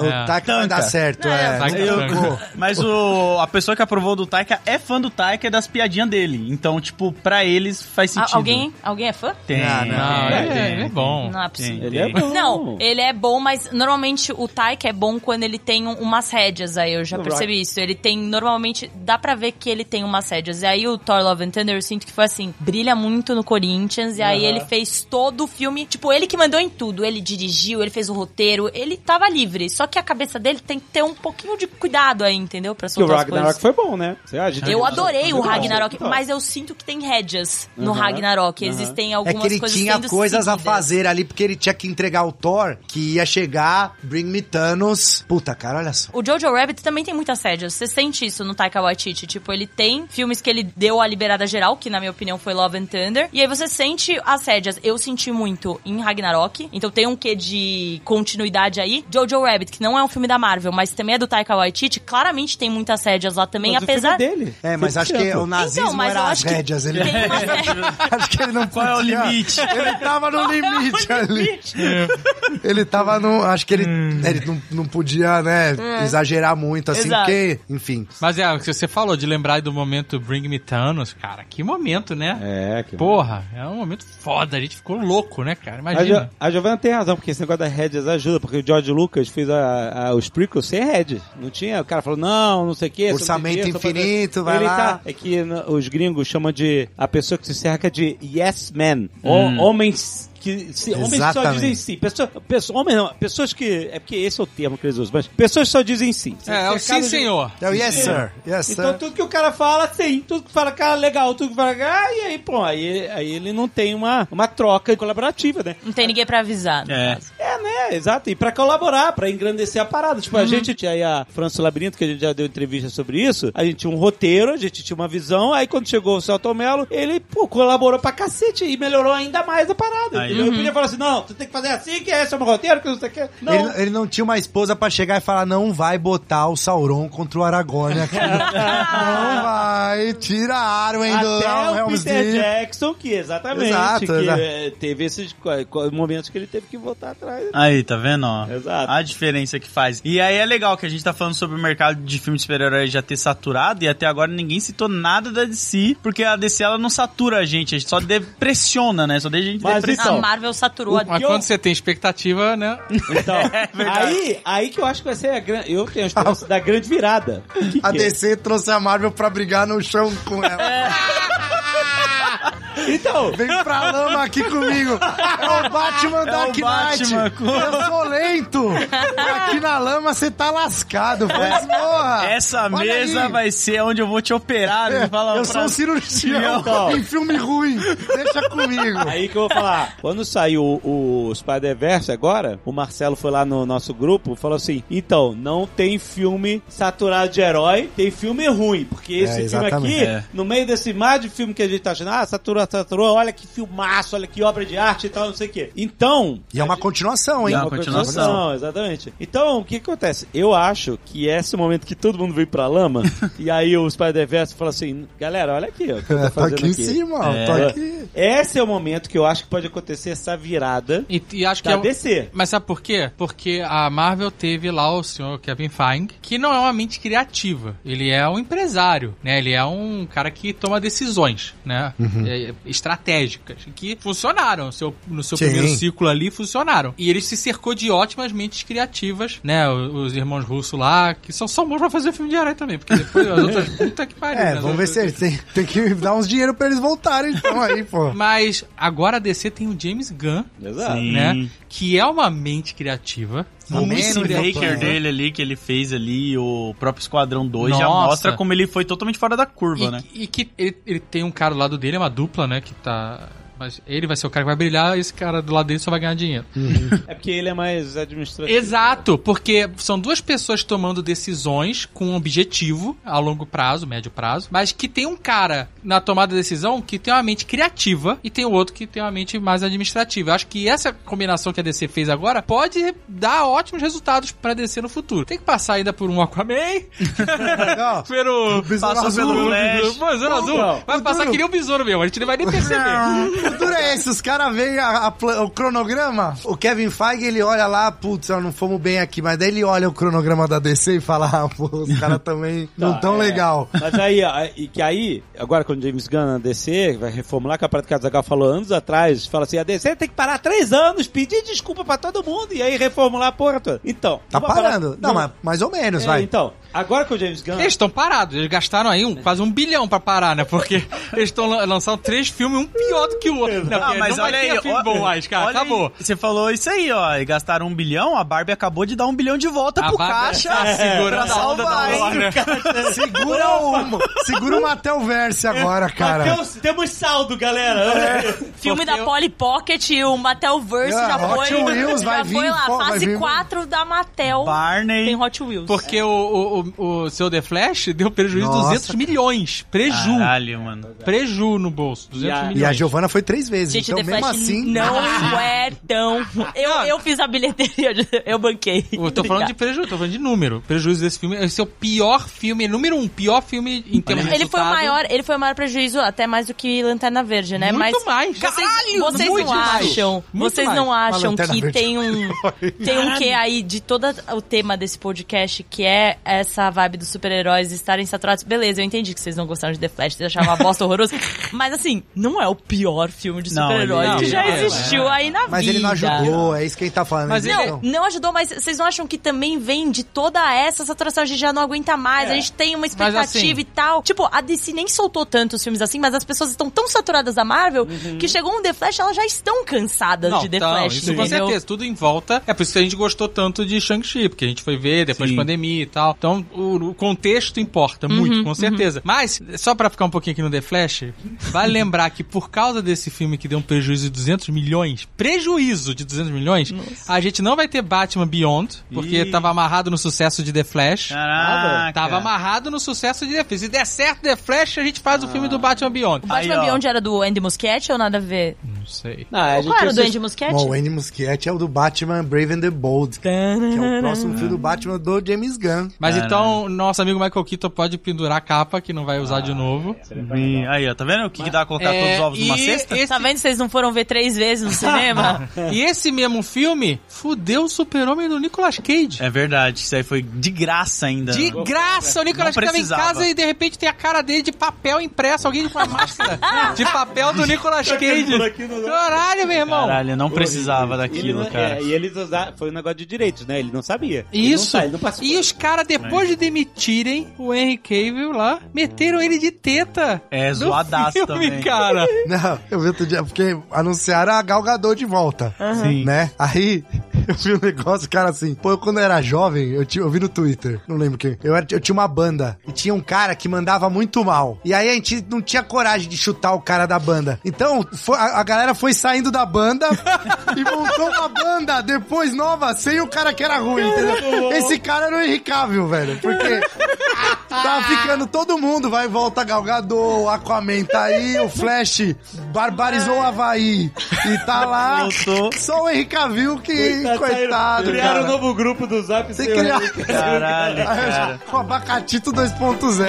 S3: O
S11: É.
S3: Taika vai dar
S5: Tanca.
S3: certo.
S11: É,
S3: É,
S11: Taika
S3: Não
S11: tanca.
S3: tocou.
S5: Mas o, a pessoa que aprovou do Taika é fã do Taika e das piadinhas dele. Então, tipo, pra eles faz
S4: A-
S3: Ah,
S5: sentido.
S4: alguém, alguém é fã?
S5: Tem.
S3: Não,
S11: Ah, Não,
S5: tem,
S11: ele,
S5: tem,
S11: ele é bom.
S4: Não é possível.
S5: tem,
S12: Ele
S5: tem.
S12: é bom.
S4: Não, ele é bom, mas normalmente o Taika é bom quando ele tem um- umas rédeas, aí eu já percebi isso. Ele tem, normalmente, dá pra ver que ele tem umas rédeas. E aí o Thor Love and Thunder, eu sinto que foi assim, brilha muito no Corinthians, e aí ele fez todo o filme, tipo, ele que mandou em tudo. Ele dirigiu, ele fez o roteiro, ele tava livre. Só que a cabeça dele tem que ter um pouquinho de cuidado aí, entendeu? Pra
S12: Que o
S4: soltar as coisas.
S12: Ragnarok foi bom, né? Você- a gente-
S4: Eu adorei o
S12: Foi bom.
S4: Ragnarok,
S12: Então,
S4: mas eu sinto que tem rédeas no
S12: Aham,
S4: Ragnarok.
S12: aham.
S4: Existem
S3: É
S4: algumas
S3: que ele
S4: coisas
S3: tinha
S4: sendo
S3: coisas a
S4: seguidas.
S3: fazer ali, porque ele tinha que entregar o Thor, que ia chegar, Bring Me Thanos. Puta, cara, olha só.
S4: O Jojo Rabbit também tem muita assédio. Você sente isso no Taika Waititi. Tipo, ele tem filmes que ele deu a liberada geral, que na minha opinião foi Love and Thunder. E aí você sente assédias. Eu senti muito em Ragnarok. Então tem um quê de continuidade aí, Jojo Rabbit, que não é um filme da Marvel, mas também é do Taika Waititi, claramente tem muitas rédeas lá também,
S3: Mas o
S4: apesar...
S3: filme é dele. É, mas acho que o nazismo
S4: Então, mas eu
S3: era as
S4: acho que
S3: rédeas, ele-
S4: tem uma É. série-
S3: Acho que ele não
S2: Qual é o
S3: podia.
S2: limite?
S3: Ele tava
S4: é
S3: no limite ali. Ele tava no. Acho que ele, ele não, não podia, né?
S11: É.
S3: Exagerar muito, assim,
S11: Exato.
S3: porque. Enfim.
S11: Mas é, o que você falou de lembrar do momento Bring Me Thanos, cara, que momento, né?
S9: É, que
S11: Porra, é um momento foda, a gente ficou louco, né, cara?
S9: A, Jo-
S11: Imagina.
S9: a Giovanna tem razão, porque esse negócio das rédeas ajuda, porque o George Lucas fez a, a- os prequels sem rédeas. Não tinha? O cara falou, não, não sei o quê. você não
S3: Orçamento
S9: sei o quê, só pra-
S3: infinito, vai
S9: Ele
S3: lá.
S9: tá- é que n- os gringos chamam de a pessoa que se cerca de yes men, ho-
S12: Hum.
S9: homens que se, homens que só
S12: Exatamente.
S9: dizem sim. Pessoa, pessoa, homens não, pessoas que... É porque esse é o termo que eles usam, mas pessoas que só dizem sim.
S11: É, é o sim,
S9: Cercado de-
S11: senhor.
S3: É o yes,
S9: Sim.
S3: sir. Yes,
S9: então
S3: sir.
S9: tudo que o cara fala, sim. Tudo que fala, cara, legal. Tudo que fala, ah, e aí, pô, aí, aí ele não tem uma, uma troca colaborativa, né?
S4: Não tem ninguém pra avisar. né?
S9: É, né? Exato. E pra colaborar, pra engrandecer a parada. Tipo, a
S4: Uhum.
S9: gente tinha aí a França Labirinto, que a gente já deu entrevista sobre isso. A gente tinha um roteiro, a gente tinha uma visão. Aí quando chegou o Celton Mello, ele, pô, colaborou pra cacete e melhorou ainda mais a parada.
S3: Aí.
S9: entendeu? Eu
S3: Uhum.
S9: podia falar assim, não, tu tem que fazer assim, que esse é o meu roteiro, que não sei o que. Não,
S3: Ele, ele não tinha uma esposa pra chegar e falar: não vai botar o Sauron contra o Aragorn aqui. não vai, tira a Arwen do
S9: Até o
S3: Helm's
S9: Peter
S3: Deep.
S9: Jackson, que exatamente,
S3: Exato,
S9: que
S3: exato.
S9: eh, teve esses co- co- momentos que ele teve que voltar atrás. né?
S2: Aí, tá vendo? Ó,
S9: Exato.
S2: A diferença que faz. E aí é legal que a gente tá falando sobre o mercado de filmes de super-herói já ter saturado e até agora ninguém citou nada da DC, porque a DC ela não satura a gente, a gente só depressiona, né? Só deixa a gente
S4: a
S3: Então,
S2: depressão.
S4: Marvel saturou a
S2: Mas quando
S11: Você tem expectativa, né?
S9: Então,
S2: É
S9: aí, aí que eu acho que vai ser a grande. Eu
S2: Ah.
S9: tenho a esperança da grande virada.
S3: A DC trouxe a Marvel pra brigar no chão com ela.
S9: É. Então.
S3: Vem pra lama aqui comigo. É o Batman
S14: É
S3: Dark
S14: o Batman,
S3: Knight.
S14: com-
S3: Eu sou lento. Aqui na lama você tá
S9: É.
S3: lascado. Pois, porra.
S2: Essa
S3: Olha
S2: mesa
S3: aí.
S2: vai ser onde eu vou te operar. me fala
S3: Eu
S2: pra-
S3: sou um cirurgião
S2: Então.
S3: em filme ruim. Deixa comigo.
S9: Aí que eu vou falar. Quando saiu o, o Spider-Verse agora, o Marcelo foi lá no nosso grupo e falou assim: então, não tem filme saturado de herói, tem filme ruim. Porque esse filme
S12: exatamente.
S9: aqui,
S12: É.
S9: no meio desse mar de filme que a gente tá achando, ah, saturou, saturou, olha que filmaço, olha que obra de arte e tal, não sei o quê. Então.
S3: E é uma continuação, hein?
S9: É uma continuação. exatamente. Então, o que acontece? Eu acho que é esse momento que todo mundo veio pra lama, e aí o Spider-Verse fala assim, galera, olha aqui, ó, o que eu tô
S3: É, tô
S9: fazendo
S3: aqui em cima, ó, tô aqui.
S9: Esse é o momento que eu acho que pode acontecer essa virada
S11: e, acho
S9: da
S11: é um-
S9: DC.
S11: Mas sabe por quê? Porque a Marvel teve lá o senhor Kevin Feige, que não é uma mente criativa. Ele é um empresário, né? Ele é um cara que toma decisões, né?
S14: Uhum.
S11: É, é, estratégicas, que funcionaram. Seu, no seu
S14: Sim.
S11: primeiro ciclo ali, funcionaram. E ele se cercou de ótimas mentes criativas, né? O- Os, irmãos russos lá, que são só bons pra fazer filme de herói também, porque depois as outras... Puta que pariu,
S3: É,
S11: né?
S3: vamos ver se eles têm, tem que dar uns dinheiro pra eles voltarem então aí, pô.
S11: Mas agora a DC tem o James Gunn,
S9: Exato.
S11: né?
S2: Sim.
S11: Que é uma mente criativa.
S2: O
S11: Muito
S2: Peacemaker
S3: né?
S11: criativa.
S2: dele ali, que ele fez ali, o próprio Esquadrão 2, já
S11: Nossa.
S2: mostra como ele foi totalmente fora da curva,
S11: e,
S2: né?
S11: E que ele, ele tem um cara do lado dele, é uma dupla, né? Que tá. Mas ele vai ser o cara que vai brilhar, esse cara do lado dele só vai ganhar dinheiro.
S9: É porque ele é mais administrativo.
S11: Exato, porque são duas pessoas tomando decisões com um objetivo a longo prazo, médio prazo, mas que tem um cara na tomada da decisão que tem uma mente criativa e tem o outro que tem uma mente mais administrativa. Eu acho que essa combinação que a DC fez agora pode dar ótimos resultados pra DC no futuro. Tem que passar ainda por um Aquaman, pelo,
S2: Besouro
S11: passou
S2: Azul,
S11: pelo
S2: Flash.
S11: Besouro Azul,
S2: Não,
S11: vai passar que nem o besouro mesmo, a gente não vai nem
S2: Ah.
S11: perceber.
S3: O duro é esse, os caras veem a- a pla- o cronograma, o Kevin Feige, ele olha lá, putz, ó, não fomos bem aqui, mas daí ele olha o cronograma da DC e fala, ah, pô, os caras também não
S9: Tá,
S3: tão
S9: é.
S3: legal.
S9: Mas aí, ó, e que aí, agora quando o James Gunn na DC, vai reformular, que a Prata Casagal falou anos atrás, fala assim, a DC tem que parar três anos, pedir desculpa pra todo mundo, e aí reformular a porra toda. Então...
S3: Tá
S9: vou
S3: parando. Não, mas mais ou menos, vai.
S9: Então, agora que o James Gunn...
S11: Eles estão parados, eles gastaram aí um- quase um bilhão pra parar, né? Porque eles estão lan- lançando três filmes, um pior do que o outro. Não,
S2: Ah,
S11: porque
S2: mas
S11: não vai
S2: olha
S11: ter
S2: aí,
S11: filme
S2: ó-
S11: bom mais, cara,
S2: olha
S11: acabou.
S2: aí, Você falou isso aí, ó. E gastaram um bilhão, a Barbie acabou de dar um bilhão de volta
S11: A
S2: pro
S11: Barbie
S2: caixa.
S11: tá
S3: é
S11: segurando
S2: pra
S11: a onda da né?
S2: salvar, hein?
S11: Warner.
S3: Segura o, segura o Matel Verse agora, cara.
S12: Mateus, temos saldo, galera.
S2: É.
S4: Filme da Polly Pocket e o Mattel Verse
S3: Ah,
S4: já
S3: Hot
S4: foi.
S3: Wheels
S4: já
S3: vai
S4: foi
S3: vir, um
S4: lá,
S3: fo- vai
S4: fase
S3: vir-
S4: 4 da Mattel.
S2: Barney.
S4: Tem Hot Wheels.
S11: Porque o, o, o o, o seu The Flash deu prejuízo de
S3: Nossa,
S11: 200 milhões. Preju.
S12: Caralho, mano.
S11: Preju no bolso. 200
S3: E a-
S11: milhões.
S3: E a Giovana foi três vezes,
S4: Gente,
S3: então
S4: The
S3: mesmo
S4: Flash
S3: assim...
S4: não é tão... Eu, eu fiz a bilheteria, de- eu banquei.
S11: Eu tô falando de prejuízo, tô falando de número. Prejuízo desse filme. Esse é o pior filme, número um, pior filme em termos de
S4: Ele foi, o
S11: resultado.
S4: maior, ele foi o maior prejuízo, até mais do que Lanterna Verde, né?
S11: Muito
S4: Mas
S11: mais.
S4: Vocês,
S11: Caralho,
S4: vocês
S11: muito
S4: não
S11: mais.
S4: acham,
S11: Muito
S4: vocês
S11: mais.
S4: não
S11: A
S4: acham
S11: Lanterna
S4: que
S11: Verde.
S4: tem um tem um que aí de todo o tema desse podcast que é essa vibe dos super-heróis estarem saturados. Beleza, eu entendi que vocês não gostaram de The Flash, vocês achavam uma bosta horrorosa, mas assim, não é o pior filme de
S11: Não,
S4: super-heróis
S11: ele-
S4: que já
S11: não,
S4: existiu
S11: é.
S4: aí na
S3: Mas
S4: vida.
S3: ele não ajudou, é isso que ele tá falando.
S11: Mas
S3: então.
S4: Não, não ajudou, mas vocês não acham que também vem de toda essa saturação? A gente já não aguenta mais, a gente tem uma expectativa
S11: assim-
S4: e tal. Tipo, a DC nem soltou tantos filmes assim, mas as pessoas estão tão saturadas da Marvel que chegou um The Flash, elas já estão cansadas de The
S11: então,
S4: Flash.
S11: Isso com
S4: entendeu?
S11: certeza, tudo em volta. É por isso que a gente gostou tanto de Shang-Chi, porque a gente foi ver depois
S12: Sim.
S11: de pandemia e tal. Então, o, o contexto importa muito,
S12: Uhum,
S11: com certeza. Mas, só pra ficar um pouquinho aqui no The Flash, vale lembrar que por causa desse filme que deu um prejuízo de 200 milhões, prejuízo de 200 milhões, a gente não vai ter Batman Beyond, porque
S12: Ih.
S11: tava amarrado no sucesso de The Flash.
S12: Caraca.
S11: Tava amarrado no sucesso de The Flash. Se der certo The Flash, a gente faz o
S12: Ah.
S11: filme do Batman Beyond.
S4: O Batman Beyond era do Andy Muschietti ou nada a ver?
S11: Não sei.
S2: Não, Ah, a
S4: Qual era o do Andy Muschietti?
S3: Bom, o Andy Muschietti é o do Batman Brave and the Bold, que é o próximo filme do Batman do James Gunn.
S11: Mas
S12: Caralho.
S11: então, nosso amigo Michael Keaton pode pendurar a capa que não vai usar de novo.
S2: Hum,
S12: E aí, ó, tá vendo o que, que dá colocar
S11: É,
S12: Ah, é. todos os ovos numa
S11: e
S12: cesta?
S11: esse-
S4: Tá vendo? Vocês não foram ver três vezes no cinema?
S11: e esse mesmo filme fudeu o super-homem do Nicolas Cage.
S12: É verdade, isso aí foi de graça ainda.
S11: De graça, o Nicolas
S12: É. Não
S11: Cage tava em
S12: precisava.
S11: casa e de repente tem a cara dele de papel impresso, alguém com a máscara de papel do Nicolas
S2: Tá
S11: Cage. Caralho, meu irmão.
S12: Caralho, não precisava
S2: Ele
S12: daquilo,
S2: não-
S12: cara.
S2: é, e eles usaram. Foi um negócio de direitos, né? Ele não sabia. Ele não
S11: Isso.
S2: sabe, ele não participou.
S11: e os caras, depois de demitirem o Henry Cavill lá, meteram ele de teta.
S12: É,
S11: do
S12: zoadaço
S11: filme,
S12: também.
S11: cara.
S3: Não, eu vi outro dia, porque anunciaram a Galgador de volta. Né? Aí eu vi um negócio, cara, assim. Pô, eu, quando eu era jovem, eu, tinha, eu vi no Twitter, não lembro quem. Eu, era- eu tinha uma banda e tinha um cara que mandava muito mal. E aí a gente não tinha coragem de chutar o cara da banda. Então foi- a, a galera foi saindo da banda e montou uma banda depois nova sem o cara que era ruim, entendeu? Esse cara era o Henrique Cavill, velho. Porque Tá ficando todo mundo, vai e volta Galgador, o Aquaman tá aí, o Flash barbarizou o Havaí e tá lá.
S12: Voltou.
S3: Só o Henrique Cavill que, coitado,
S2: Criaram
S3: cara.
S2: um novo grupo do Zap
S3: Tem
S2: sem
S3: que
S2: o
S3: olhar.
S2: Henrique.
S12: Caralho, cara.
S3: O Abacatito 2.0.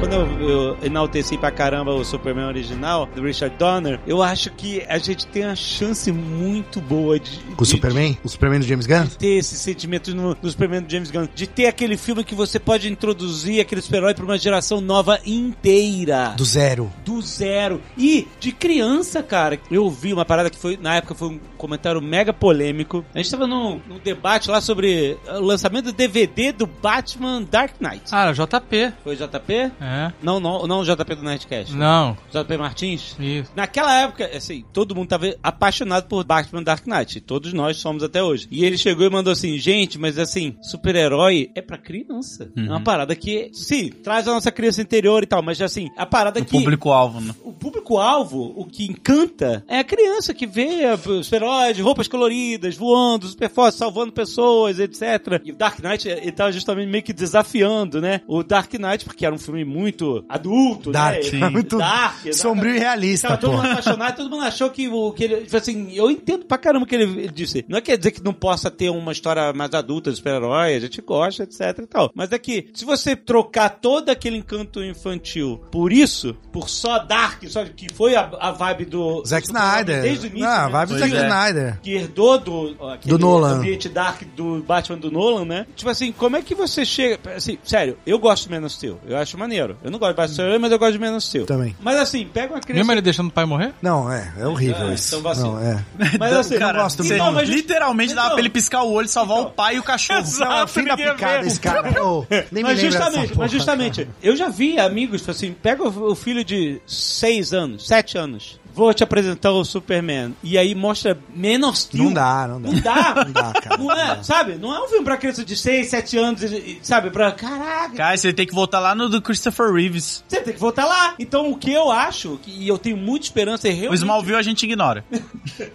S2: Quando eu, eu enalteci pra caramba o Superman original, do Richard Donner, eu acho que a gente tem uma chance muito boa de.
S3: Com o
S2: de-
S3: Superman? O Superman do James Gunn?
S2: ter esse sentimento no, no Superman do James Gunn, de ter aquele filme que você pode introduzir aquele super-herói pra uma geração nova inteira.
S3: Do zero.
S2: Do zero. E de criança, cara, eu ouvi uma parada que foi, na época, foi um comentário mega polêmico. A gente tava num, num debate lá sobre ah, o lançamento do DVD do Batman Dark Knight.
S11: Ah, JP.
S2: Foi JP?
S11: É.
S2: Não, não, não o JP do Nerdcast.
S11: Não.
S2: JP Martins?
S11: Isso.
S2: Naquela época, assim, todo mundo tava apaixonado por Batman Dark Knight. Todos nós somos até hoje. E ele chegou e mandou assim, gente, mas assim, super-herói é pra criança. É uma parada que, sim, traz a nossa criança interior e tal, mas assim, a parada
S12: O
S2: que...
S12: público-alvo, né?
S2: O público-alvo, o que encanta, é a criança que vê super-heróis, de roupas coloridas, voando, super forte, salvando pessoas, etc. E o Dark Knight, ele tava justamente meio que desafiando, né? O Dark Knight, porque era um filme muito adulto,
S3: Dark.
S2: né?
S3: É muito
S2: Dark,
S3: sombrio e realista,
S2: Tava todo
S3: pô.
S2: mundo apaixonado, todo mundo achou que, o, que ele. Tipo assim, eu entendo pra caramba o que ele, ele disse. Não é quer dizer que não possa ter uma história mais adulta de super-herói, a gente gosta, etc e tal. Mas é que, se você trocar todo aquele encanto infantil por isso, por só Dark, só que foi a, a vibe do.
S3: Zack
S2: do Superman
S3: Snyder.
S2: Desde o início.
S3: Ah,
S2: né?
S3: vibe do
S12: Pois
S3: Zack
S12: é.
S3: Snyder.
S2: que herdou do, ó, aquele
S3: Do Nolan.
S2: ambiente dark do Batman do Nolan, né? Tipo assim, como é que você chega. Assim, sério, eu gosto de menos teu. Eu acho maneiro. Eu não gosto de Batman, do Superman, mas eu gosto de menos teu.
S3: Também.
S2: Mas assim, pega uma criança.
S11: Mesmo ele deixando o pai morrer?
S3: Não, é, é horrível
S2: Ah,
S3: isso.
S2: então vacina.
S3: não, é.
S2: Mas assim, eu
S12: cara,
S2: não gosto
S12: você
S2: Então, mas justi-
S12: literalmente dava
S2: Então.
S12: pra ele piscar o olho, salvar o pai e o cachorro.
S3: Não, é o fim da picada esse cara. Ô, nem me
S2: mas
S3: lembro dessa
S2: justamente,
S3: porra,
S2: mas justamente, eu já vi amigos, tipo assim, pega o o filho de 6 anos, 7 anos, vou te apresentar o Superman. E aí mostra Man of Steel.
S3: Não dá, não dá.
S2: Não dá.
S3: Não dá, cara.
S2: Não é, sabe? Não é um filme pra criança de 6, 7 anos, e- e- sabe? Pra, caraca,
S11: Cara, você tem que voltar lá no do Christopher Reeves.
S2: você tem que voltar lá. Então, o que eu acho, que- e eu tenho muita esperança, é
S11: O
S2: realmente...
S11: Smallville a gente ignora.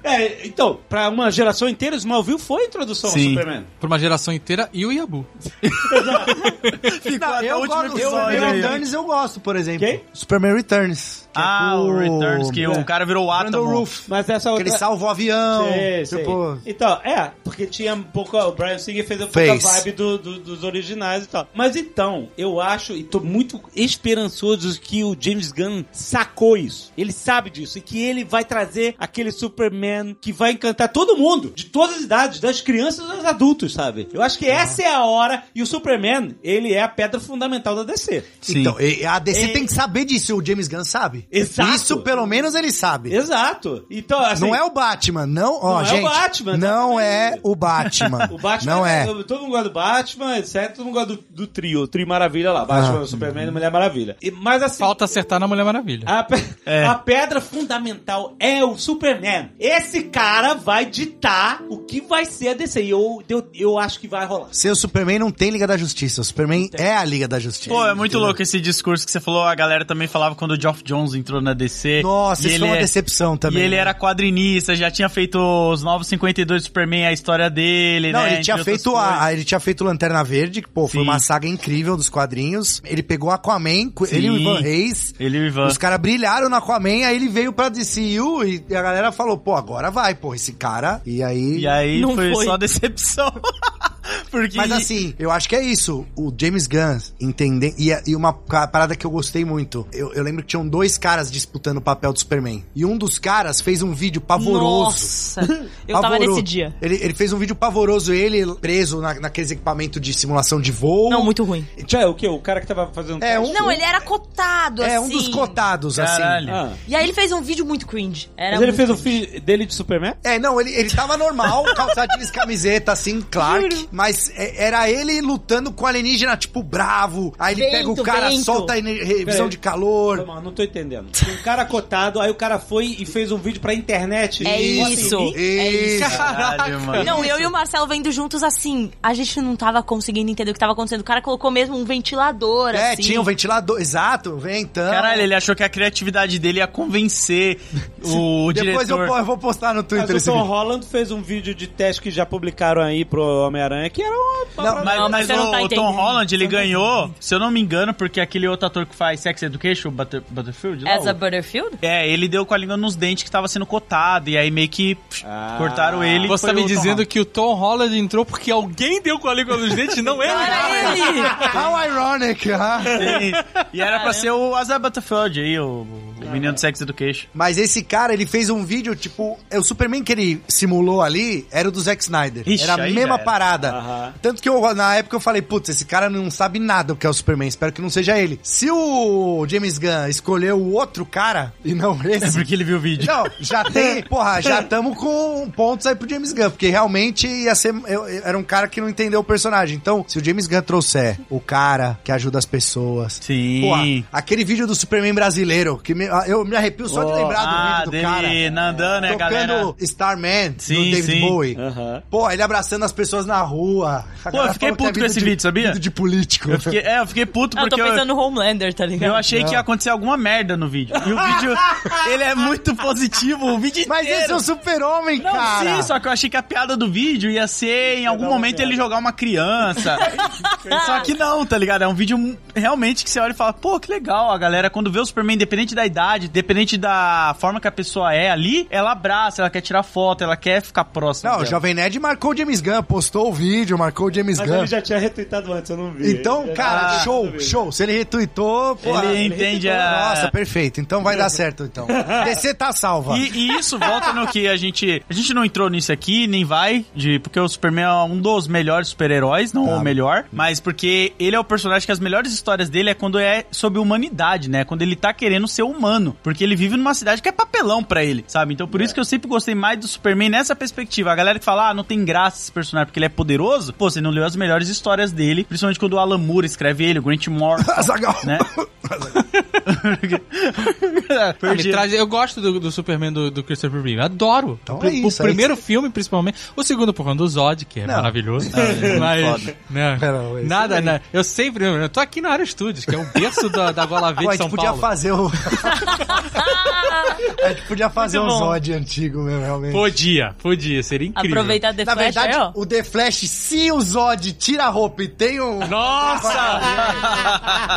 S2: É, então, pra uma geração inteira, o Smallville foi a introdução ao Superman.
S15: Por uma geração inteira e o Iabu.
S11: Ficou
S3: Não, eu gosto, eu, eu, Returns eu gosto, por exemplo. Superman Returns. que é
S11: Ah,
S3: com
S11: o Returns, que o cara virou o
S3: Brandon
S11: Átomo.
S3: Roof.
S2: Mas essa
S3: Que ele salva o avião.
S2: Sei, sei.
S3: tipo,
S2: Então, é, porque tinha um pouco. O Brian Singer fez um pouco a
S3: Fez.
S2: vibe do- do- dos originais e tal. Mas então, eu acho, e tô muito esperançoso que o James Gunn sacou isso. Ele sabe disso. E que ele vai trazer aquele Superman que vai encantar todo mundo, de todas as idades, das crianças aos adultos, sabe? Eu acho que essa é a hora. E o Superman, ele é a pedra fundamental da DC.
S3: Então, e- a DC
S2: É.
S3: tem que saber disso, o James Gunn sabe.
S2: Exato.
S3: Isso pelo menos ele sabe.
S2: Exato. Então, assim,
S3: não é o Batman, não, ó,
S2: Não é o
S3: gente.
S2: Batman,
S3: Não
S2: tá
S3: é
S2: vendo?
S3: o Batman.
S2: O Batman, tá
S3: não é.
S2: todo mundo gosta do Batman, etc. Todo mundo gosta do, do trio, o trio maravilha lá, Batman,
S3: Ah.
S2: Superman e Mulher Maravilha. E- mas assim,
S15: Falta acertar na Mulher Maravilha.
S11: Ah,
S2: a, pe-
S3: É.
S2: a pedra fundamental é o Superman. Esse cara vai ditar o que vai ser a DC. E eu, eu, eu acho que vai rolar.
S3: Seu Superman não tem Liga da Justiça. O Superman é a Liga da Justiça.
S11: Pô, é muito
S3: Entendeu?
S11: louco esse discurso que você falou. A galera também falava quando o Geoff Jones entrou na DC.
S3: Nossa,
S11: E
S3: isso foi uma
S11: é-
S3: decepção também.
S11: E ele
S3: né?
S11: era quadrinista, já tinha feito os Novos 52 Superman, a história dele,
S3: Não,
S11: né?
S3: ele tinha
S11: entre outras
S3: feito a,
S11: coisas.
S3: ele tinha feito Lanterna Verde, que pô, foi
S11: Sim.
S3: uma saga incrível dos quadrinhos. Ele pegou Aquaman, co- ele e o
S11: Sim.
S3: Ivan Reis.
S11: Ele e o Ivan.
S3: Os caras brilharam no Aquaman, aí ele veio pra DCU e a galera falou, pô, agora vai, pô, esse cara. E aí...
S11: E aí
S4: Não
S11: foi,
S4: foi.
S11: só decepção. Porque...
S3: Mas assim, eu acho que é isso. O James Gunn entender. E, é, e uma ca- parada que eu gostei muito. Eu, eu lembro que tinham dois caras disputando o papel do Superman. E um dos caras fez um vídeo pavoroso.
S4: Nossa, eu tava
S3: Pavoroso.
S4: nesse dia.
S3: Ele, ele fez um vídeo pavoroso, ele preso na, naqueles equipamentos de simulação de voo.
S4: Não, muito ruim.
S2: Já é o que? O cara que tava fazendo.
S3: É, um,
S4: Não, ele era cotado, assim.
S3: é um dos cotados, assim.
S11: Caralho.
S2: Ah.
S4: E aí ele fez um vídeo muito cringe. Era um
S2: Mas ele
S4: muito
S2: fez o
S4: cringe.
S2: filho dele de Superman?
S3: É, não, ele, ele tava normal, calçado de jeans, camiseta, assim, Clark. Mas é- era ele lutando com o alienígena, tipo, bravo. Aí ele
S4: Vento,
S3: pega o cara,
S4: vento.
S3: solta a ener- revisão
S11: É.
S2: Peraí.
S3: de calor.
S2: Não, não tô entendendo. Um cara cotado, aí o cara foi e fez um vídeo pra internet.
S4: É
S2: E- assim,
S4: isso. É isso.
S11: Caralho, mano.
S4: Não, eu e o Marcelo vendo juntos assim. A gente não tava conseguindo entender o que tava acontecendo. O cara colocou mesmo um ventilador,
S3: É,
S4: assim.
S3: tinha um ventilador, exato, vem então.
S11: Caralho, ele achou que a criatividade dele ia convencer o
S3: Depois eu,
S11: diretor.
S3: po- eu vou postar no
S2: Mas
S3: Twitter
S2: o
S3: esse
S2: Tom
S3: vídeo.
S2: Holland fez um vídeo de teste que já publicaram aí pro Homem-Aranha, que era uma...
S3: Não,
S11: Mas,
S4: Não,
S11: mas
S4: você não
S11: o,
S4: tá
S11: o Tom
S4: entendendo.
S11: Holland, ele ganhou, se eu não me engano, porque aquele outro ator que faz Sex Education, o Butter, Butterfield, lá,
S4: As a
S11: o-
S4: Butterfield?
S11: É, ele deu com a língua nos dentes que tava sendo cotado, e aí meio que pff,
S3: Ah.
S11: cortaram ele. e
S15: Você
S11: foi
S15: tá me
S11: o Tom
S15: dizendo
S11: Holland.
S15: que o Tom Holland entrou porque alguém deu com a língua nos dentes, não ele?
S4: Olha ele!
S3: How ironic, huh?
S11: E, e era pra ser o Azar Butterfield aí, o, o menino do Sex Education.
S3: Mas esse cara, ele fez um vídeo, tipo, é o Superman que ele simulou ali era o do Zack Snyder.
S11: Ixi,
S3: era a
S11: aí já
S3: mesma
S11: era.
S3: parada.
S2: Aham.
S3: Tanto que eu, na época eu falei, putz, esse cara não sabe nada o que é o Superman, espero que não seja ele. Se o James Gunn escolheu o outro cara e não
S11: É
S3: esse.
S11: porque ele viu o vídeo.
S3: Não, já tem, porra, já estamos com pontos aí pro James Gunn, porque realmente ia ser, eu- eu- era um cara que não entendeu o personagem. Então, se o James Gunn trouxer o cara que ajuda as pessoas,
S11: Sim.
S3: Porra, aquele vídeo do Superman brasileiro, que me- ah, eu me arrepio só de lembrar do
S11: ah,
S3: vídeo do
S11: dele
S3: cara.
S11: nadando, né, galera?
S3: Tocando Starman,
S11: Sim,
S3: do David
S11: sim.
S3: Bowie.
S2: Aham.
S3: Pô, ele abraçando as pessoas na rua. A
S11: Pô,
S3: galera
S11: eu fiquei
S3: falou que é
S11: puto com esse
S3: de-
S11: vídeo, sabia?
S3: Vídeo de político.
S11: Eu fiquei, é, eu fiquei puto
S4: Eu tô
S11: porque eu,
S4: pensando no Homelander, tá ligado?
S11: eu achei que ia acontecer alguma merda no vídeo. E o vídeo, ele é muito positivo, o vídeo
S3: Mas
S11: inteiro.
S3: esse é o super-homem,
S11: Não,
S3: cara.
S11: sim, só que eu achei que a piada do vídeo ia ser em algum momento ele jogar uma criança. só que não, tá ligado? É um vídeo mu- realmente que você olha e fala, pô, que legal, a galera quando vê o Superman, independente da idade, independente da forma que a pessoa é ali, ela abraça, ela quer tirar foto, ela quer ficar próxima.
S3: Não, o
S11: dela.
S3: Jovem Nerd marcou o James Gunn, postou o vídeo, marcou o James
S2: Mas
S3: Gunn.
S2: ele já tinha retweetado antes, eu não vi.
S3: Então,
S2: Ele já
S3: cara,
S2: tinha
S3: show,
S2: retweetado.
S3: show. Se ele retweetou, pô.
S11: Ele
S3: ah,
S11: entende
S3: retweetou.
S11: a-
S3: Nossa, perfeito. Então vai dar certo, então. DC tá salva.
S11: E, e isso volta no que a gente. A gente não entrou nisso aqui, nem vai, de, porque o Superman é um dos melhores super-heróis, não
S3: Tá.
S11: o melhor, mas porque ele é o personagem que as melhores histórias dele é quando é sobre humanidade, né? Quando ele tá querendo ser humano. Porque ele vive numa cidade que é papelão pra ele, sabe? Então por isso que eu sempre gostei mais do Superman nessa perspectiva. A galera que fala, ah, não tem graça esse personagem porque ele é poderoso, pô, você não leu as
S3: Tá
S11: né? melhores histórias dele, principalmente quando o Alan Moore escreve ele, o Grant Morrison.
S3: Azagal.
S11: né? Ah, me traz- eu gosto do, do Superman do, do Christopher Reeve. Adoro.
S3: Então
S11: Pro-
S3: é isso,
S11: o
S3: é
S11: primeiro filme, principalmente. O segundo, por conta do Zod, que é
S3: Não.
S11: maravilhoso.
S3: Ah, é,
S11: mas,
S3: foda.
S11: né,
S3: Não, esse
S11: nada,
S3: aí.
S11: né? Eu sempre... Eu tô aqui na área Studios, que é o berço da, da Gola Verde
S3: Pô, Ah, a
S11: de São
S3: gente podia
S11: Paulo.
S3: fazer o. a gente podia fazer um
S11: Muito bom.
S3: Zod antigo mesmo, realmente. é,
S11: Podia, podia. Seria incrível.
S4: Aproveitar The
S3: Na
S4: Flash
S3: verdade,
S4: aí, ó.
S3: o The Flash, se o Zod tira a roupa e tem um.
S11: Nossa!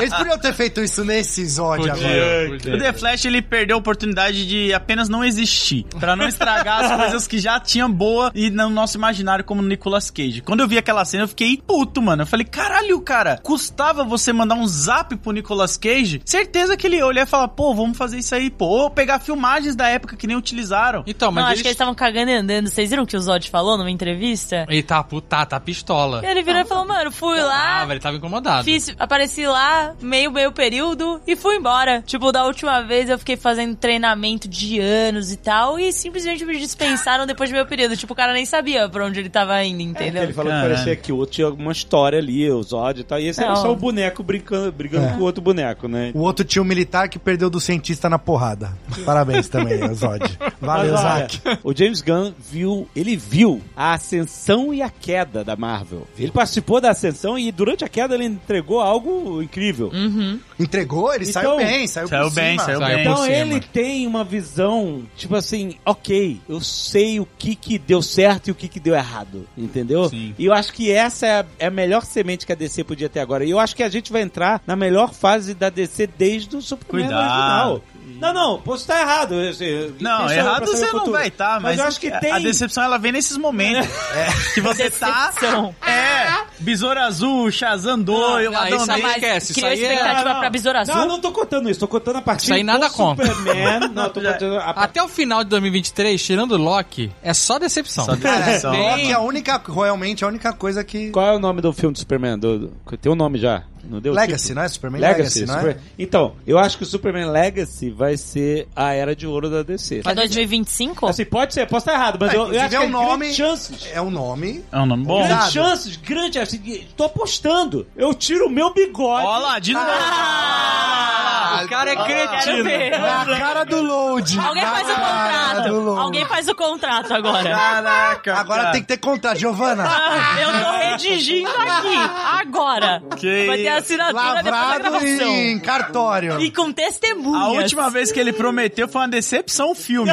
S3: Eles podiam ter feito isso nesse Zod
S5: Podia,
S3: agora.
S5: O The Flash ele perdeu a oportunidade de apenas não existir, Pra não estragar as coisas que já tinham boa e no nosso imaginário como no Nicolas Cage. Quando eu vi aquela cena, eu fiquei puto, mano. Eu falei, caralho, cara, custava você mandar um zap pro Nicolas Cage? Certeza que ele ia olhar e falar, pô, vamos fazer isso aí, pô, ou pegar filmagens da época que nem utilizaram.
S11: Então,
S4: Não, acho que eles estavam cagando e andando. Vocês viram o que o Zod falou numa entrevista?
S11: Ele tá puta, tá pistola.
S4: Ele virou e falou, mano, fui lá,
S11: Ah, ele tava incomodado.
S4: Fiz, apareci lá, meio, meio período e fui embora. Tipo, da última vez eu fiquei fazendo treinamento de anos e tal, e simplesmente me dispensaram depois do meu período. Tipo, o cara nem sabia pra onde ele tava indo, entendeu?
S2: Ele falou
S5: Caralho.
S2: que parecia que o outro tinha alguma história ali, o Zod e tal. E esse era
S4: Não.
S2: só o boneco brincando, brigando com o outro boneco, né?
S3: O outro tinha um militar que perdeu do cientista na porrada. Parabéns também, Zod. Valeu,
S2: Mas, olha,
S3: Zack.
S2: O James Gunn viu, ele viu a ascensão e a queda da Marvel. Ele participou da ascensão e durante a queda ele entregou algo incrível.
S3: Entregou? Ele saiu
S2: Então,
S3: bem, saiu,
S5: saiu
S3: por
S5: bem,
S3: cima.
S5: saiu bem.
S2: Então
S11: por cima.
S2: ele tem uma visão, tipo assim, ok, eu sei o que que deu certo e o que que deu errado, entendeu?
S5: Sim.
S2: E eu acho que essa é a, é a melhor semente que a DC podia ter agora. E eu acho que a gente vai entrar na melhor fase da DC desde o Superman
S5: Cuidado.
S2: original. Não, não, posso estar errado. eu- eu-
S5: Não,
S2: deixa eu-
S5: errado
S2: pra saber
S5: você
S2: o
S5: não
S2: futuro.
S5: vai estar, tá, mas,
S2: eu acho que
S5: a-
S2: tem.
S5: a decepção ela vem nesses momentos. Que você tá. É, Besouro Azul, Shazam 2, eu
S11: não,
S5: adorei.
S11: isso é mais- Esquece,
S4: criou
S11: isso aí é-
S4: expectativa
S2: Não, não.
S4: pra Besouro Azul.
S2: Ah, Não, não tô contando isso, tô contando a partir
S11: Isso aí nada
S2: do
S11: conta.
S2: Superman. não, tô contando a partir
S11: Até o final de 2023, tirando o Loki, é só decepção.
S5: Só decepção.
S11: Bem-
S3: Loki é a única, realmente, a única coisa que...
S2: Qual é o nome do filme do Superman? Do- do- tem um nome já, não deu?
S3: Legacy,
S2: Tipo?
S3: não é? Superman
S2: Legacy,
S3: Legacy, não é?
S2: Super- Então, eu acho que o Superman Legacy vai ser a era de ouro da DC.
S4: Pra 2025?
S2: Assim, pode ser, posso estar errado, mas
S3: Ah,
S2: Então, eu, eu
S3: inclusive
S2: acho que
S3: é um
S2: tem
S3: nome-
S2: grandes chances.
S3: É um nome...
S5: É um nome bom.
S3: Exato.
S2: Grandes chances, grandes, assim, tô apostando. Eu tiro o meu bigode.
S5: Olha lá, de novo.
S4: Ah,
S11: o cara é
S4: Quero
S11: cretino.
S4: ver.
S3: Na cara do Load.
S4: Alguém
S3: na
S4: faz o
S3: cara do
S4: contrato.
S3: Load.
S4: Alguém faz o contrato agora.
S5: Caraca.
S3: Agora
S5: cara.
S3: tem que ter contrato. Giovana,
S4: Ah, Eu tô redigindo aqui, agora.
S5: Que
S4: Vai ter
S5: isso.
S4: a assinatura depois da
S3: lavrado
S4: gravação.
S3: em cartório.
S4: E com testemunhas.
S5: A última vez que ele prometeu foi uma decepção filme.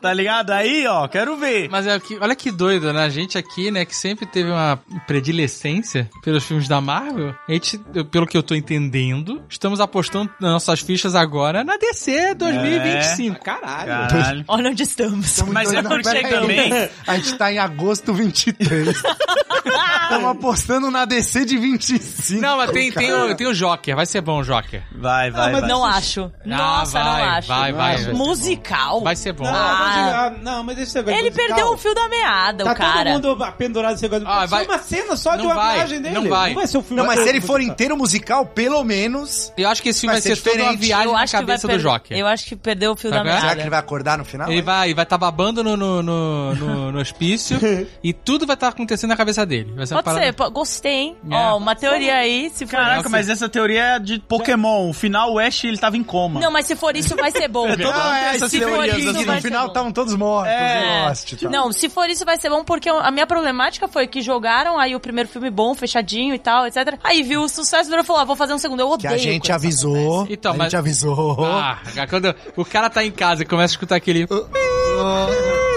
S5: tá ligado? Aí, ó, quero ver.
S11: Mas é que- olha que doido, né? A gente aqui, né, que sempre teve uma predilescência pelos filmes da Marvel. A gente, eu- pelo que eu tô entendendo, estamos apostando nas nossas fichas agora na DC
S4: É,
S11: 2025. Caralho.
S5: Caralho.
S4: Olha onde estamos.
S5: Mas é
S3: Não,
S5: porque
S3: peraí.
S5: também.
S3: A gente tá em agosto 23. Estamos apostando na DC de 25.
S11: Não, mas tem, tem,
S3: cara.
S11: o, tem o Joker. Vai ser bom o Joker.
S5: Vai, vai, vai.
S4: Não acho. Nossa,
S11: Ah, vai,
S4: não acho.
S11: Vai, vai, vai.
S4: Musical?
S11: Vai ser bom.
S2: Não,
S4: Ah.
S2: mas, ele- ah, não, mas esse negócio
S4: Ele
S2: musical-
S4: perdeu o fio da meada,
S2: Tá
S4: o cara.
S2: todo mundo pendurado nesse negócio.
S11: Ah,
S2: Ah,
S11: vai-
S2: uma cena só de
S11: Não
S2: uma
S11: vai,
S2: viagem dele.
S11: não vai.
S2: ser o filme
S3: Não, mas
S2: todo
S3: se ele for
S2: musical.
S3: inteiro musical, pelo menos.
S11: Eu acho que esse filme vai,
S3: Vai
S11: ser,
S3: ser
S11: toda uma
S3: diferente.
S11: viagem
S4: Eu
S11: na
S4: acho que vai
S11: cabeça do
S4: perder-
S11: Joker.
S4: Eu acho que perdeu o fio
S11: Tá
S4: da
S11: vendo?
S4: meada.
S3: Será que ele vai acordar no final?
S11: Ele vai vai tá babando no, no, no, no- no hospício e tudo vai estar acontecendo na cabeça dele. Vai ser uma
S4: Pode
S11: parada-
S4: ser, po- gostei, hein?
S11: É.
S4: Ó, uma teoria aí, se for
S5: Caraca,
S4: isso.
S5: mas essa teoria é de Pokémon. O final, o Ash, ele tava em coma.
S4: Não, mas se for isso, vai ser bom.
S3: Ah, é,
S4: se
S3: essas
S4: for
S3: teorias,
S4: isso,
S3: assim,
S4: vai
S3: no
S4: ser
S3: final
S4: bom.
S3: estavam todos mortos,
S4: É.
S3: eu tá? Lost e tal.
S4: Não, se for isso vai ser bom, porque a minha problemática foi que jogaram aí o primeiro filme bom, fechadinho e tal, etc. Aí viu o sucesso e falou, ah, vou fazer um segundo. Eu
S3: Que
S4: odeio.
S3: a gente
S4: quando isso
S3: avisou.
S4: acontece.
S11: Então,
S3: a
S11: mas-
S3: gente avisou.
S11: Ah, quando o cara tá em casa e começa a escutar aquele pi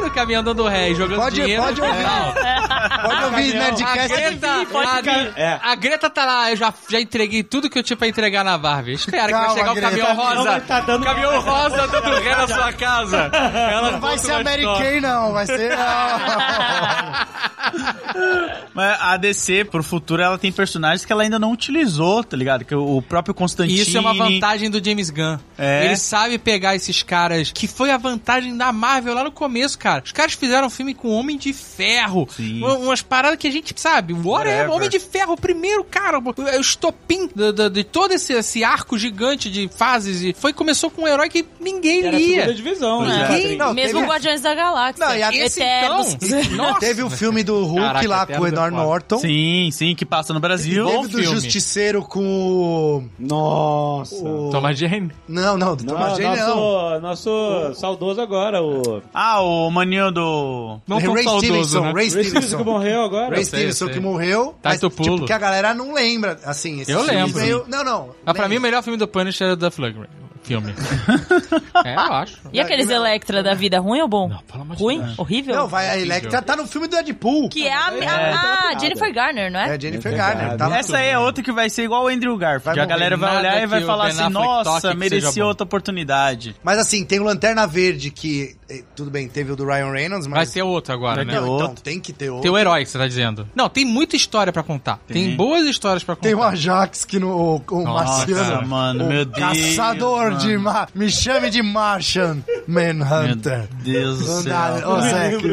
S11: do caminhão dando ré e jogando
S3: Uh, Pode-
S11: dinheiro. né?
S3: pode ouvir.
S11: Não.
S3: Pode ouvir
S11: A
S3: Nerdcast.
S11: Greta, a,
S3: É.
S11: a Greta tá lá, eu já, já entreguei tudo que eu tinha pra entregar na Marvel. Espera que
S3: Calma,
S11: vai chegar o
S3: Greta.
S11: caminhão rosa.
S2: Não, tá dando-
S11: O caminhão rosa dando ré na sua casa. Ela
S3: Não vai
S11: conta
S3: ser
S11: uma
S3: Mary
S11: história.
S3: Kay, não. Vai ser. Ah,
S5: Mas a DC, pro futuro, ela tem personagens que ela ainda não utilizou, tá ligado? Que o o próprio Constantine.
S11: E isso é uma vantagem do James Gunn.
S5: É.
S11: Ele sabe pegar esses caras, que foi a vantagem da Marvel lá no começo, cara. Os caras fizeram um filme com Homem de Ferro,
S5: Sim.
S11: com uma- umas paradas que a gente sabe. O Whatever.
S2: Whatever.
S11: Homem de Ferro, o primeiro, cara, o é o estopim do- do- de todo esse, esse arco gigante de fases. E foi, começou com um herói que ninguém
S9: Era a
S11: lia.
S9: segunda
S2: então,
S9: divisão,
S11: Ninguém-
S9: né?
S2: é.
S11: Ninguém-
S4: Não, Mesmo
S11: teve-
S4: Guardiões da Galáxia. Não,
S11: e a-
S3: assim,
S11: esse,
S3: então,
S4: Eternos.
S3: né? Teve o filme do Hulk
S2: Caraca,
S3: lá
S2: Eternos
S3: com o
S2: é
S3: Edward
S2: foda.
S3: Norton.
S2: Sim, sim, que passa no Brasil.
S3: Teve do Justiceiro com o... Nossa.
S11: Thomas Jane?
S3: Não, não, do
S9: Não,
S3: Thomas Jane não.
S9: nosso nosso saudoso agora, o.
S2: Ah, o maninho do.
S3: Não tão Ray saudoso, Stevenson, né? Ray Stevenson.
S9: que morreu agora.
S3: Ray Stevenson que morreu,
S11: Tá
S3: mas
S11: do pulo.
S3: tipo, que a galera não lembra, assim. esse
S11: Eu
S3: filme
S11: lembro.
S3: meio- Não, não.
S11: Ah, pra mim, o melhor filme do Punisher é o da Flugman. Filme. é, eu acho.
S4: E aqueles Electra da vida, ruim ou bom? ruim?
S11: é
S4: Horrível?
S3: Não, vai, a Electra tá no filme do Deadpool.
S4: Que é a,
S3: É.
S4: a- a Jennifer Garner, não é?
S3: É Jennifer Garner. Tá
S2: Essa aí é outra que vai ser igual o Andrew Garfield.
S3: Vai
S2: a galera
S3: morrer.
S2: vai olhar
S3: Nada
S2: e vai
S3: que o
S2: falar
S3: Ben
S2: assim:
S3: Affleck toque
S2: nossa,
S3: que seja
S2: merecia
S3: bom."
S2: outra oportunidade.
S3: Mas assim, tem o Lanterna Verde que. eh, Tudo bem, teve o do Ryan Reynolds, mas.
S11: Vai ter outro agora,
S3: Vai
S11: né?
S3: ter Não, então, outro. tem que ter outro.
S11: Tem o herói que você tá dizendo. Não, tem muita história pra contar. Tem,
S3: Tem.
S11: boas histórias pra contar.
S3: Tem o Ajax que no. O, o Marciano.
S2: mano,
S3: o
S2: meu Deus,
S3: Caçador de. Ma me chame de Martian Manhunter.
S2: Meu Deus do
S3: Não
S2: céu.
S3: dá, né? ô, Zé, que-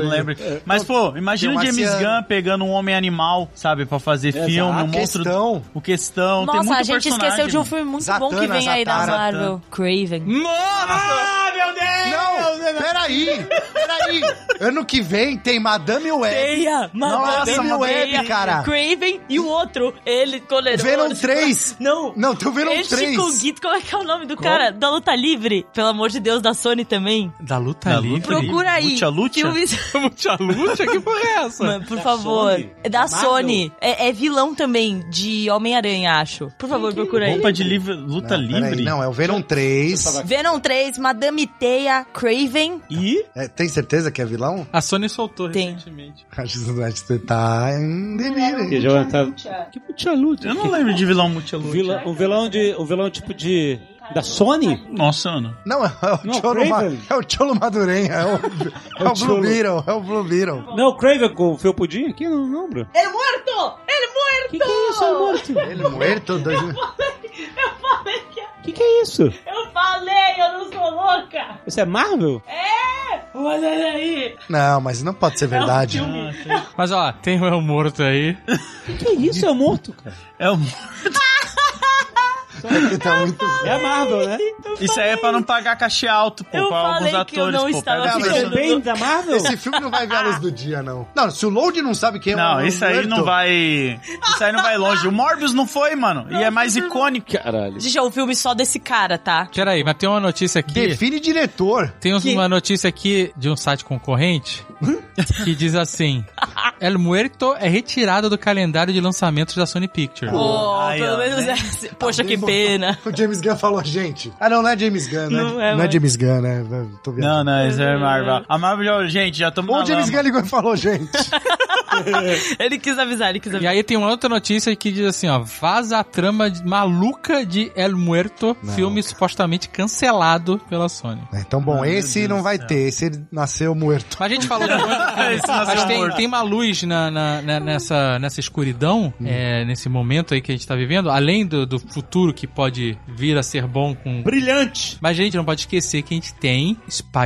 S2: Não lembro. Mas, pô, imagina
S3: Tem
S2: o
S3: um
S2: James
S3: marciano.
S2: Gunn pegando um homem animal, sabe, pra fazer
S3: Exato.
S2: filme, um
S3: A
S2: monstro.
S3: Questão.
S2: O questão. tem
S4: Nossa,
S2: muito
S4: a gente
S2: personagem,
S4: esqueceu de um
S2: mano.
S4: filme muito bom que
S2: Zatanna,
S4: vem aí da
S2: Zatanna.
S4: Marvel. Craven.
S9: Ah, meu Deus!
S3: Não, peraí, peraí. Ano que vem tem Madame Web.
S4: Teia,
S3: Nossa,
S4: Madame
S3: Web,
S4: Teia,
S3: cara.
S4: Craven e o outro, ele, coleiro.
S3: Venom 3.
S4: Não.
S3: Não, tem o Venom
S4: Este
S3: 3.
S4: com Guito, como é que é o nome do cara? Da Luta Livre, pelo amor de Deus, da Sony também.
S11: um- Da luta
S2: Da
S11: livre.
S2: luta livre.
S4: Procura aí.
S2: Lucha, lucha?
S4: Filmes...
S11: Mucha luta? Que porra é essa?
S4: Mano, por favor.
S11: Sony?
S4: É da
S11: Marvel?
S4: Sony. É, é vilão também de Homem-Aranha, acho. Por favor, procura aí.
S2: Roupa de livre, luta
S3: Não, peraí,
S2: livre.
S3: não, é o Venom 3.
S4: Venom 3, Madame Teia, Craven.
S2: E?
S3: É, tem certeza que é vilão?
S2: Ah.
S11: A Sony soltou
S4: Tem.
S11: recentemente.
S3: Acho que você tá em delírio.
S9: Que já tá- Que Multialude.
S2: Eu não lembro de vilão multialude.
S9: Vila, um vilão de. Um vilão tipo de. Da Sony?
S2: Nossa, Ana.
S3: Não, é o,
S9: Não,
S3: Cholo, Ma-
S9: Craven.
S3: é o Cholo Madurenha, é o, é o Blue
S9: Cholo.
S3: Beetle, é o Blue Beetle.
S9: Não, o Craven com o Felpudim aqui? Não lembro.
S4: É morto! É morto!
S9: Que que é isso, é morto?
S3: Ele muerto, dois...
S4: Eu falei que
S9: Que que é isso?
S4: Eu falei, eu não sou louca!
S9: Isso é Marvel?
S4: É! Mas olha aí!
S3: Não, mas não
S2: É
S3: pode ser verdade.
S11: Mas ó, tem o El Morto aí.
S9: Que que é isso? É morto, cara.
S2: É o...
S3: tá muito...
S9: É a Marvel, né?
S2: Isso aí é pra não pagar cachê alto, pô,
S4: Eu
S2: pra alguns
S4: falei que eu
S2: atores.
S4: não
S2: pô,
S4: estava
S2: pega
S3: ficando
S2: personagem.
S9: Bem da Marvel?
S3: Esse filme não vai ver a luz do dia, não. Não, se o Load não sabe quem é o
S2: Não,
S3: Alan
S2: isso aí
S3: Muerto,
S2: não vai. Isso aí não vai longe. O Morbius não foi, mano. E é mais icônico.
S8: Caralho.
S4: Gente, é um filme só desse cara, tá?
S11: Peraí, mas tem uma notícia aqui.
S3: Define diretor.
S11: Tem uns-
S4: Que?
S11: uma notícia aqui de um site concorrente que diz assim: El Muerto é retirado do calendário de lançamentos da Sony Pictures.
S4: Pô,
S2: Ai,
S4: Tipo, pelo
S2: ó,
S4: menos
S2: né?
S4: é. Poxa, que pena.
S3: O James Gunn falou, gente... Ah, não, não é James Gunn, né?
S4: Não é,
S3: não é
S4: mas-
S3: James Gunn, né? Tô vendo.
S2: Não, não, isso é Marvel. A Marvel, já- gente, já tomou.
S3: Ou o James Gunn ligou e falou, gente...
S4: Ele quis avisar, ele quis
S11: E
S4: avisar.
S11: aí tem uma outra notícia que diz assim, ó, vaza a trama de- maluca de El Muerto, filme supostamente cancelado pela Sony.
S3: É, Então, bom, esse não vai ter. Esse ele nasceu muerto.
S11: Mas a gente falou muito,
S2: Esse nasceu
S11: mas tem,
S2: morto.
S11: tem uma luz na, na- na- nessa, nessa escuridão, é, nesse momento aí que a gente tá vivendo, além do, do futuro que pode vir a ser bom com...
S9: Brilhante!
S11: Mas a gente não pode esquecer que a gente tem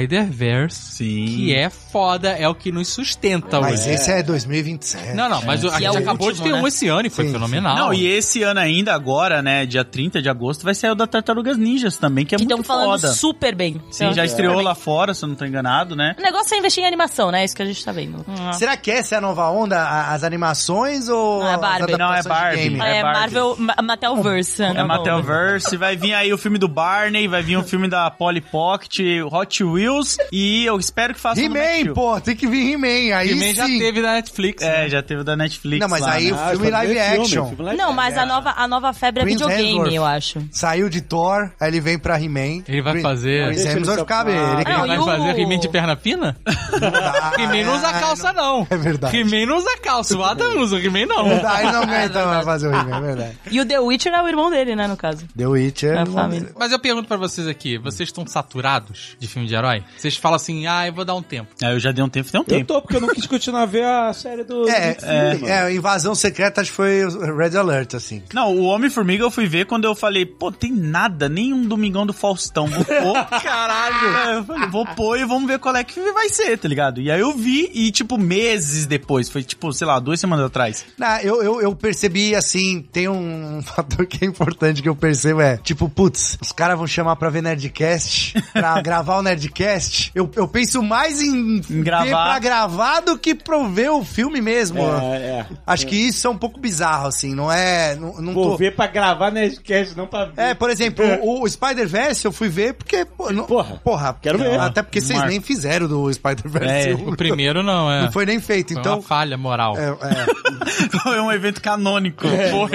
S11: Spider-Verse,
S2: Sim.
S11: que é foda, é o que nos sustenta
S3: Mas
S11: hoje.
S3: esse é 2027.
S11: Não, não, mas o- a
S4: Que é
S11: gente
S4: o
S11: acabou de
S4: último,
S11: ter um
S4: né?
S11: esse ano e foi
S3: Sim, sim.
S11: fenomenal.
S2: Não, e esse ano ainda, agora, né, dia 30 de agosto, vai sair o da Tartarugas Ninjas também, que é
S4: que estão
S2: muito
S4: falando
S2: foda.
S4: super bem. Então,
S2: Sim, já estreou lá fora, se eu não tô enganado, né?
S4: O negócio é investir em animação, né? É isso que a gente tá vendo.
S3: Será que essa é a nova onda? A- As animações ou.
S4: Não, é
S3: as
S4: Barbie.
S3: adaptações
S2: Não, é Barbie.
S3: de game?
S2: É
S4: É,
S2: Barbie.
S4: Marvel, Ma- Mattelverse.
S2: É
S4: né?
S2: Mattelverse, vai vir aí o filme do Barney, vai vir o filme da Polly Pocket, Hot Wheels, e eu espero que faça um do Matt
S3: He-Man,
S2: Hill.
S3: pô, tem que vir He-Man. Aí
S11: He-Man
S3: sim.
S11: já teve na Netflix. né?
S2: É, já teve o da Netflix
S3: Não, mas
S2: lá,
S3: aí
S2: né?
S3: o tá filme live action.
S4: Não, mas a nova, a nova febre é
S3: Chris Hemsworth.
S4: videogame, eu acho.
S3: Saiu de Thor, aí ele vem pra He-Man.
S11: Ele vai
S3: Chris-
S11: fazer-
S3: Chris
S9: Deixa ele
S3: Hemsworth
S9: só-
S3: cabe.
S9: Ah,
S3: Ele
S11: Ele
S4: Não,
S11: vai
S4: e o-
S11: fazer He-Man de perna fina?
S3: Ah,
S11: He-Man não usa
S3: é,
S11: calça, não.
S3: É verdade.
S11: He-Man não usa calça. O Adam usa, o He-Man não.
S3: Aí não aguenta mais fazer o He-Man, é verdade.
S4: E o The Witcher é o irmão dele, né, no caso.
S3: The Witcher.
S4: É a
S3: não-
S4: família.
S11: Mas eu pergunto pra vocês aqui, vocês estão saturados de filme de herói? Vocês falam assim, ah, eu vou dar um tempo.
S2: Ah, eu já dei um tempo, tem um
S9: Eu
S2: tempo.
S9: tô, porque eu não quis continuar a ver a série
S8: história do.
S3: É,
S8: do filme, mano.
S3: é, invasão secreta acho que foi Red Alert, assim.
S2: Não, o Homem-Formiga eu fui ver quando eu falei, pô, tem nada, nem um Domingão do Faustão. Vou pôr, caralho. É, eu falei, vou pôr e vamos ver qual é que vai ser, tá ligado? E aí eu vi e, tipo, meses depois, foi tipo, sei lá, duas semanas atrás.
S3: Não, eu, eu, eu percebi, assim, tem um fator que é importante que eu percebo, é, tipo, putz, os caras vão chamar pra ver Nerdcast, pra gravar o Nerdcast. Eu, eu penso mais em,
S2: Em gravar.
S3: ver pra gravar do que pra ver o filme mesmo.
S8: É, é.
S3: Acho que isso é um pouco bizarro, assim, não é... Não, não
S8: Vou
S3: tô-
S8: ver pra gravar Nerdcast, não pra ver.
S3: É, por exemplo, o, o Spider-Verse eu fui ver porque... Pô, não- porra,
S8: quero ver.
S3: Até porque vocês
S11: Marco.
S3: nem fizeram do Spider-Verse.
S11: É,
S3: um.
S11: o primeiro não, é.
S3: Não foi nem feito,
S11: Foi
S3: então...
S11: uma falha moral.
S3: É, é.
S2: Foi um evento canônico.
S8: É,
S2: Porra.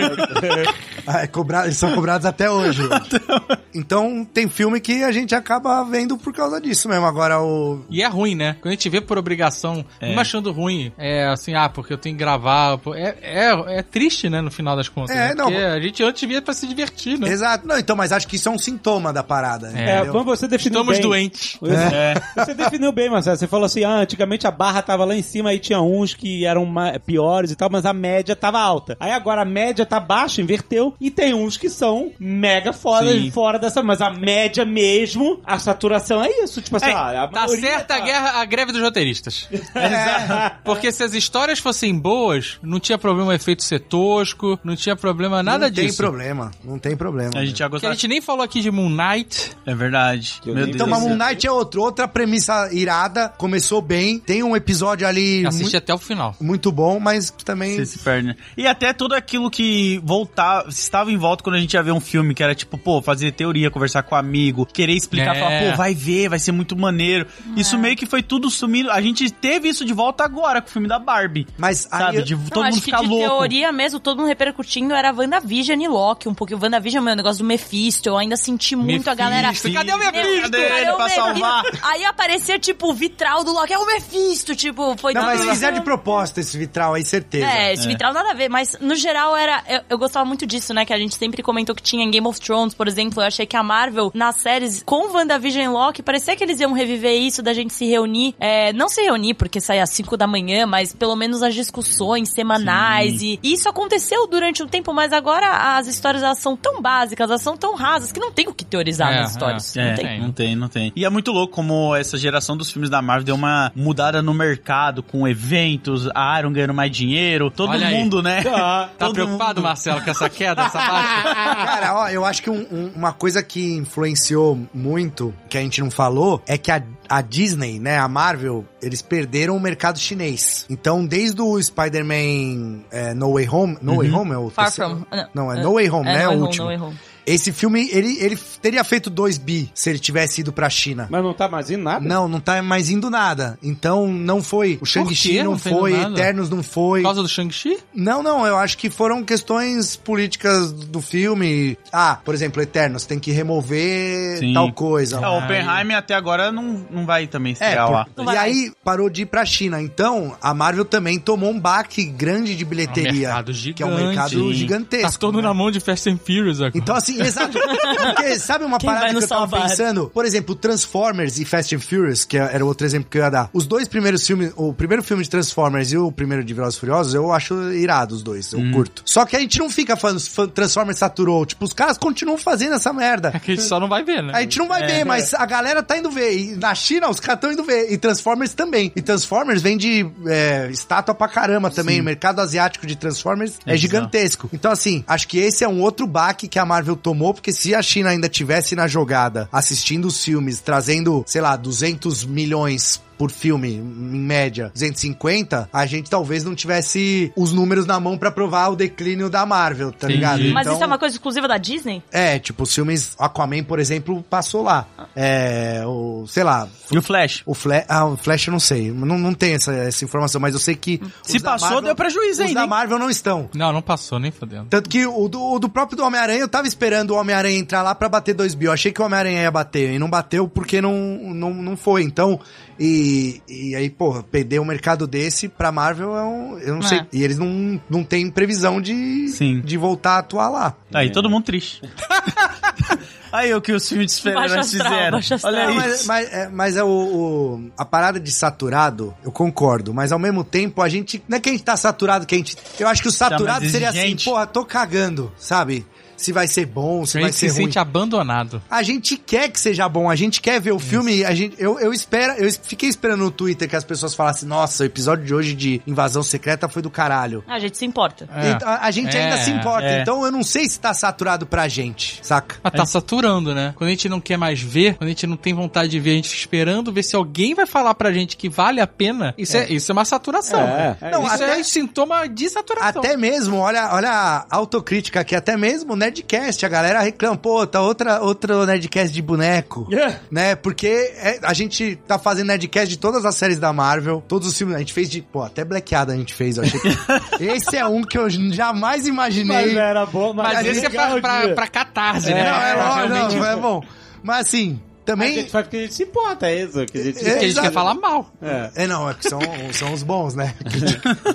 S3: Ah, é cobra- Eles são cobrados até hoje. então tem filme que a gente acaba vendo por causa disso mesmo. Agora o.
S11: E é ruim, né? Quando a gente vê por obrigação,
S2: É.
S11: não achando ruim, é assim, ah, porque eu tenho que gravar. pô, É, é, é triste, né, no final das contas.
S3: É,
S11: né?
S3: não.
S11: Porque a gente antes via pra se divertir, né?
S3: Exato. Não, então, mas acho que isso é um sintoma da parada.
S8: É,
S3: entendeu?
S8: quando você definiu
S11: Estamos
S8: bem.
S11: doentes.
S2: É.
S8: Você definiu bem, Marcelo. Você falou assim: ah, antigamente a barra tava lá em cima e tinha uns que eram ma- piores e tal, mas a média tava alta. Aí agora a média tá baixa, inverteu, e tem uns que são mega fora,
S2: Sim.
S8: fora dessa. Mas a média mesmo, a saturação é isso. Tipo assim,
S11: É,
S8: ah, a
S11: tá
S8: maioria
S11: certa a
S8: tá-
S11: guerra, a greve dos roteiristas. Exato. Porque se as histórias fossem boas, não tinha problema o efeito ser tosco, não tinha problema nada
S3: não
S11: disso.
S3: tem problema. Não tem problema.
S2: a gente ia
S11: Porque a
S2: gostar.
S11: gente nem falou aqui de Moon Knight.
S2: É verdade.
S8: eu
S2: Meu
S8: nem-
S2: Deus.
S3: Então,
S2: do
S3: mas
S2: céu.
S11: um
S3: Moon Knight é outro, outra premissa irada. Começou bem. Tem um episódio ali mu-
S11: Assiste
S3: muito,
S11: até o final.
S3: bom, mas também.
S2: Você se perde, né? E até tudo aquilo que voltava, estava em volta quando a gente ia ver um filme, que era tipo, pô, fazer teoria, conversar com um amigo, querer explicar,
S11: É.
S2: falar, pô, vai ver, vai ser muito maneiro.
S4: É.
S2: Isso meio que foi tudo sumindo. A gente teve isso de volta agora com o filme da Barbie.
S3: Mas aí-
S2: Sabe? De Então, todo
S4: Então, acho
S2: mundo
S4: que
S2: ficar
S4: de
S2: louco.
S4: teoria mesmo, todo mundo repercutindo era WandaVision e Loki um pouquinho. WandaVision, meu, o negócio do Mephisto, eu ainda senti muito a galera... assim,
S11: Mephisto, cadê o
S4: Meu,
S11: Mephisto?
S2: Cadê ele
S4: cadê o
S2: pra
S4: Mephisto?
S2: salvar?
S4: Aí aparecia, tipo, o vitral do Loki, é o Mephisto, tipo, foi...
S3: Não,
S4: tudo
S3: mas
S4: isso.
S3: fizer de proposta esse vitral aí, certeza.
S4: É, esse vitral nada a ver, mas no geral era. Eu, eu gostava muito disso, né? Que a gente sempre comentou que tinha em Game of Thrones, por exemplo. Eu achei que a Marvel, nas séries com WandaVision e Loki, parecia que eles iam reviver isso da gente se reunir. É, não se reunir, porque saía às 5 da manhã, mas pelo menos as discussões semanais. E, e isso aconteceu durante um tempo, mas agora as histórias elas são tão básicas, elas são tão rasas que não tem o que teorizar
S11: É,
S4: nas histórias.
S2: É,
S4: não tem.
S2: não tem, não tem. E é muito louco como essa geração dos filmes da Marvel deu uma mudada no mercado, com eventos, a Iron ganhando mais dinheiro, todo
S11: Olha aí.
S2: mundo, né?
S8: Ah,
S11: Tá
S2: Todo
S11: preocupado,
S2: mundo.
S11: Marcelo, com essa queda, essa baixa?
S3: Cara, ó, eu acho que um- um- uma coisa que influenciou muito, que a gente não falou, é que a, a Disney, né, a Marvel, eles perderam o mercado chinês. Então, desde o Spider-Man é, No Way Home, No Way Home é o
S4: Far
S3: terceiro?
S4: From. Não,
S3: Não, é No Way Home, né,
S4: no
S3: o
S4: erro,
S3: último.
S4: no erro.
S3: Esse filme, ele, ele teria feito 2 bi se ele tivesse ido pra China.
S8: Mas não tá mais indo nada?
S3: Não, não tá mais indo nada. Então, não foi. O Shang-Chi
S11: quê?
S3: não,
S11: Não tá indo
S3: foi,
S11: nada?
S3: Eternos não foi.
S11: Por causa do Shang-Chi?
S3: Não, não, eu acho que foram questões políticas do filme. Ah, por exemplo, Eternos tem que remover
S2: Sim.
S3: tal coisa.
S5: Então,
S2: É, o Oppenheimer até agora não, não vai também
S3: É,
S2: estrear
S3: por-
S2: lá.
S4: Não
S3: e
S4: vai
S3: aí parou de ir pra China. Então, a Marvel também tomou um baque grande de bilheteria.
S11: mercado gigante.
S3: Que é um mercado
S11: Sim.
S3: gigantesco.
S11: Tá todo
S3: né?
S11: na mão de Fast and Furious agora.
S3: Então, assim, exato. Porque sabe uma
S4: Quem
S3: parada
S4: vai
S3: que
S4: nos
S3: eu tava
S4: salvar?
S3: pensando? Por exemplo, Transformers e Fast and Furious, que era outro exemplo que eu ia dar. Os dois primeiros filmes, o primeiro filme de Transformers e o primeiro de Velozes e Furiosos, eu acho irado os dois, eu curto. Só que a gente não fica falando fã- Transformers saturou. Tipo, os caras continuam fazendo essa merda.
S11: É Que a gente só não vai ver, né?
S3: A gente não vai ver, mas a galera tá indo ver. E na China, os caras tão indo ver. E Transformers também. E Transformers vende é, estátua pra caramba também. O mercado asiático de Transformers é,
S2: É
S3: gigantesco. Então, assim, acho que esse é um outro baque que a Marvel tomou, porque se a China ainda tivesse na jogada, assistindo os filmes, trazendo, sei lá, 200 milhões por filme, em média, 250, a gente talvez não tivesse os números na mão pra provar o declínio da Marvel, tá
S11: Entendi.
S3: ligado?
S4: Mas isso é
S3: Então-
S4: uma coisa exclusiva da Disney?
S3: é, tipo, os filmes Aquaman, por exemplo, passou lá. É, o, sei lá,
S2: E o Flash?
S3: o Flash, ah, o Flash eu não sei, não, não tem essa, essa informação, mas eu sei que
S2: Se
S3: os da
S2: passou, deu prejuízo
S3: Os
S2: ainda,
S3: da
S2: hein?
S3: Marvel não estão.
S11: Não, não passou, nem fodendo.
S3: Tanto que o do, o do próprio do Homem-Aranha, eu tava esperando o Homem-Aranha entrar lá pra bater 2 bi. Eu achei que o Homem-Aranha ia bater e não bateu porque não, não, não foi. Então, e, e aí, porra, perder um mercado desse pra Marvel é um. Eu não
S4: É.
S3: sei. E eles não, não têm previsão de,
S2: Sim.
S3: de voltar a atuar lá.
S2: Aí todo mundo triste.
S5: Aí o que os filmes de super-heróis
S4: Baixa astral,
S5: fizeram.
S4: baixa astral.
S5: Olha
S3: Não,
S5: isso.
S3: mas, mas, é, mas é o, o- a parada de saturado, eu concordo, mas ao mesmo tempo a gente. Não é que a gente tá saturado, que a gente. Eu acho que o saturado
S11: Tá, mas
S3: seria assim,
S11: exigente.
S3: porra, tô cagando, sabe? Se vai ser bom, se
S11: A
S3: vai
S11: gente
S3: ser
S11: se
S3: ruim.
S11: sente abandonado.
S3: A gente quer que seja bom, a gente quer ver o filme. A gente, eu, eu, espero, eu es- fiquei esperando no Twitter que as pessoas falassem: nossa, o episódio de hoje de Invasão Secreta foi do caralho.
S4: Ah, A gente se importa.
S3: Então, A, a gente
S11: É,
S3: ainda se importa,
S11: é.
S3: então eu não sei se tá saturado pra gente, saca?
S11: Mas tá saturando, né? Quando a gente não quer mais ver, quando a gente não tem vontade de ver, a gente fica esperando ver se alguém vai falar pra gente que vale a pena. Isso é, isso é uma saturação.
S3: É,
S11: cara.
S3: é. Não,
S11: isso
S3: até-
S11: é sintoma de saturação.
S3: Até mesmo, olha, olha a autocrítica aqui, até mesmo o Nerdcast, a galera reclama, pô, tá outra, outro Nerdcast de boneco, né? Porque é, a gente tá fazendo Nerdcast de todas as séries da Marvel, todos os filmes, a gente fez de, pô, até Black Adam a gente fez, eu achei que... Esse é um que eu jamais imaginei.
S12: Mas era bom, mas,
S11: Mas esse é pra, pra, pra catarse, né?
S3: Não, é,
S11: Pra
S3: lógico,
S11: realmente-
S3: não, é bom. Mas assim,
S12: A
S3: também...
S12: gente faz porque a gente se importa, é isso que a gente...
S3: É,
S11: Porque a gente
S3: exato.
S11: quer falar mal.
S3: É, não, é que são, são os bons, né?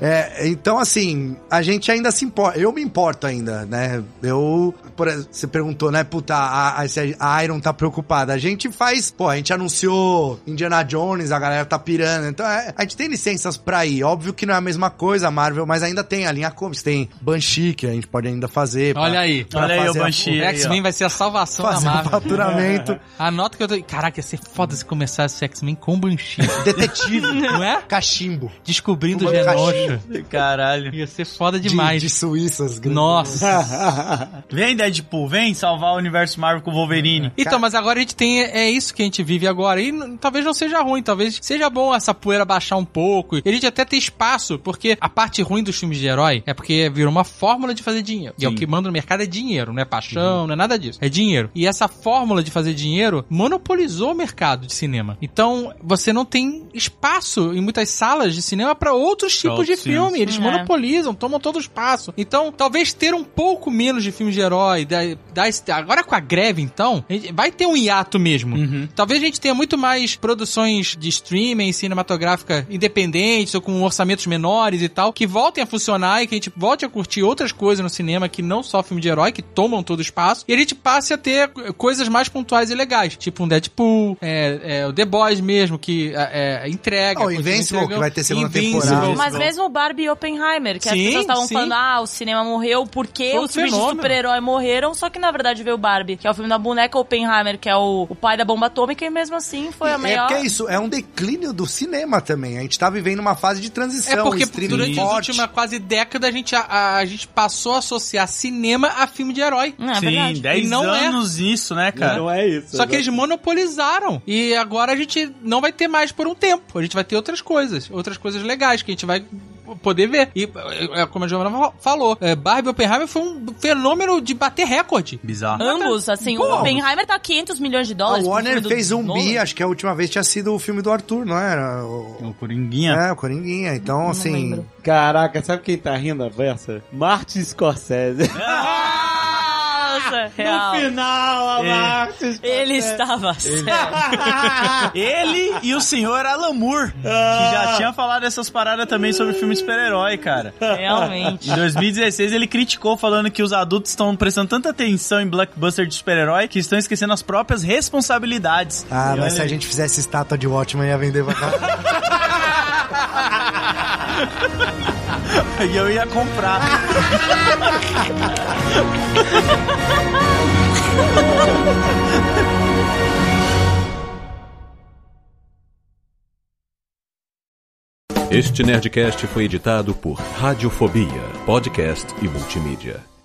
S3: É, então, assim, a gente ainda se importa. Eu me importo ainda, né? Eu. por ex- você perguntou, né? Puta, a, a- se a Iron tá preocupada. A gente faz. Pô, a gente anunciou Indiana Jones, a galera tá pirando. Então, é, a gente tem licenças pra ir. Óbvio que não é a mesma coisa, a Marvel, mas ainda tem a linha Comics. Tem Banshee, que a gente pode ainda fazer. pra-
S11: Olha aí.
S3: pra
S5: Olha aí o
S3: fazer a-
S11: O
S5: Banshee. aí, ó.
S11: X-Men vai ser a salvação da
S3: Fazer o
S11: Marvel.
S3: faturamento.
S11: Anota que eu tô. Caraca, ia ser foda se começar esse X-Men com Banshee.
S3: Detetive.
S11: Não é?
S3: Cachimbo.
S11: Descobrindo o
S3: Uma
S11: Genosha.
S5: Caralho.
S11: Ia ser foda
S3: De-
S11: demais.
S3: De, suíças. grandes.
S12: Ah,
S11: Nossa.
S5: Vem, Deadpool, vem salvar o universo Marvel com o Wolverine.
S11: Então, mas agora a gente tem. É isso que a gente vive agora. E n- talvez não seja ruim, talvez seja bom essa poeira baixar um pouco. E a gente até ter espaço, porque a parte ruim dos filmes de herói é porque virou uma fórmula de fazer dinheiro. E é o
S5: Sim.
S11: que manda no mercado é dinheiro, não é paixão, não é nada disso. É dinheiro. E essa fórmula de fazer dinheiro monopolizou o mercado de cinema. Então, você não tem espaço em muitas salas de cinema pra outros tipos de
S5: outros filmes.
S11: filme. Eles
S4: É.
S11: monopolizam, tomam todo o espaço. Então, talvez ter um pouco menos de filmes de herói. Da, da, agora com a greve, então, a gente- vai ter um hiato mesmo.
S3: Uhum.
S11: Talvez a gente tenha muito mais produções de streaming, cinematográfica independentes ou com orçamentos menores e tal, que voltem a funcionar e que a gente volte a curtir outras coisas no cinema que não só filme de herói, que tomam todo o espaço. E a gente passe a ter co- coisas mais pontuais e legais, tipo um Deadpool, é, é, o The Boys mesmo, que é, é, entrega.
S3: Ah, o
S11: continua
S3: Invincible, que
S11: entregando.
S3: vai ter segunda
S11: Invincible.
S3: temporada.
S4: Mas mesmo o Barbie e Oppenheimer, que as
S11: Sim,
S4: pessoas estavam
S11: sim.
S4: falando, ah, o cinema morreu porque
S11: Foi um
S4: os filmes de
S11: fenômeno.
S4: super-herói morreram, só que na verdade veio o Barbie, que é o filme da boneca Oppenheimer, que é o, o pai da bomba atômica, e mesmo assim foi a
S3: É
S4: maior...
S3: porque é isso, é um declínio do cinema também. A gente tá vivendo uma fase de transição.
S11: É porque
S3: streaming
S11: durante
S3: forte.
S11: as últimas quase década a gente, a, a- a gente passou a associar cinema a filme de herói.
S4: Não, é
S5: Sim,
S4: verdade.
S5: 10
S11: E não é.
S5: anos nisso, né, cara?
S12: Não é isso.
S11: Só que eles monopolizaram. E agora a gente não vai ter mais por um tempo. A gente vai ter outras coisas. Outras coisas legais que a gente vai poder ver. E é, é, como a Giovanna fal- falou, é, Barbie e Oppenheimer foi um fenômeno de bater recorde.
S5: Bizarro.
S4: Ambos, assim,
S3: Bom.
S4: o Oppenheimer tá 500 milhões de
S3: A
S4: dólares. pro
S3: Warner
S4: filme do
S3: fez um
S4: Nolan.
S3: bi, acho que a última vez tinha sido o filme do Arthur, não era? O...
S5: O Coringuinha.
S3: É, o Coringuinha. Então, assim.
S4: lembro.
S12: Caraca, sabe quem tá rindo a versa? Martin Scorsese.
S4: Nossa, real.
S12: No final, a
S5: É.
S12: Martin Scorsese.
S4: Ele
S3: É.
S4: estava certo.
S5: Ele e o senhor Alan Moore,
S12: Ah.
S5: que já tinha falado essas paradas também sobre filme de super-herói, cara.
S4: Realmente.
S5: Em 2016 ele criticou falando que os adultos estão prestando tanta atenção em blockbuster de super-herói que estão esquecendo as próprias responsabilidades.
S3: Ah,
S5: E
S3: mas se
S5: olha
S3: a gente fizesse estátua de Watchman ia vender pra caralho.
S5: aí, eu ia comprar.
S1: Este Nerdcast foi editado por Radiofobia, podcast e multimídia.